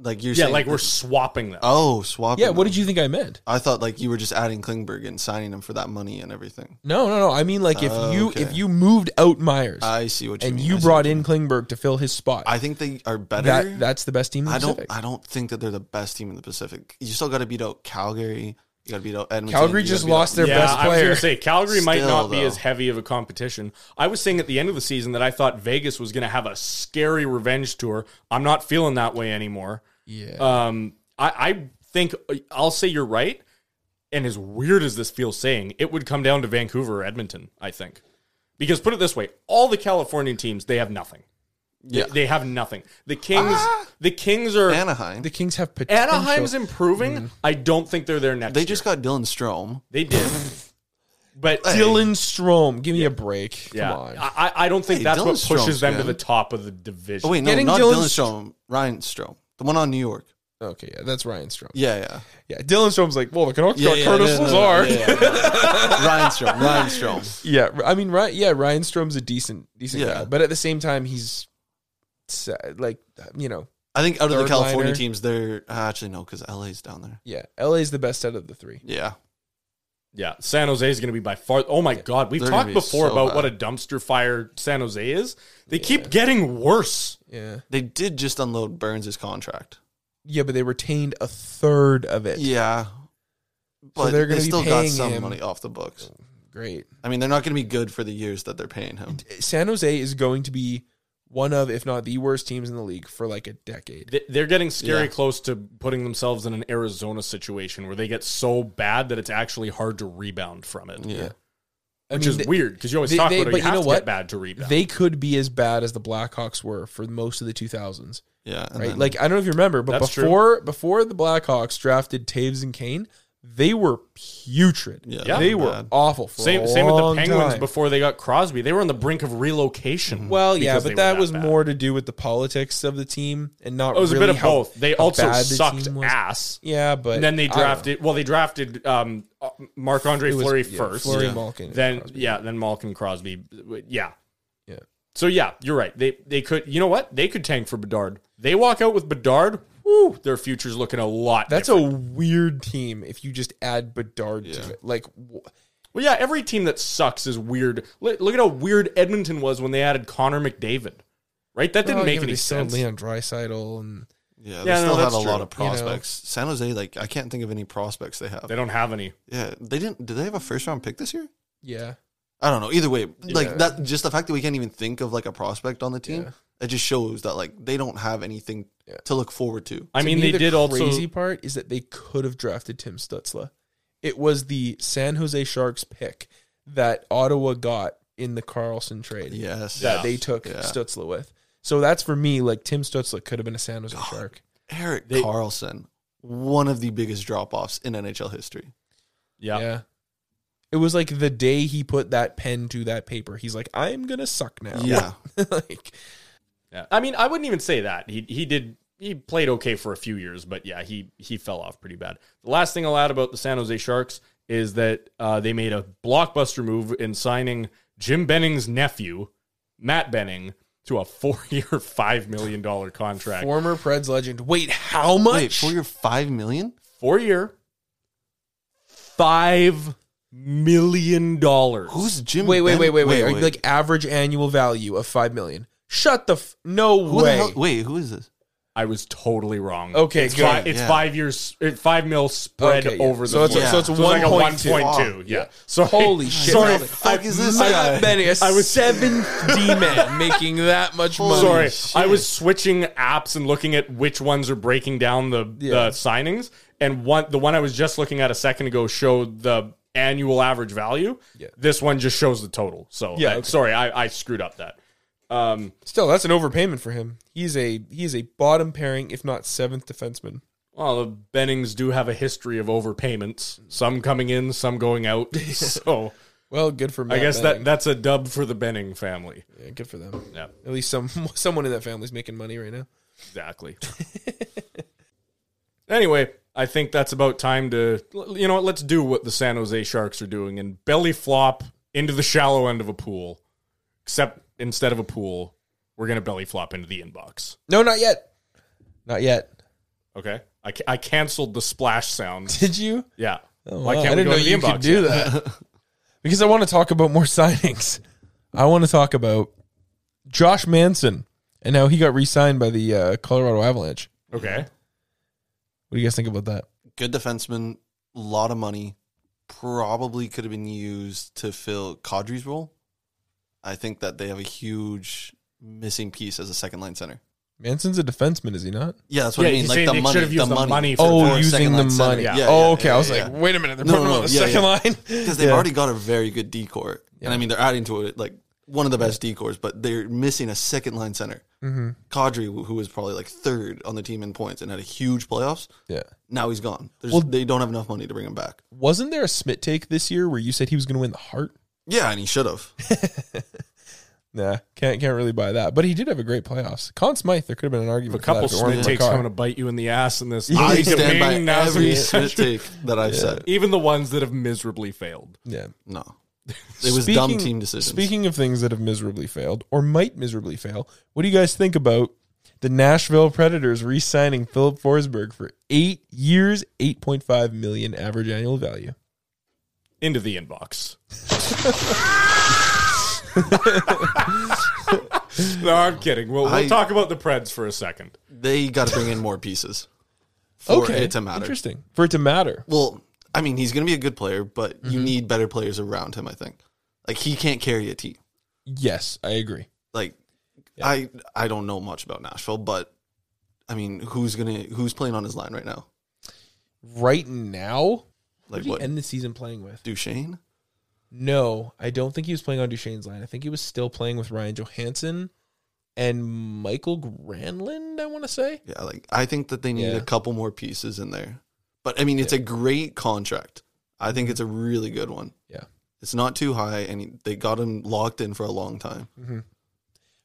[SPEAKER 3] like you're
[SPEAKER 1] yeah.
[SPEAKER 3] saying
[SPEAKER 1] Like we're swapping them.
[SPEAKER 3] oh swapping.
[SPEAKER 2] Yeah, what
[SPEAKER 3] them.
[SPEAKER 2] did you think I meant?
[SPEAKER 3] I thought like you were just adding Klingberg and signing him for that money and everything.
[SPEAKER 2] No, no, no. I mean like if
[SPEAKER 3] Oh,
[SPEAKER 2] you
[SPEAKER 3] okay.
[SPEAKER 2] if you moved out Myers
[SPEAKER 3] I see what you
[SPEAKER 2] and
[SPEAKER 3] mean.
[SPEAKER 2] you
[SPEAKER 3] I see
[SPEAKER 2] brought
[SPEAKER 3] what
[SPEAKER 2] in Klingberg to fill his spot,
[SPEAKER 3] I think they are better.
[SPEAKER 2] that that's the best team in the
[SPEAKER 3] I don't.
[SPEAKER 2] Pacific.
[SPEAKER 3] I don't think that they're the best team in the Pacific. You still got to beat out Calgary. You got to beat out Edmonton.
[SPEAKER 2] Calgary
[SPEAKER 3] you gotta
[SPEAKER 2] just
[SPEAKER 3] beat out-
[SPEAKER 2] lost their
[SPEAKER 1] yeah,
[SPEAKER 2] best
[SPEAKER 1] I was
[SPEAKER 2] player.
[SPEAKER 1] gonna say Calgary might
[SPEAKER 3] Still,
[SPEAKER 1] not be
[SPEAKER 3] though.
[SPEAKER 1] as heavy of a competition. I was saying at the end of the season that I thought Vegas was gonna have a scary revenge tour. I'm not feeling that way anymore.
[SPEAKER 2] yeah.
[SPEAKER 1] Um, I, I think I'll say you're right. And as weird as this feels saying, it would come down to Vancouver or Edmonton, I think. Because put it this way, all the Californian teams, they have nothing. They-
[SPEAKER 3] Yeah. Ah!
[SPEAKER 1] They, have nothing. The Kings the Kings are
[SPEAKER 3] Anaheim. Mm-hmm.
[SPEAKER 2] the Kings have potential.
[SPEAKER 1] Anaheim's improving. I don't think they're there next
[SPEAKER 3] They
[SPEAKER 1] year.
[SPEAKER 3] just got Dylan Strome.
[SPEAKER 1] they did. But
[SPEAKER 2] Dylan Strom. Give me a break.
[SPEAKER 1] yeah,
[SPEAKER 2] Come on.
[SPEAKER 1] I, I- I don't think
[SPEAKER 3] Hey,
[SPEAKER 1] that's
[SPEAKER 3] Dylan
[SPEAKER 1] what pushes
[SPEAKER 3] Strom's
[SPEAKER 1] them to
[SPEAKER 3] good.
[SPEAKER 1] the top of the division.
[SPEAKER 3] Oh wait, no,
[SPEAKER 2] Getting
[SPEAKER 3] not
[SPEAKER 2] Dylan
[SPEAKER 3] Dylan Strome. Ryan Strome, the one on New York.
[SPEAKER 2] Okay, yeah, that's Ryan Strom.
[SPEAKER 3] Yeah, yeah.
[SPEAKER 2] Yeah, Dylan Strom's like, well, the Canucks
[SPEAKER 3] Yeah,
[SPEAKER 2] got
[SPEAKER 3] yeah,
[SPEAKER 2] Curtis
[SPEAKER 3] yeah, no,
[SPEAKER 2] Lazar.
[SPEAKER 3] yeah, yeah. Ryan Strome. Ryan Strome.
[SPEAKER 2] Yeah. I mean, right? Yeah, Ryan Strom's a decent, decent
[SPEAKER 3] Yeah.
[SPEAKER 2] guy, but at the same time, he's sa- like, you know,
[SPEAKER 3] I think out of the
[SPEAKER 2] Third
[SPEAKER 3] California
[SPEAKER 2] liner.
[SPEAKER 3] teams, they're ah, actually no, because LA's down there.
[SPEAKER 2] yeah, LA's the best out of the three.
[SPEAKER 3] Yeah,
[SPEAKER 1] Yeah, San Jose is going to be by far. Oh my God, we've
[SPEAKER 3] They're gonna
[SPEAKER 1] talked
[SPEAKER 3] be
[SPEAKER 1] before
[SPEAKER 3] so
[SPEAKER 1] about
[SPEAKER 3] bad.
[SPEAKER 1] what a dumpster fire San Jose is. They keep getting worse.
[SPEAKER 2] Yeah,
[SPEAKER 3] they did just unload Burns' contract.
[SPEAKER 2] yeah, but they retained a third of it.
[SPEAKER 3] Yeah, but
[SPEAKER 2] they're
[SPEAKER 3] they
[SPEAKER 2] gonna be
[SPEAKER 3] still got
[SPEAKER 2] paying
[SPEAKER 3] some
[SPEAKER 2] him.
[SPEAKER 3] money off the books.
[SPEAKER 2] Great.
[SPEAKER 3] I mean, they're not going to be good for the years that they're paying him.
[SPEAKER 2] San Jose is going to be one of, if not the worst teams in the league for like a decade.
[SPEAKER 1] Th- They're getting scary
[SPEAKER 3] Yeah.
[SPEAKER 1] close to putting themselves in an Arizona situation where they get so bad that it's actually hard to rebound from it,
[SPEAKER 3] Yeah.
[SPEAKER 2] I
[SPEAKER 1] which
[SPEAKER 2] mean,
[SPEAKER 1] is
[SPEAKER 2] they-
[SPEAKER 1] weird because you always
[SPEAKER 2] they-
[SPEAKER 1] talk
[SPEAKER 2] they-
[SPEAKER 1] about it. You,
[SPEAKER 2] but you
[SPEAKER 1] have
[SPEAKER 2] know
[SPEAKER 1] to
[SPEAKER 2] what?
[SPEAKER 1] get bad to rebound.
[SPEAKER 2] They could be as bad as the Blackhawks were for most of the 2000s.
[SPEAKER 3] Yeah, and
[SPEAKER 2] right?
[SPEAKER 3] then-
[SPEAKER 2] like I don't know if you remember, but
[SPEAKER 1] That's true.
[SPEAKER 2] before before the Blackhawks drafted Taves and Kane, they were putrid.
[SPEAKER 3] Yeah,
[SPEAKER 1] Yeah.
[SPEAKER 2] they
[SPEAKER 3] they're
[SPEAKER 2] were
[SPEAKER 3] bad.
[SPEAKER 2] awful. For
[SPEAKER 1] same
[SPEAKER 2] a
[SPEAKER 1] same with the
[SPEAKER 2] long
[SPEAKER 1] Penguins
[SPEAKER 2] time.
[SPEAKER 1] before they got Crosby. They were on the brink of relocation.
[SPEAKER 2] Well, yeah,
[SPEAKER 1] because
[SPEAKER 2] but
[SPEAKER 1] they were
[SPEAKER 2] that was
[SPEAKER 1] bad. Oh,
[SPEAKER 2] more to do with the politics of the team and not.
[SPEAKER 1] It was
[SPEAKER 2] really
[SPEAKER 1] a bit of
[SPEAKER 2] how-
[SPEAKER 1] both. They
[SPEAKER 2] how
[SPEAKER 1] also
[SPEAKER 2] bad the
[SPEAKER 1] sucked
[SPEAKER 2] team was.
[SPEAKER 1] ass.
[SPEAKER 2] Yeah, but
[SPEAKER 1] And then they
[SPEAKER 2] I don't know.
[SPEAKER 1] drafted. Well, they drafted um, Marc Andre
[SPEAKER 2] It was-
[SPEAKER 1] Fleury
[SPEAKER 2] yeah,
[SPEAKER 1] first.
[SPEAKER 2] Fleury,
[SPEAKER 3] Yeah.
[SPEAKER 2] Malkin, and
[SPEAKER 1] then
[SPEAKER 2] Crosby.
[SPEAKER 1] yeah, then Malkin Crosby. Yeah.
[SPEAKER 2] Yeah.
[SPEAKER 1] So yeah, you're right. They they could you know what? They could tank for Bedard. They walk out with Bedard, woo, their future's looking a lot
[SPEAKER 2] That's
[SPEAKER 1] different.
[SPEAKER 2] a weird team if you just add Bedard to it. Like, wh-
[SPEAKER 1] Well yeah, every team that sucks is weird. Look, look at how weird Edmonton was when they added Connor McDavid. Right? That didn't
[SPEAKER 2] well, Oh, yeah,
[SPEAKER 1] make
[SPEAKER 2] but
[SPEAKER 1] any
[SPEAKER 2] they still had
[SPEAKER 1] sense.
[SPEAKER 2] Leon Dreisaitl and
[SPEAKER 3] yeah, they
[SPEAKER 1] Yeah, no,
[SPEAKER 3] still had
[SPEAKER 1] that's
[SPEAKER 3] a
[SPEAKER 1] true.
[SPEAKER 3] lot of
[SPEAKER 2] You know.
[SPEAKER 3] prospects. San Jose, like I can't think of any prospects they have.
[SPEAKER 1] They don't have any.
[SPEAKER 3] yeah, they didn't. Did they have a first round pick this year?
[SPEAKER 2] yeah,
[SPEAKER 3] I don't know. Either way,
[SPEAKER 2] Yeah.
[SPEAKER 3] like that, just the fact that we can't even think of like a prospect on the team,
[SPEAKER 2] Yeah.
[SPEAKER 3] it just shows that like they don't have anything
[SPEAKER 2] Yeah.
[SPEAKER 3] to look forward to.
[SPEAKER 1] I
[SPEAKER 2] To
[SPEAKER 1] mean
[SPEAKER 2] me,
[SPEAKER 1] they
[SPEAKER 2] the
[SPEAKER 1] did also
[SPEAKER 2] crazy part is that they could have drafted Tim Stutzla. It was the San Jose Sharks pick that Ottawa got in the Carlson trade
[SPEAKER 3] Yes.
[SPEAKER 2] that
[SPEAKER 1] Yeah.
[SPEAKER 2] they took
[SPEAKER 3] Yeah.
[SPEAKER 2] Stutzla with. So that's for me, like Tim Stutzla could have been a San Jose Shark.
[SPEAKER 3] Eric
[SPEAKER 1] They-
[SPEAKER 3] Carlson, one of the biggest drop offs in NHL history.
[SPEAKER 1] Yeah.
[SPEAKER 2] Yeah. It was like the day he put that pen to that paper. He's like, I'm gonna suck now. like
[SPEAKER 1] Yeah. I mean, I wouldn't even say that. He he did he played okay for a few years, but yeah, he he fell off pretty bad. The last thing I'll add about the San Jose Sharks is that uh, they made a blockbuster move in signing Jim Benning's nephew, Matt Benning, to a four-year, five million dollar contract.
[SPEAKER 2] former Preds legend. Wait, how much?
[SPEAKER 3] Wait, for your five million?
[SPEAKER 1] Four-year, five million dollars.
[SPEAKER 3] Who's Jim?
[SPEAKER 2] wait, wait,
[SPEAKER 3] Ben-
[SPEAKER 2] wait, wait, wait, Are you Like average annual value of five million. Shut the f- no
[SPEAKER 3] who the
[SPEAKER 2] way.
[SPEAKER 3] hell? Wait, who is this?
[SPEAKER 1] I was totally wrong.
[SPEAKER 2] Okay,
[SPEAKER 1] it's
[SPEAKER 2] good.
[SPEAKER 1] Five, it's
[SPEAKER 3] Yeah.
[SPEAKER 1] five years, it- five mil spread
[SPEAKER 2] Okay, yeah.
[SPEAKER 1] over the.
[SPEAKER 2] so it's,
[SPEAKER 1] four-
[SPEAKER 3] yeah.
[SPEAKER 2] so it's
[SPEAKER 1] So it's like a one
[SPEAKER 2] 1.2.
[SPEAKER 1] point two. Yeah. So
[SPEAKER 2] Holy shit!
[SPEAKER 1] Sorry,
[SPEAKER 2] Matt-
[SPEAKER 3] fuck is this
[SPEAKER 2] Matt
[SPEAKER 3] guy?
[SPEAKER 2] Benning, a
[SPEAKER 1] I was-
[SPEAKER 2] seventh D man making that much money.
[SPEAKER 1] Sorry,
[SPEAKER 3] shit.
[SPEAKER 1] I was switching apps and looking at which ones are breaking down the, the
[SPEAKER 2] Yeah.
[SPEAKER 1] signings, and one the one I was just looking at a second ago showed the annual average value.
[SPEAKER 2] Yeah.
[SPEAKER 1] This one just shows the total. So
[SPEAKER 2] Yeah,
[SPEAKER 1] I-
[SPEAKER 2] okay.
[SPEAKER 1] sorry, I, I screwed up that. Um,
[SPEAKER 2] Still, that's an overpayment for him. He's a he's a bottom pairing, if not seventh defenseman.
[SPEAKER 1] well, the Bennings do have a history of overpayments, some coming in, some going out. so
[SPEAKER 2] Well, good for Matt
[SPEAKER 1] I guess that
[SPEAKER 2] Benning.
[SPEAKER 1] that's a dub for the Benning family.
[SPEAKER 2] yeah, good for them.
[SPEAKER 1] Yeah,
[SPEAKER 2] At least some someone in that family's making money right now.
[SPEAKER 1] exactly. Anyway, I think that's about time to you know what, let's do what the San Jose Sharks are doing and belly flop into the shallow end of a pool. Except instead of a pool, we're gonna belly flop into the inbox.
[SPEAKER 2] No, not yet. Not yet.
[SPEAKER 1] Okay, I, ca- I canceled the splash sound.
[SPEAKER 2] Did you?
[SPEAKER 1] Yeah,
[SPEAKER 2] Oh,
[SPEAKER 1] why
[SPEAKER 2] wow.
[SPEAKER 1] can't
[SPEAKER 2] I
[SPEAKER 1] we
[SPEAKER 2] didn't
[SPEAKER 1] go
[SPEAKER 2] know
[SPEAKER 1] to the
[SPEAKER 2] you
[SPEAKER 1] inbox?
[SPEAKER 2] could do that. because I want to talk about more signings. I want to talk about Josh Manson and how he got re-signed by the uh, Colorado Avalanche.
[SPEAKER 1] Okay,
[SPEAKER 2] What do you guys think about that?
[SPEAKER 3] Good defenseman, lot of money. Probably could have been used to fill Kadri's role. I think that they have a huge missing piece as a second line center.
[SPEAKER 2] Manson's a defenseman, is he not?
[SPEAKER 3] Yeah, that's what
[SPEAKER 1] Yeah,
[SPEAKER 3] I mean.
[SPEAKER 1] he's
[SPEAKER 3] Like
[SPEAKER 1] saying
[SPEAKER 3] the
[SPEAKER 1] they
[SPEAKER 3] money,
[SPEAKER 1] should've used
[SPEAKER 3] the
[SPEAKER 1] the
[SPEAKER 3] money.
[SPEAKER 1] money for-
[SPEAKER 2] Oh,
[SPEAKER 3] a
[SPEAKER 2] using
[SPEAKER 3] second
[SPEAKER 2] the
[SPEAKER 3] line center.
[SPEAKER 2] money.
[SPEAKER 3] Yeah,
[SPEAKER 2] oh,
[SPEAKER 3] yeah,
[SPEAKER 2] okay. I
[SPEAKER 3] yeah,
[SPEAKER 2] was
[SPEAKER 3] yeah.
[SPEAKER 2] like, wait a minute, they're
[SPEAKER 3] No,
[SPEAKER 2] putting
[SPEAKER 3] no,
[SPEAKER 2] him on
[SPEAKER 3] no,
[SPEAKER 2] the
[SPEAKER 3] yeah,
[SPEAKER 2] second
[SPEAKER 3] yeah.
[SPEAKER 2] line.
[SPEAKER 3] because they've
[SPEAKER 2] Yeah.
[SPEAKER 3] already got a very good decor,
[SPEAKER 2] Yeah.
[SPEAKER 3] and I mean they're adding to it like one of the best decors, but they're missing a second line center.
[SPEAKER 2] Mhm.
[SPEAKER 3] Kadri, who was probably like third on the team in points and had a huge playoffs,
[SPEAKER 2] Yeah.
[SPEAKER 3] now he's gone. There's,
[SPEAKER 2] Well-
[SPEAKER 3] they don't have enough money to bring him back.
[SPEAKER 2] Wasn't there a Smit take this year where you said he was going to win the heart?
[SPEAKER 3] Yeah, and he should have.
[SPEAKER 2] Nah, can't can't really buy that. But he did have a great playoffs. Con Smythe, there could have been an
[SPEAKER 1] if a
[SPEAKER 2] argument. for
[SPEAKER 1] couple
[SPEAKER 2] that if it weren't
[SPEAKER 1] Smith
[SPEAKER 2] for
[SPEAKER 1] takes
[SPEAKER 2] Carr.
[SPEAKER 1] coming to bite you in the ass in this.
[SPEAKER 3] I
[SPEAKER 1] league of
[SPEAKER 3] stand by
[SPEAKER 1] being now
[SPEAKER 3] every
[SPEAKER 1] some-
[SPEAKER 3] Smith take that I've said.
[SPEAKER 1] even the ones that have miserably failed.
[SPEAKER 2] Yeah,
[SPEAKER 3] No, it was dumb
[SPEAKER 2] Speaking-
[SPEAKER 3] team decisions.
[SPEAKER 2] Speaking of things that have miserably failed or might miserably fail, what do you guys think about the Nashville Predators re-signing Philip Forsberg for eight years, eight point five million average annual value?
[SPEAKER 1] Into the inbox. no, I'm kidding. We'll, we'll
[SPEAKER 3] I-
[SPEAKER 1] talk about the Preds for a second.
[SPEAKER 3] they got to bring in more pieces for
[SPEAKER 2] okay,
[SPEAKER 3] it to matter.
[SPEAKER 2] Interesting for it to matter.
[SPEAKER 3] Well, I mean, he's going to be a good player, but you
[SPEAKER 2] Mm-hmm.
[SPEAKER 3] need better players around him. I think, like he can't carry a team.
[SPEAKER 2] Yes, I agree.
[SPEAKER 3] like I I don't know much about Nashville, but I mean, who's gonna who's playing on his line right now?
[SPEAKER 2] Right now,
[SPEAKER 3] Like
[SPEAKER 2] who did
[SPEAKER 3] what?
[SPEAKER 2] he end the season playing with?
[SPEAKER 3] Duchesne?
[SPEAKER 2] No, I don't think he was playing on Duchesne's line. I think he was still playing with Ryan Johansson and Michael Granlund, I want to say.
[SPEAKER 3] Yeah, like I think that they need
[SPEAKER 2] Yeah.
[SPEAKER 3] a couple more pieces in there. But I mean, it's a great contract. I think it's a really good one.
[SPEAKER 2] Mm-hmm. Yeah.
[SPEAKER 3] It's not too high, and he- they got him locked in for a long time.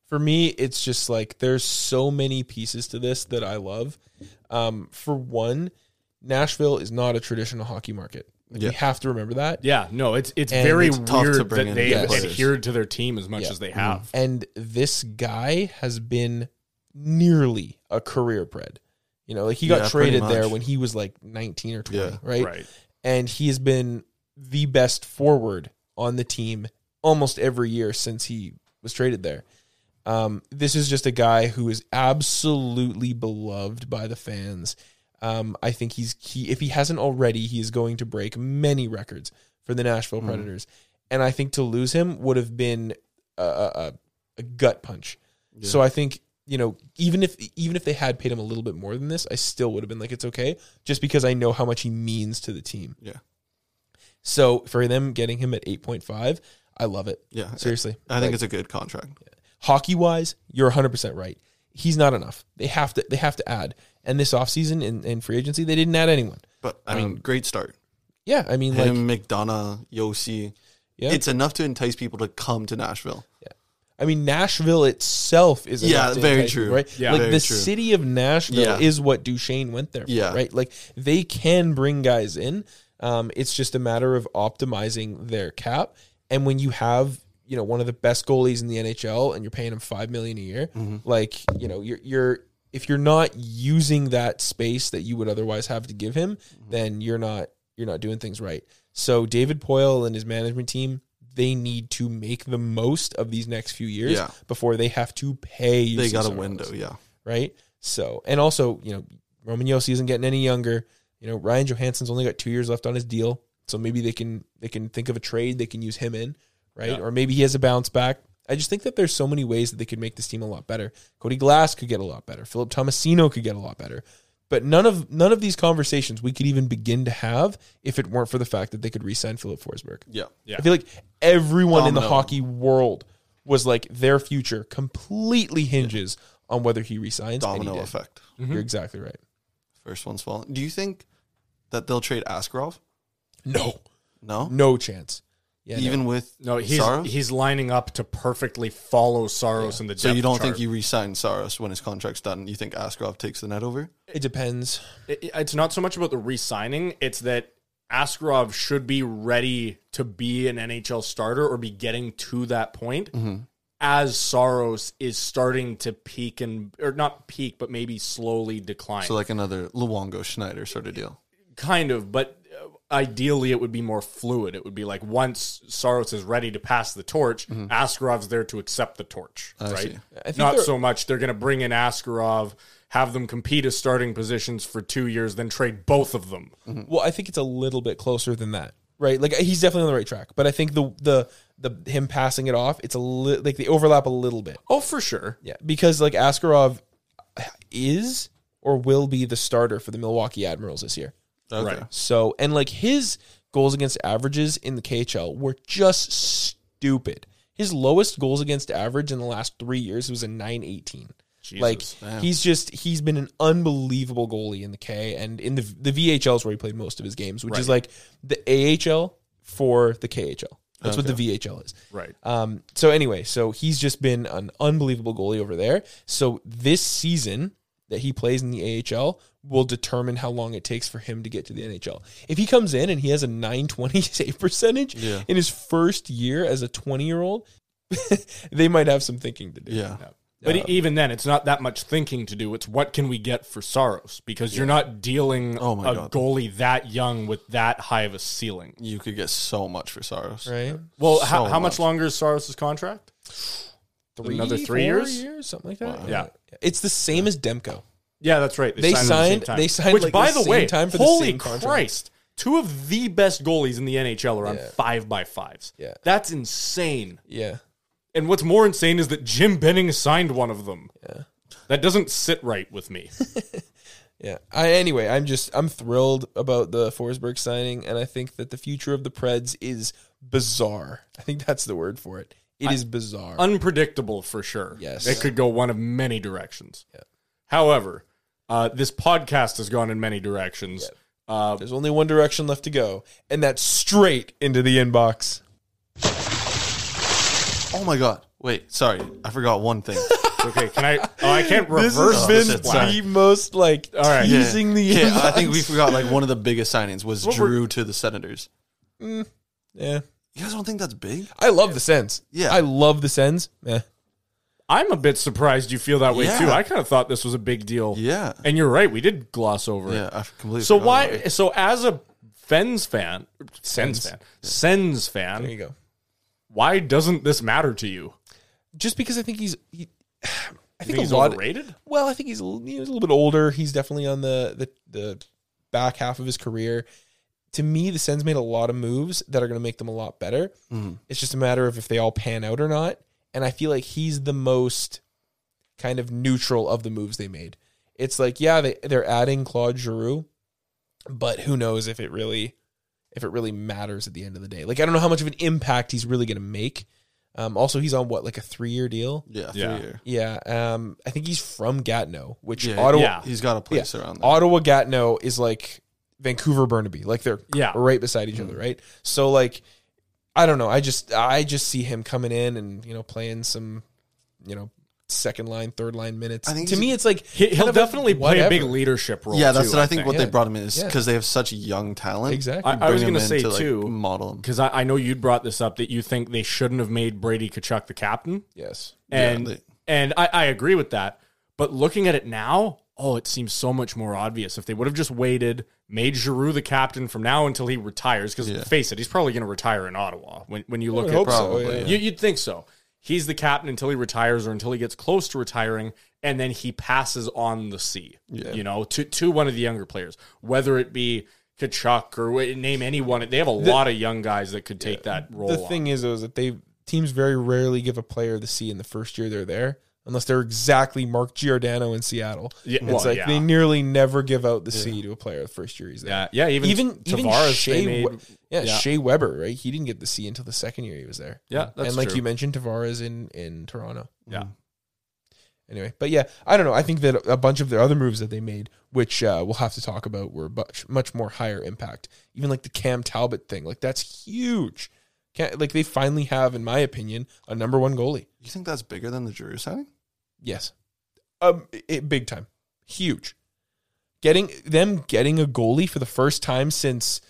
[SPEAKER 2] For me, it's just like there's so many pieces to this that I love. Um, for one, Nashville is not a traditional hockey market. Like,
[SPEAKER 3] Yeah.
[SPEAKER 2] We have to remember that.
[SPEAKER 1] Yeah, no, it's it's
[SPEAKER 2] And
[SPEAKER 1] very
[SPEAKER 2] it's
[SPEAKER 3] tough to
[SPEAKER 1] weird
[SPEAKER 3] bring
[SPEAKER 1] that
[SPEAKER 3] in
[SPEAKER 1] they
[SPEAKER 2] new
[SPEAKER 1] have
[SPEAKER 2] players.
[SPEAKER 1] adhered to their team as much
[SPEAKER 2] Yeah.
[SPEAKER 1] as they have.
[SPEAKER 2] And this guy has been nearly a career pred. You know, like he got
[SPEAKER 3] Yeah, pretty
[SPEAKER 2] traded there
[SPEAKER 3] much.
[SPEAKER 2] when he was like 19 or 20,
[SPEAKER 3] Yeah.
[SPEAKER 2] right?
[SPEAKER 1] Right.
[SPEAKER 2] and he has been the best forward on the team almost every year since he was traded there. Um, this is just a guy who is absolutely beloved by the fans. Um, I think he's he if he hasn't already, he is going to break many records for the Nashville
[SPEAKER 3] Mhm.
[SPEAKER 2] Predators, and I think to lose him would have been a, a, a- a gut punch. So I think you know even if even if they had paid him a little bit more than this, I still would have been like it's okay, just because I know how much he means to the team.
[SPEAKER 3] Yeah.
[SPEAKER 2] So for them getting him at 8.5, I love it.
[SPEAKER 3] Yeah.
[SPEAKER 2] Seriously.
[SPEAKER 3] I think it's a good contract.
[SPEAKER 2] hockey wise, you're 100% right. He's not enough. They have to they have to add. And this offseason in, in free agency, they didn't add anyone.
[SPEAKER 3] But I mean,
[SPEAKER 2] Um,
[SPEAKER 3] great start.
[SPEAKER 2] Yeah, I mean like
[SPEAKER 3] Him, McDonough, Yossi.
[SPEAKER 2] Yeah.
[SPEAKER 3] It's enough to entice people to come to Nashville.
[SPEAKER 2] I mean, Nashville itself is
[SPEAKER 3] Yeah,
[SPEAKER 2] enough to
[SPEAKER 3] very
[SPEAKER 2] entice
[SPEAKER 3] true.
[SPEAKER 2] people, right?
[SPEAKER 1] Yeah.
[SPEAKER 2] like
[SPEAKER 3] Very
[SPEAKER 2] the
[SPEAKER 3] true.
[SPEAKER 2] city of Nashville
[SPEAKER 3] Yeah.
[SPEAKER 2] is what Duchesne went there. For,
[SPEAKER 3] Yeah.
[SPEAKER 2] right. Like they can bring guys in. Um, it's just a matter of optimizing their cap. And when you have you know one of the best goalies in the NHL and you're paying him five million a year,
[SPEAKER 3] Mm-hmm.
[SPEAKER 2] like you know you're you're if you're not using that space that you would otherwise have to give him,
[SPEAKER 3] Mm-hmm.
[SPEAKER 2] then you're not you're not doing things right. So David Poyle and his management team, they need to make the most of these next few years
[SPEAKER 3] Yeah.
[SPEAKER 2] before they have to pay. you
[SPEAKER 3] They got a
[SPEAKER 2] someone
[SPEAKER 3] window,
[SPEAKER 2] else,
[SPEAKER 3] yeah.
[SPEAKER 2] right? So, and also, you know, Roman Yossi isn't getting any younger. You know, Ryan Johansson's only got two years left on his deal, so maybe they can they can think of a trade they can use him in, right?
[SPEAKER 1] Yeah.
[SPEAKER 2] Or maybe he has a bounce back. I just think that there's so many ways that they could make this team a lot better. Cody Glass could get a lot better. Philip Tomasino could get a lot better. But none of none of these conversations we could even begin to have if it weren't for the fact that they could re-sign Philip Forsberg.
[SPEAKER 3] Yeah.
[SPEAKER 1] Yeah.
[SPEAKER 2] I feel like everyone in the
[SPEAKER 3] Domino.
[SPEAKER 2] hockey world was like their future completely hinges on whether he resigns. and he
[SPEAKER 3] Domino
[SPEAKER 2] did.
[SPEAKER 3] effect.
[SPEAKER 2] You're exactly right.
[SPEAKER 3] First one's fallen. Do you think that they'll trade Askarov?
[SPEAKER 2] No,
[SPEAKER 3] No.
[SPEAKER 2] no chance. Yeah, no.
[SPEAKER 3] Even with
[SPEAKER 1] No, he's
[SPEAKER 3] Saros?
[SPEAKER 1] he's lining up to perfectly follow Soros in the depth
[SPEAKER 3] so you don't
[SPEAKER 1] chart.
[SPEAKER 3] think you resign Saros when his contract's done? You think Askarov takes the net over?
[SPEAKER 2] it depends.
[SPEAKER 1] It- it's not so much about the re-signing; it's that Askarov should be ready to be an NHL starter or be getting to that point
[SPEAKER 3] Mm-hmm.
[SPEAKER 1] as Soros is starting to peak and or not peak, but maybe slowly decline.
[SPEAKER 3] So like another Luongo Schneider sort of deal.
[SPEAKER 1] kind of, but uh, ideally it would be more fluid. It would be like once Soros is ready to pass the torch, Askarov's there to accept the torch, right?
[SPEAKER 3] Mm-hmm. see.
[SPEAKER 2] I think
[SPEAKER 1] Not
[SPEAKER 2] they're-
[SPEAKER 1] so much they're going to bring in Askarov, have them compete as starting positions for 2 years then trade both of them.
[SPEAKER 3] Hmm.
[SPEAKER 2] Well, I think it's a little bit closer than that, right? Like he's definitely on the right track, but I think the the the him passing it off, it's a li- like they overlap a little bit.
[SPEAKER 1] Oh, for sure.
[SPEAKER 2] Yeah, because like Askarov is or will be the starter for the Milwaukee Admirals this year.
[SPEAKER 3] Okay.
[SPEAKER 1] Right.
[SPEAKER 2] So and like his goals against averages in the KHL were just stupid. His lowest goals against average in the last three years was a nine eighteen. Like he's just he's been an unbelievable goalie in the K and in the the VHL is where he played most of his games, which is like the AHL for the KHL. That's what the VHL is.
[SPEAKER 1] Right.
[SPEAKER 2] Um, so anyway, so he's just been an unbelievable goalie over there. So this season that he plays in the AHL will determine how long it takes for him to get to the NHL. If he comes in and he has a 920 save percentage
[SPEAKER 3] Yeah.
[SPEAKER 2] in his first year as a 20 year old, they might have some thinking to do.
[SPEAKER 3] Yeah.
[SPEAKER 1] But e- even then, it's not that much thinking to do. It's what can we get for Soros because you're not dealing
[SPEAKER 3] Oh my
[SPEAKER 1] a
[SPEAKER 3] God.
[SPEAKER 1] goalie that young with that high of a ceiling.
[SPEAKER 3] You could get so much for Saros.
[SPEAKER 2] Right?
[SPEAKER 1] Well,
[SPEAKER 3] So
[SPEAKER 1] how, how
[SPEAKER 3] much.
[SPEAKER 1] much longer is Soros' contract? Another three
[SPEAKER 2] four
[SPEAKER 1] years?
[SPEAKER 2] something like that.
[SPEAKER 1] Yeah.
[SPEAKER 2] It's the same as Demko.
[SPEAKER 1] Yeah, that's right.
[SPEAKER 2] They
[SPEAKER 1] at the same
[SPEAKER 2] signed-
[SPEAKER 1] time.
[SPEAKER 2] they signed,
[SPEAKER 1] Which,
[SPEAKER 2] like,
[SPEAKER 1] by
[SPEAKER 2] the
[SPEAKER 1] the
[SPEAKER 2] same
[SPEAKER 1] way,
[SPEAKER 2] time for the
[SPEAKER 1] holy
[SPEAKER 2] same contract.
[SPEAKER 1] Christ, two of the best goalies in the NHL are on
[SPEAKER 2] Yeah.
[SPEAKER 1] five by fives.
[SPEAKER 2] Yeah.
[SPEAKER 1] that's insane.
[SPEAKER 2] Yeah.
[SPEAKER 1] And what's more insane is that Jim Benning signed one of them. Yeah, that doesn't sit right with me.
[SPEAKER 2] Yeah. I anyway, I'm just I'm thrilled about the Forsberg signing, and I think that the future of the Preds is bizarre. I think that's the word for it. It is bizarre.
[SPEAKER 1] Unpredictable for sure.
[SPEAKER 2] Yes.
[SPEAKER 1] it could go one of many directions. However, uh, this podcast has gone in many directions. Uh,
[SPEAKER 2] There's only one direction left to go, and that's straight into the inbox.
[SPEAKER 3] Oh my god. Wait, sorry. I forgot one thing.
[SPEAKER 1] okay, can I? Oh, I can't reverse
[SPEAKER 3] been
[SPEAKER 1] this.
[SPEAKER 3] Opposite
[SPEAKER 1] plan.
[SPEAKER 3] side.
[SPEAKER 2] the most like
[SPEAKER 1] right. Yeah.
[SPEAKER 2] teasing the
[SPEAKER 3] yeah,
[SPEAKER 2] inbox.
[SPEAKER 3] I think we forgot like one of the biggest signings was
[SPEAKER 1] What were-
[SPEAKER 3] Drew to the Senators.
[SPEAKER 2] yeah.
[SPEAKER 3] You guys don't think that's big?
[SPEAKER 2] I love the sends.
[SPEAKER 3] Yeah.
[SPEAKER 2] I love the sends. Eh.
[SPEAKER 1] I'm a bit surprised you feel that way
[SPEAKER 3] Yeah.
[SPEAKER 1] too. I kind of thought this was a big deal.
[SPEAKER 3] Yeah.
[SPEAKER 1] And you're right, we did gloss over
[SPEAKER 3] Yeah,
[SPEAKER 1] it.
[SPEAKER 3] I completely
[SPEAKER 1] So
[SPEAKER 3] forgot
[SPEAKER 1] why
[SPEAKER 3] about it.
[SPEAKER 1] so as a Fens fan, Sens fan, Sens
[SPEAKER 2] There
[SPEAKER 1] fan,
[SPEAKER 2] you go.
[SPEAKER 1] why doesn't this matter to you?
[SPEAKER 2] Just because I think he's he,
[SPEAKER 1] You
[SPEAKER 2] I think,
[SPEAKER 1] think he's
[SPEAKER 2] a lot
[SPEAKER 1] overrated?
[SPEAKER 2] Well, I think he's a little, he's a little bit older. He's definitely on the, the the back half of his career. To me, the Sens made a lot of moves that are going to make them a lot better. It's just a matter of if they all pan out or not. And I feel like he's the most kind of neutral of the moves they made. It's like, yeah, they, they're adding Claude Giroux, but who knows if it really if it really matters at the end of the day. Like I don't know how much of an impact he's really going to make. Um, also, he's on what like a three year deal.
[SPEAKER 3] Yeah,
[SPEAKER 1] Yeah.
[SPEAKER 3] three year.
[SPEAKER 2] Yeah, um, I think he's from Gatineau, which
[SPEAKER 3] Yeah,
[SPEAKER 2] Ottawa
[SPEAKER 1] yeah.
[SPEAKER 3] He's got a place around there.
[SPEAKER 2] Ottawa Gatineau is like Vancouver Burnaby, like they're
[SPEAKER 1] Yeah.
[SPEAKER 2] right beside each
[SPEAKER 1] Mm.
[SPEAKER 2] other, right? So like, I don't know. I just I just see him coming in and you know playing some, you know, second line, third line minutes.
[SPEAKER 3] I think
[SPEAKER 2] to
[SPEAKER 3] he's-
[SPEAKER 2] me, it's like
[SPEAKER 1] He, he'll
[SPEAKER 2] kind of
[SPEAKER 1] definitely play a big
[SPEAKER 2] whatever.
[SPEAKER 1] leadership role.
[SPEAKER 3] Yeah, that's
[SPEAKER 1] too,
[SPEAKER 3] what I think. What
[SPEAKER 1] yeah.
[SPEAKER 3] they brought him in is
[SPEAKER 2] Yeah.
[SPEAKER 3] because they have such young talent.
[SPEAKER 2] Exactly.
[SPEAKER 1] I, I was
[SPEAKER 3] Bring
[SPEAKER 1] going to
[SPEAKER 3] him in
[SPEAKER 1] say
[SPEAKER 3] like,
[SPEAKER 1] too,
[SPEAKER 3] model him.
[SPEAKER 1] because I, I know you'd brought this up that you think they shouldn't have made Brady Kachuk the captain,
[SPEAKER 2] yes.
[SPEAKER 1] and
[SPEAKER 3] they-
[SPEAKER 1] and I, I agree with that. But looking at it now, oh, it seems so much more obvious. If they would have just waited, made Giroux the captain from now until he retires, because
[SPEAKER 3] Yeah.
[SPEAKER 1] face it, he's probably going to retire in Ottawa. When when you look
[SPEAKER 2] would
[SPEAKER 1] at
[SPEAKER 2] hope so,
[SPEAKER 1] probably
[SPEAKER 2] yeah.
[SPEAKER 1] you, you'd think so. He's the captain until he retires or until he gets close to retiring, and then he passes on the C.
[SPEAKER 3] Yeah.
[SPEAKER 1] You know, to to one of the younger players, whether it be. Kachuk or wh- name anyone. They have a lot of young guys that could take that role.
[SPEAKER 2] The
[SPEAKER 1] on.
[SPEAKER 2] thing is, though, is that they teams very rarely give a player the C in the first year they're there, unless they're exactly Mark Giordano in Seattle.
[SPEAKER 1] Yeah,
[SPEAKER 2] it's
[SPEAKER 1] well,
[SPEAKER 2] like
[SPEAKER 1] yeah.
[SPEAKER 2] they nearly never give out the C to a player the first year he's there.
[SPEAKER 1] yeah, yeah, even
[SPEAKER 2] even
[SPEAKER 1] T-
[SPEAKER 2] even
[SPEAKER 1] Tavares,
[SPEAKER 2] Shea,
[SPEAKER 1] they made-
[SPEAKER 2] We- yeah,
[SPEAKER 1] yeah.
[SPEAKER 2] Shea Weber, right? He didn't get the C until the second year he was there.
[SPEAKER 1] Yeah, that's
[SPEAKER 2] and like
[SPEAKER 1] true.
[SPEAKER 2] you mentioned, Tavares in in Toronto.
[SPEAKER 1] Yeah.
[SPEAKER 2] Anyway, but yeah, I don't know. I think that a bunch of their other moves that they made, which uh, we'll have to talk about, were much much more higher impact. Even like the Cam Talbot thing, like that's huge. Can't, like they finally have, in my opinion, a number one goalie.
[SPEAKER 3] You think that's bigger than the Giroux signing?
[SPEAKER 2] Yes. Um it, big time. Huge. Getting them getting a goalie for the first time since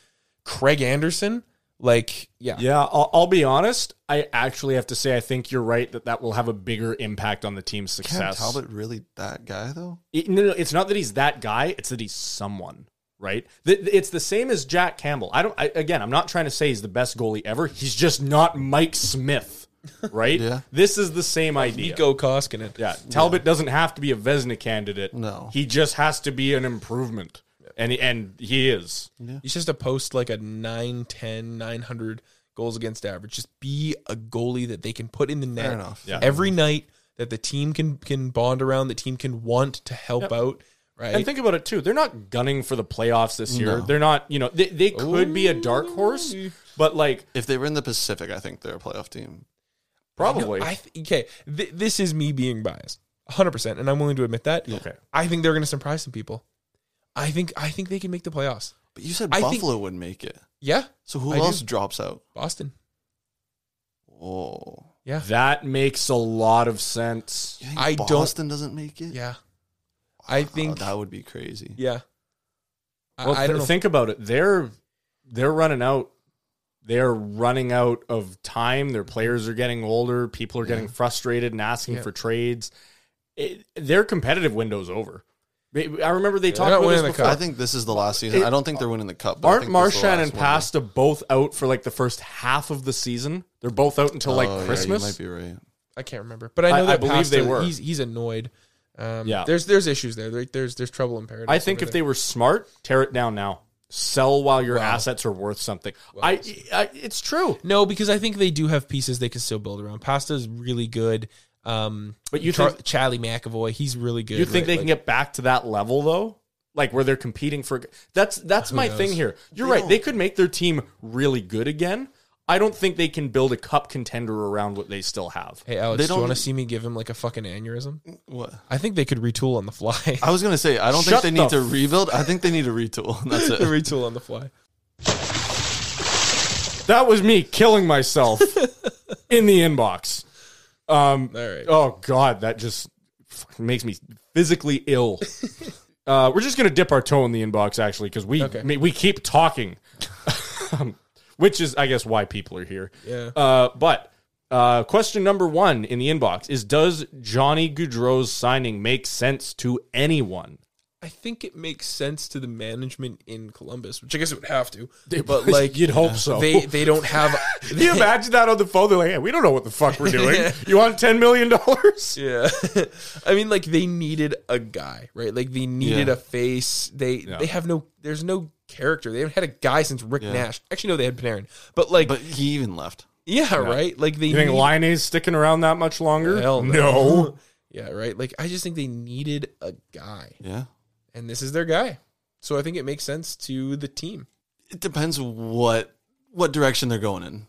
[SPEAKER 2] Craig Anderson, like yeah.
[SPEAKER 1] Yeah, I'll, I'll be honest. I actually have to say I think you're right that that will have a bigger impact on the team's
[SPEAKER 3] Cam
[SPEAKER 1] success.
[SPEAKER 3] Talbot really that guy though?
[SPEAKER 1] It- no, no, it's not that he's that guy. It's that he's someone, right? Th- It's the same as Jack Campbell. I don't. I, again, I'm not trying to say he's the best goalie ever. He's just not Mike Smith, right?
[SPEAKER 3] Yeah.
[SPEAKER 1] This is the same idea.
[SPEAKER 2] Nico Koskinen.
[SPEAKER 1] Yeah, Talbot doesn't have to be a Vesna candidate.
[SPEAKER 3] No.
[SPEAKER 1] he just has to be an improvement, and and he is.
[SPEAKER 2] He's just a post like a 9 10 900 goals against average. Just be a goalie that they can put in the net
[SPEAKER 3] Fair enough.
[SPEAKER 1] Yeah.
[SPEAKER 2] every night that the team can can bond around, the team can want to help out, right?
[SPEAKER 1] And think about it too. They're not gunning for the playoffs this year.
[SPEAKER 3] No.
[SPEAKER 1] They're not, you know, they, they could be a dark horse, but like
[SPEAKER 3] If they were in the Pacific, I think they're a playoff team.
[SPEAKER 1] probably.
[SPEAKER 2] No, I th- okay, th- this is me being biased, hundred percent, and I'm willing to admit that.
[SPEAKER 1] Okay.
[SPEAKER 2] I think they're going to surprise some people. I think I think they can make the playoffs.
[SPEAKER 3] But you said
[SPEAKER 2] I think-
[SPEAKER 3] Buffalo would make it.
[SPEAKER 2] Yeah,
[SPEAKER 3] So who
[SPEAKER 2] I do.
[SPEAKER 3] else drops out?
[SPEAKER 2] Boston.
[SPEAKER 3] Oh.
[SPEAKER 2] Yeah,
[SPEAKER 1] That makes a lot of sense.
[SPEAKER 3] You think
[SPEAKER 2] I don't-
[SPEAKER 3] Boston doesn't make it?
[SPEAKER 2] yeah. I
[SPEAKER 1] Oh,
[SPEAKER 3] Wow,
[SPEAKER 2] think
[SPEAKER 3] that would be crazy.
[SPEAKER 2] yeah. I,
[SPEAKER 1] Well,
[SPEAKER 2] I don't
[SPEAKER 1] th-
[SPEAKER 2] know.
[SPEAKER 1] think about it. They're they're running out. They're running out of time. Their players are getting older. People are getting frustrated and asking
[SPEAKER 2] Yeah.
[SPEAKER 1] for trades. It, their competitive window's over. They- I remember they talked about
[SPEAKER 2] not
[SPEAKER 1] this
[SPEAKER 2] winning the
[SPEAKER 1] before.
[SPEAKER 3] I think this is the last season.
[SPEAKER 1] It-
[SPEAKER 3] I don't think they're winning the cup. But I
[SPEAKER 1] Aren't
[SPEAKER 3] think this is the
[SPEAKER 1] Marshan
[SPEAKER 3] last
[SPEAKER 1] and
[SPEAKER 3] one.
[SPEAKER 1] Pasta both out for like the first half of the season? They're both out until like
[SPEAKER 3] Oh, yeah, you
[SPEAKER 1] Christmas.
[SPEAKER 3] might be right.
[SPEAKER 2] I can't remember, but I know
[SPEAKER 1] I-
[SPEAKER 2] that
[SPEAKER 1] I believe they
[SPEAKER 2] Pasta,
[SPEAKER 1] were.
[SPEAKER 2] He's he's annoyed. Um,
[SPEAKER 1] Yeah.
[SPEAKER 2] there's there's issues there. There- There's there's trouble in paradise.
[SPEAKER 1] I think
[SPEAKER 2] over
[SPEAKER 1] if
[SPEAKER 2] there.
[SPEAKER 1] they were smart, tear it down now. Sell while your
[SPEAKER 2] Wow.
[SPEAKER 1] assets are worth something. I, I, it's true.
[SPEAKER 2] no, because I think they do have pieces they can still build around. Pasta is really good. Um,
[SPEAKER 1] But you
[SPEAKER 2] Char-
[SPEAKER 1] think-
[SPEAKER 2] Charlie McAvoy, he's really good.
[SPEAKER 1] You think
[SPEAKER 2] right?
[SPEAKER 1] they
[SPEAKER 2] Like-
[SPEAKER 1] can get back to that level though? Like where they're competing for that's that's my thing here. You're right. They could make their team really good again. I don't think they can build a cup contender around what they still have.
[SPEAKER 2] Hey Alex,
[SPEAKER 3] They
[SPEAKER 2] do you
[SPEAKER 3] don't-
[SPEAKER 2] want to see me give him like a fucking aneurysm?
[SPEAKER 3] What?
[SPEAKER 2] I think they could retool on the fly.
[SPEAKER 3] I was gonna say I don't
[SPEAKER 1] Shut
[SPEAKER 3] think they
[SPEAKER 1] the
[SPEAKER 3] need to
[SPEAKER 1] f-
[SPEAKER 3] rebuild. I think they need to retool. That's it.
[SPEAKER 2] retool on the fly.
[SPEAKER 1] That was me killing myself in the inbox. Um
[SPEAKER 2] All right.
[SPEAKER 1] Oh God, that just fucking makes me physically ill. uh, we're just gonna dip our toe in the inbox actually because we
[SPEAKER 2] Okay.
[SPEAKER 1] ma- we keep talking, Um, which is I guess why people are here.
[SPEAKER 2] Yeah.
[SPEAKER 1] Uh, but uh, question number one in the inbox is: Does Johnny Goudreau's signing make sense to anyone?
[SPEAKER 2] I think it makes sense to the management in Columbus, which I guess it would have to. but like
[SPEAKER 1] you'd hope so.
[SPEAKER 2] they they don't have
[SPEAKER 1] Can you imagine that on the phone? They're like, hey, we don't know what the fuck we're doing. You want $10 million?
[SPEAKER 2] Yeah. I mean like they needed a guy, right? Like they needed
[SPEAKER 3] Yeah.
[SPEAKER 2] a face. They they have no there's no character. They haven't had a guy since Rick Nash. Actually no, they had Panarin. But like
[SPEAKER 3] But he even left.
[SPEAKER 2] yeah, right? Like they
[SPEAKER 1] You think
[SPEAKER 2] need-
[SPEAKER 1] Line's sticking around that much longer?
[SPEAKER 2] Hell
[SPEAKER 1] no.
[SPEAKER 2] Yeah, right? Like I just think they needed a guy.
[SPEAKER 3] Yeah.
[SPEAKER 2] and this is their guy. So I think it makes sense to the team.
[SPEAKER 3] It depends what what direction they're going in.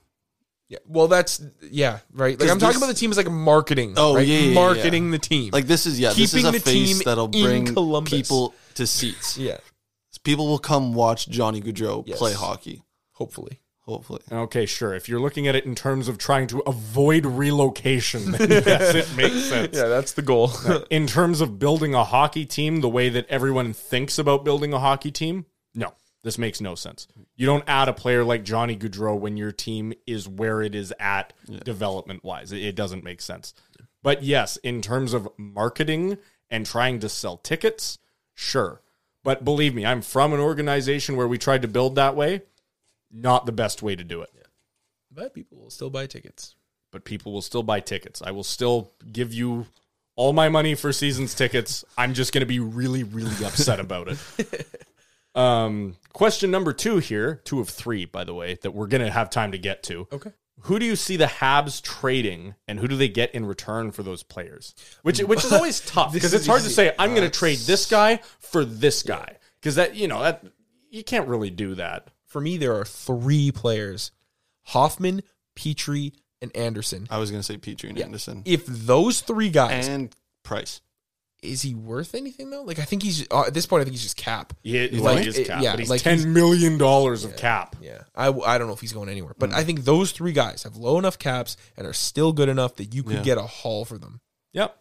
[SPEAKER 2] Yeah. Well, that's yeah, right. Like
[SPEAKER 3] 'Cause
[SPEAKER 2] I'm talking
[SPEAKER 3] this-
[SPEAKER 2] about the team as like marketing.
[SPEAKER 3] Oh,
[SPEAKER 2] right?
[SPEAKER 3] yeah, yeah, yeah, yeah.
[SPEAKER 2] marketing the team.
[SPEAKER 3] Like this is yeah, this is
[SPEAKER 2] Keeping
[SPEAKER 3] a
[SPEAKER 2] the
[SPEAKER 3] face
[SPEAKER 2] team
[SPEAKER 3] that'll
[SPEAKER 2] in
[SPEAKER 3] bring
[SPEAKER 2] Columbus.
[SPEAKER 3] people to seats.
[SPEAKER 2] yeah,
[SPEAKER 3] People will come watch Johnny Gaudreau
[SPEAKER 2] Yes.
[SPEAKER 3] play hockey.
[SPEAKER 2] hopefully.
[SPEAKER 3] Hopefully,
[SPEAKER 1] Okay, sure. If you're looking at it in terms of trying to avoid relocation, then yes, it makes sense.
[SPEAKER 2] Yeah, that's the goal.
[SPEAKER 1] In terms of building a hockey team the way that everyone thinks about building a hockey team, no, this makes no sense. You don't add a player like Johnny Goudreau when your team is where it is at development wise. It, it doesn't make sense. But yes, in terms of marketing and trying to sell tickets, sure. But believe me, I'm from an organization where we tried to build that way. Not the best way to do it
[SPEAKER 2] but people will still buy tickets.
[SPEAKER 1] but people will still buy tickets. I will still give you all my money for season's tickets. I'm just going to be really, really upset about it. Um, question number two here, two of three, by the way, that we're going to have time to get to.
[SPEAKER 2] Okay.
[SPEAKER 1] Who do you see the Habs trading, and who do they get in return for those players? Which which is always tough because it's hard to say I'm
[SPEAKER 2] Uh,
[SPEAKER 1] going to trade this guy for this guy because that you know that you can't really do that.
[SPEAKER 2] For me, there are three players: Hoffman, Petrie, and Anderson.
[SPEAKER 3] I was gonna say Petrie and
[SPEAKER 1] Um,
[SPEAKER 3] Anderson
[SPEAKER 2] If those three guys,
[SPEAKER 3] and Price.
[SPEAKER 2] is he worth anything though? Like I think he's uh, at this point. I think he's just cap.
[SPEAKER 1] Yeah,
[SPEAKER 2] Like,
[SPEAKER 1] he is
[SPEAKER 2] it-
[SPEAKER 1] cap,
[SPEAKER 2] yeah,
[SPEAKER 1] but he's
[SPEAKER 2] like
[SPEAKER 1] ten million dollars of cap.
[SPEAKER 2] Yeah, I, w- I don't know if he's going anywhere,
[SPEAKER 1] Mm.
[SPEAKER 2] but I think those three guys have low enough caps and are still good enough that you could
[SPEAKER 3] Yeah.
[SPEAKER 2] get a haul for them.
[SPEAKER 1] Yep.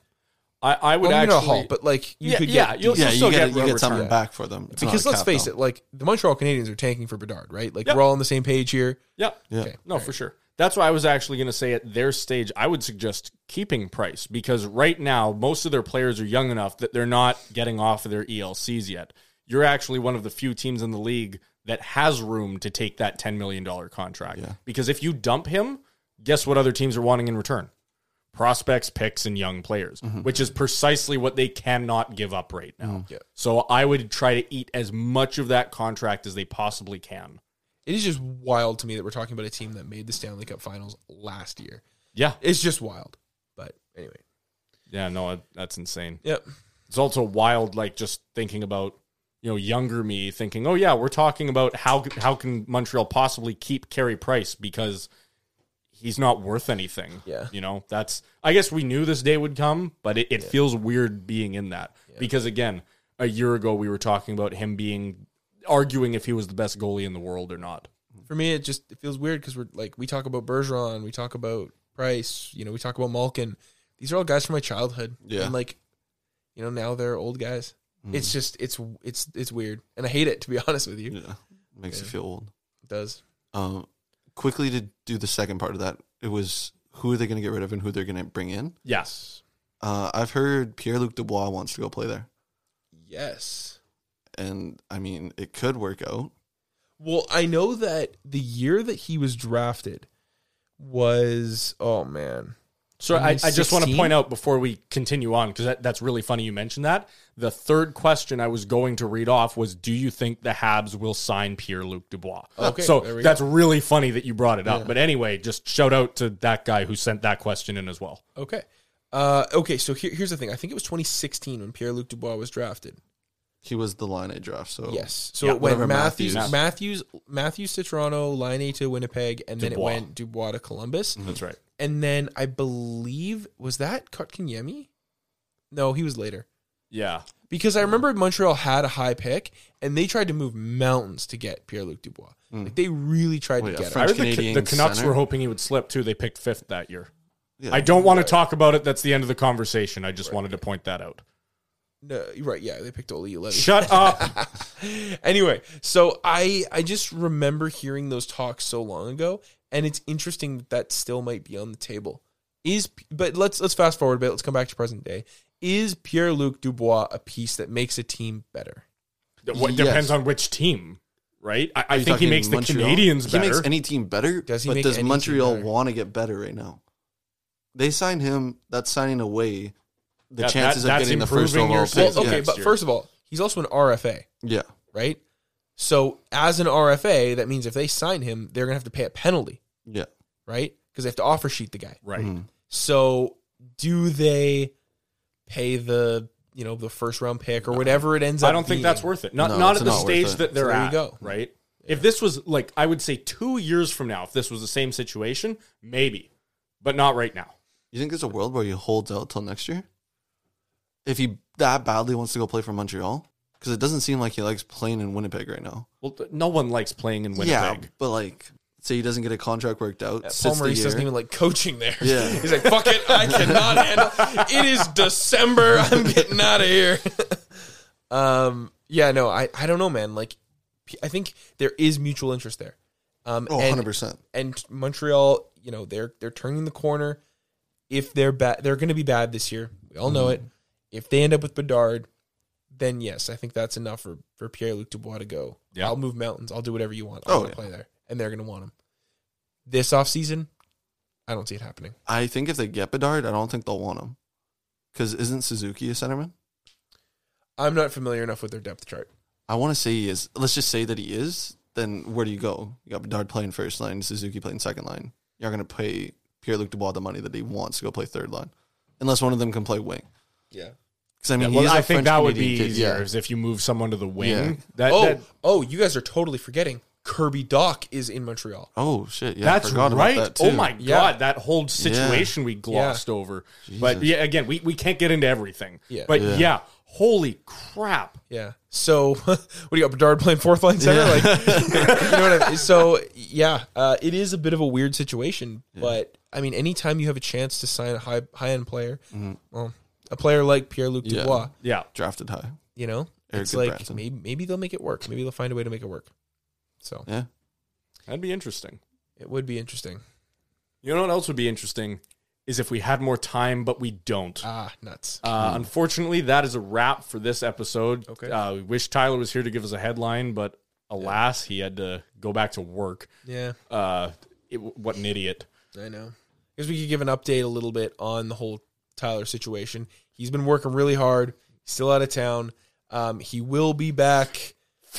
[SPEAKER 1] I, I would
[SPEAKER 2] Well, maybe
[SPEAKER 1] actually.
[SPEAKER 2] not a haul, but like you
[SPEAKER 1] yeah,
[SPEAKER 2] could
[SPEAKER 1] yeah,
[SPEAKER 2] get
[SPEAKER 1] you'll,
[SPEAKER 3] Yeah,
[SPEAKER 1] you'll
[SPEAKER 3] you
[SPEAKER 1] still
[SPEAKER 3] get
[SPEAKER 1] get,
[SPEAKER 3] you
[SPEAKER 1] a
[SPEAKER 3] get something
[SPEAKER 1] return.
[SPEAKER 3] back for them It's not
[SPEAKER 2] because
[SPEAKER 3] a
[SPEAKER 2] let's
[SPEAKER 3] cap,
[SPEAKER 2] face
[SPEAKER 3] though.
[SPEAKER 2] it, like the Montreal Canadiens are tanking for Bedard, right? Like
[SPEAKER 1] Yep.
[SPEAKER 2] we're all on the same page here.
[SPEAKER 1] Yep.
[SPEAKER 3] Yeah.
[SPEAKER 2] Okay.
[SPEAKER 1] No, for sure. That's why I was actually going to say at their stage, I would suggest keeping Price because right now most of their players are young enough that they're not getting off of their ELCs yet. You're actually one of the few teams in the league that has room to take that ten million dollar contract because if you dump him, guess what other teams are wanting in return? Prospects, picks, and young players, which is precisely what they cannot give up right now.
[SPEAKER 2] Yeah.
[SPEAKER 1] So I would try to eat as much of that contract as they possibly can.
[SPEAKER 2] It is just wild to me that we're talking about a team that made the Stanley Cup Finals last year.
[SPEAKER 1] Yeah.
[SPEAKER 2] It's just wild. But anyway,
[SPEAKER 1] Yeah, no, that- that's insane.
[SPEAKER 2] yep.
[SPEAKER 1] It's also wild, like just thinking about you know younger me thinking, oh yeah, we're talking about how how can Montreal possibly keep Carey Price because he's not worth anything.
[SPEAKER 2] Yeah.
[SPEAKER 1] you know that's I guess we knew this day would come, but it, it feels weird being in that because again, a year ago we were talking about him being arguing if he was the best goalie in the world or not.
[SPEAKER 2] For me, it just it feels weird because we're like we talk about Bergeron, we talk about Price, you know, we talk about Malkin. These are all guys from my childhood.
[SPEAKER 3] Yeah. Hmm.
[SPEAKER 2] and like you know now they're old guys. It's just it's it's it's weird, and I hate it to be honest with you.
[SPEAKER 3] Yeah, makes you feel old.
[SPEAKER 2] It does
[SPEAKER 3] Um, quickly to do the second part of that, it was who are they going to get rid of and who they're going to bring in.
[SPEAKER 1] Yes,
[SPEAKER 3] Uh, I've heard Pierre Luc Dubois wants to go play there,
[SPEAKER 2] yes.
[SPEAKER 3] and I mean it could work out.
[SPEAKER 2] Well, I know that the year that he was drafted was oh man.
[SPEAKER 1] So I, I just want to
[SPEAKER 2] 2016?
[SPEAKER 1] point out before we continue on, because that, that's really funny you mentioned that. The third question I was going to read off was Do you think the Habs will sign Pierre Luc Dubois?
[SPEAKER 2] Oh, Okay,
[SPEAKER 1] so
[SPEAKER 2] there we
[SPEAKER 1] that's really funny that you brought it up. But anyway, just shout out to that guy who sent that question in as well.
[SPEAKER 2] Okay. Uh, okay, so here, here's the thing. I think it was 2016 when Pierre Luc Dubois was drafted.
[SPEAKER 3] He was the line A draft, so
[SPEAKER 2] Yes. So
[SPEAKER 1] Yeah,
[SPEAKER 2] it went
[SPEAKER 3] whatever
[SPEAKER 2] Matthews,
[SPEAKER 3] Oh. Matthews-
[SPEAKER 2] Matthews, Matthews, to Toronto, Line to Winnipeg, and then it
[SPEAKER 1] Dubois. Mm-hmm.
[SPEAKER 2] went Dubois to Columbus.
[SPEAKER 1] That's right.
[SPEAKER 2] And then I believe was that Kotkaniemi? No, he was later.
[SPEAKER 1] Yeah.
[SPEAKER 2] Because I remember Montreal had a high pick and they tried to move mountains to get Pierre Luc Dubois. Like they really tried
[SPEAKER 3] Well,
[SPEAKER 2] to
[SPEAKER 3] yeah,
[SPEAKER 2] get him.
[SPEAKER 1] I heard the, Ca-
[SPEAKER 3] Canadian
[SPEAKER 1] the Canucks
[SPEAKER 3] center.
[SPEAKER 1] were hoping he would slip too. They picked fifth that year.
[SPEAKER 3] Yeah.
[SPEAKER 1] I don't want to talk about it. That's the end of the conversation. I just wanted to point that out.
[SPEAKER 2] No, you're right. Yeah, they picked Ole Levy.
[SPEAKER 1] Shut up.
[SPEAKER 2] anyway, so I I just remember hearing those talks so long ago, and it's interesting that that still might be on the table. Is but let's let's fast forward a bit. Let's come back to present day. Is Pierre Luc Dubois a piece that makes a team better?
[SPEAKER 1] What
[SPEAKER 3] Yes.
[SPEAKER 1] depends on which team, right? I, I
[SPEAKER 3] Are you
[SPEAKER 1] think he
[SPEAKER 3] talking
[SPEAKER 1] makes the
[SPEAKER 3] Montreal?
[SPEAKER 1] Canadians better.
[SPEAKER 3] He makes any team better.
[SPEAKER 2] Does he
[SPEAKER 3] but
[SPEAKER 2] make
[SPEAKER 3] does
[SPEAKER 2] any team
[SPEAKER 3] Montreal
[SPEAKER 2] better?
[SPEAKER 3] want to get better right now? They signed him. That's signing away
[SPEAKER 1] That-
[SPEAKER 3] the
[SPEAKER 1] that-
[SPEAKER 3] chances of
[SPEAKER 1] that's
[SPEAKER 3] getting the first
[SPEAKER 1] improving your
[SPEAKER 3] overall
[SPEAKER 1] Well,
[SPEAKER 3] pick.
[SPEAKER 1] season.
[SPEAKER 2] Well,
[SPEAKER 3] Yeah.
[SPEAKER 2] okay,
[SPEAKER 1] next
[SPEAKER 2] but
[SPEAKER 1] year.
[SPEAKER 2] first of all, he's also an RFA,
[SPEAKER 3] yeah.
[SPEAKER 2] right? So as an RFA, that means if they sign him, they're gonna have to pay a penalty,
[SPEAKER 3] Yeah.
[SPEAKER 2] right? Because they have to offer sheet the guy.
[SPEAKER 1] right.
[SPEAKER 3] Mhm.
[SPEAKER 2] So do they pay the you know the first round pick or whatever it ends up?
[SPEAKER 1] I don't think
[SPEAKER 2] being?
[SPEAKER 1] that's worth it. Not
[SPEAKER 3] No,
[SPEAKER 1] not
[SPEAKER 3] it's
[SPEAKER 1] at the
[SPEAKER 3] not worth
[SPEAKER 1] stage
[SPEAKER 3] it.
[SPEAKER 1] that they're
[SPEAKER 2] So there you
[SPEAKER 1] at.
[SPEAKER 2] go.
[SPEAKER 1] Right. If this was like, I would say two years from now, if this was the same situation, maybe, but not right now.
[SPEAKER 3] You think there's a world where he holds out till next year? If he that badly wants to go play for Montreal? Because it doesn't seem like he likes playing in Winnipeg right now.
[SPEAKER 1] Well, th- no one likes playing in Winnipeg.
[SPEAKER 3] Yeah, but like, say he doesn't get a contract worked out. sits
[SPEAKER 2] Palmer
[SPEAKER 3] the
[SPEAKER 2] East doesn't
[SPEAKER 3] year.
[SPEAKER 2] even like coaching there.
[SPEAKER 3] Yeah.
[SPEAKER 2] He's like, fuck it, I cannot handle it is December. I'm getting out of here. um yeah, no, I, I don't know, man. Like I think there is mutual interest there. Um
[SPEAKER 3] Oh,
[SPEAKER 2] and,
[SPEAKER 3] 100%.
[SPEAKER 2] and Montreal, you know, they're they're turning the corner. If they're bad, they're going to be bad this year. We all know it. If they end up with Bedard, then yes, I think that's enough for for Pierre Luc Dubois to go.
[SPEAKER 1] Yeah.
[SPEAKER 2] I'll move mountains. I'll do whatever you want. I'll
[SPEAKER 3] Oh,
[SPEAKER 2] wanna
[SPEAKER 3] yeah.
[SPEAKER 2] play there, and they're going to want him. This offseason, I don't see it happening.
[SPEAKER 3] I think if they get Bedard, I don't think they'll want him. Because isn't Suzuki a centerman?
[SPEAKER 2] I'm not familiar enough with their depth chart.
[SPEAKER 3] I want to say he is. Let's just say that he is. Then where do you go? You got Bedard playing first line, Suzuki playing second line. You're going to pay Pierre Luc Dubois the money that he wants to go play third line, unless one of them can play wing.
[SPEAKER 2] Yeah.
[SPEAKER 3] Because I mean,
[SPEAKER 1] well,
[SPEAKER 3] he's
[SPEAKER 1] I
[SPEAKER 3] a
[SPEAKER 1] think
[SPEAKER 3] French
[SPEAKER 1] that would be
[SPEAKER 3] Canadian kid,
[SPEAKER 1] easier
[SPEAKER 3] yeah.
[SPEAKER 1] is if you move someone to the wing.
[SPEAKER 3] Yeah.
[SPEAKER 1] That,
[SPEAKER 2] Oh,
[SPEAKER 1] that-
[SPEAKER 2] oh, you guys are totally forgetting. Kirby Doc is in Montreal.
[SPEAKER 3] Oh shit! Yeah, I
[SPEAKER 1] that's
[SPEAKER 3] forgot about
[SPEAKER 1] right.
[SPEAKER 3] that,
[SPEAKER 1] oh
[SPEAKER 3] too.
[SPEAKER 1] my
[SPEAKER 2] Yeah.
[SPEAKER 1] god, that whole situation we glossed over. But yeah, again, we, we can't get into everything.
[SPEAKER 2] Yeah.
[SPEAKER 1] But
[SPEAKER 3] Yeah.
[SPEAKER 1] yeah, holy crap.
[SPEAKER 2] Yeah. So, what do you got? Bedard playing fourth line center? Like, you know what I mean? So, yeah, uh, it is a bit of a weird situation. But, I mean, anytime you have a chance to sign a high high end player, well, a player like Pierre Luc
[SPEAKER 3] Mm-hmm. Yeah.
[SPEAKER 2] Dubois,
[SPEAKER 1] Yeah.
[SPEAKER 3] Drafted high.
[SPEAKER 2] you know,
[SPEAKER 3] Eric
[SPEAKER 2] it's like
[SPEAKER 3] Goodbranson.
[SPEAKER 2] maybe, maybe they'll make it work. Maybe they'll find a way to make it work. So,
[SPEAKER 3] Yeah.
[SPEAKER 1] That'd be interesting.
[SPEAKER 2] it would be interesting.
[SPEAKER 1] You know what else would be interesting is if we had more time, but we don't.
[SPEAKER 2] Ah, nuts.
[SPEAKER 1] Uh, unfortunately, that is a wrap for this episode.
[SPEAKER 2] Okay.
[SPEAKER 1] Uh, we wish Tyler was here to give us a headline, but alas, he had to go back to work.
[SPEAKER 2] Yeah,
[SPEAKER 1] Uh, it, what an idiot.
[SPEAKER 2] I know. Because we could give an update a little bit on the whole Tyler situation. He's been working really hard, still out of town. Um, he will be back.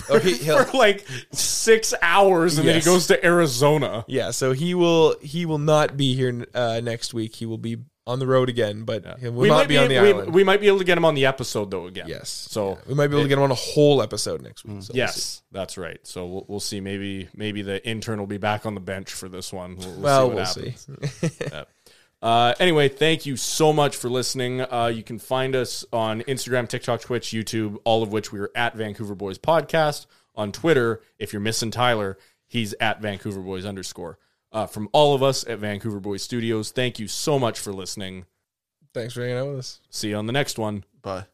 [SPEAKER 2] Oh, he- he'll-
[SPEAKER 1] For like six hours, and then
[SPEAKER 2] Yes.
[SPEAKER 1] he goes to Arizona.
[SPEAKER 2] Yeah, so he will he will not be here uh, next week. He will be on the road again, but he will not be, on the
[SPEAKER 1] we,
[SPEAKER 2] island.
[SPEAKER 1] we might be able to get him on the episode though again.
[SPEAKER 2] yes,
[SPEAKER 1] So
[SPEAKER 2] Yeah, we might be able to get him on a whole episode next
[SPEAKER 1] Mm.
[SPEAKER 2] week. So we'll see.
[SPEAKER 1] yes, that's right. So we'll, we'll see. Maybe maybe the intern will be back on the bench for this one. We'll, we'll see
[SPEAKER 2] well,
[SPEAKER 1] what
[SPEAKER 2] we'll
[SPEAKER 1] happens.
[SPEAKER 2] see.
[SPEAKER 1] Uh, anyway, thank you so much for listening. Uh, you can find us on Instagram, TikTok, Twitch, YouTube, all of which we are at Vancouver Boys Podcast. On Twitter, if you're missing Tyler, he's at Vancouver Boys underscore. Uh, from all of us at Vancouver Boys Studios, thank you so much for listening.
[SPEAKER 2] Thanks for hanging out with us.
[SPEAKER 1] See you on the next one.
[SPEAKER 3] Bye.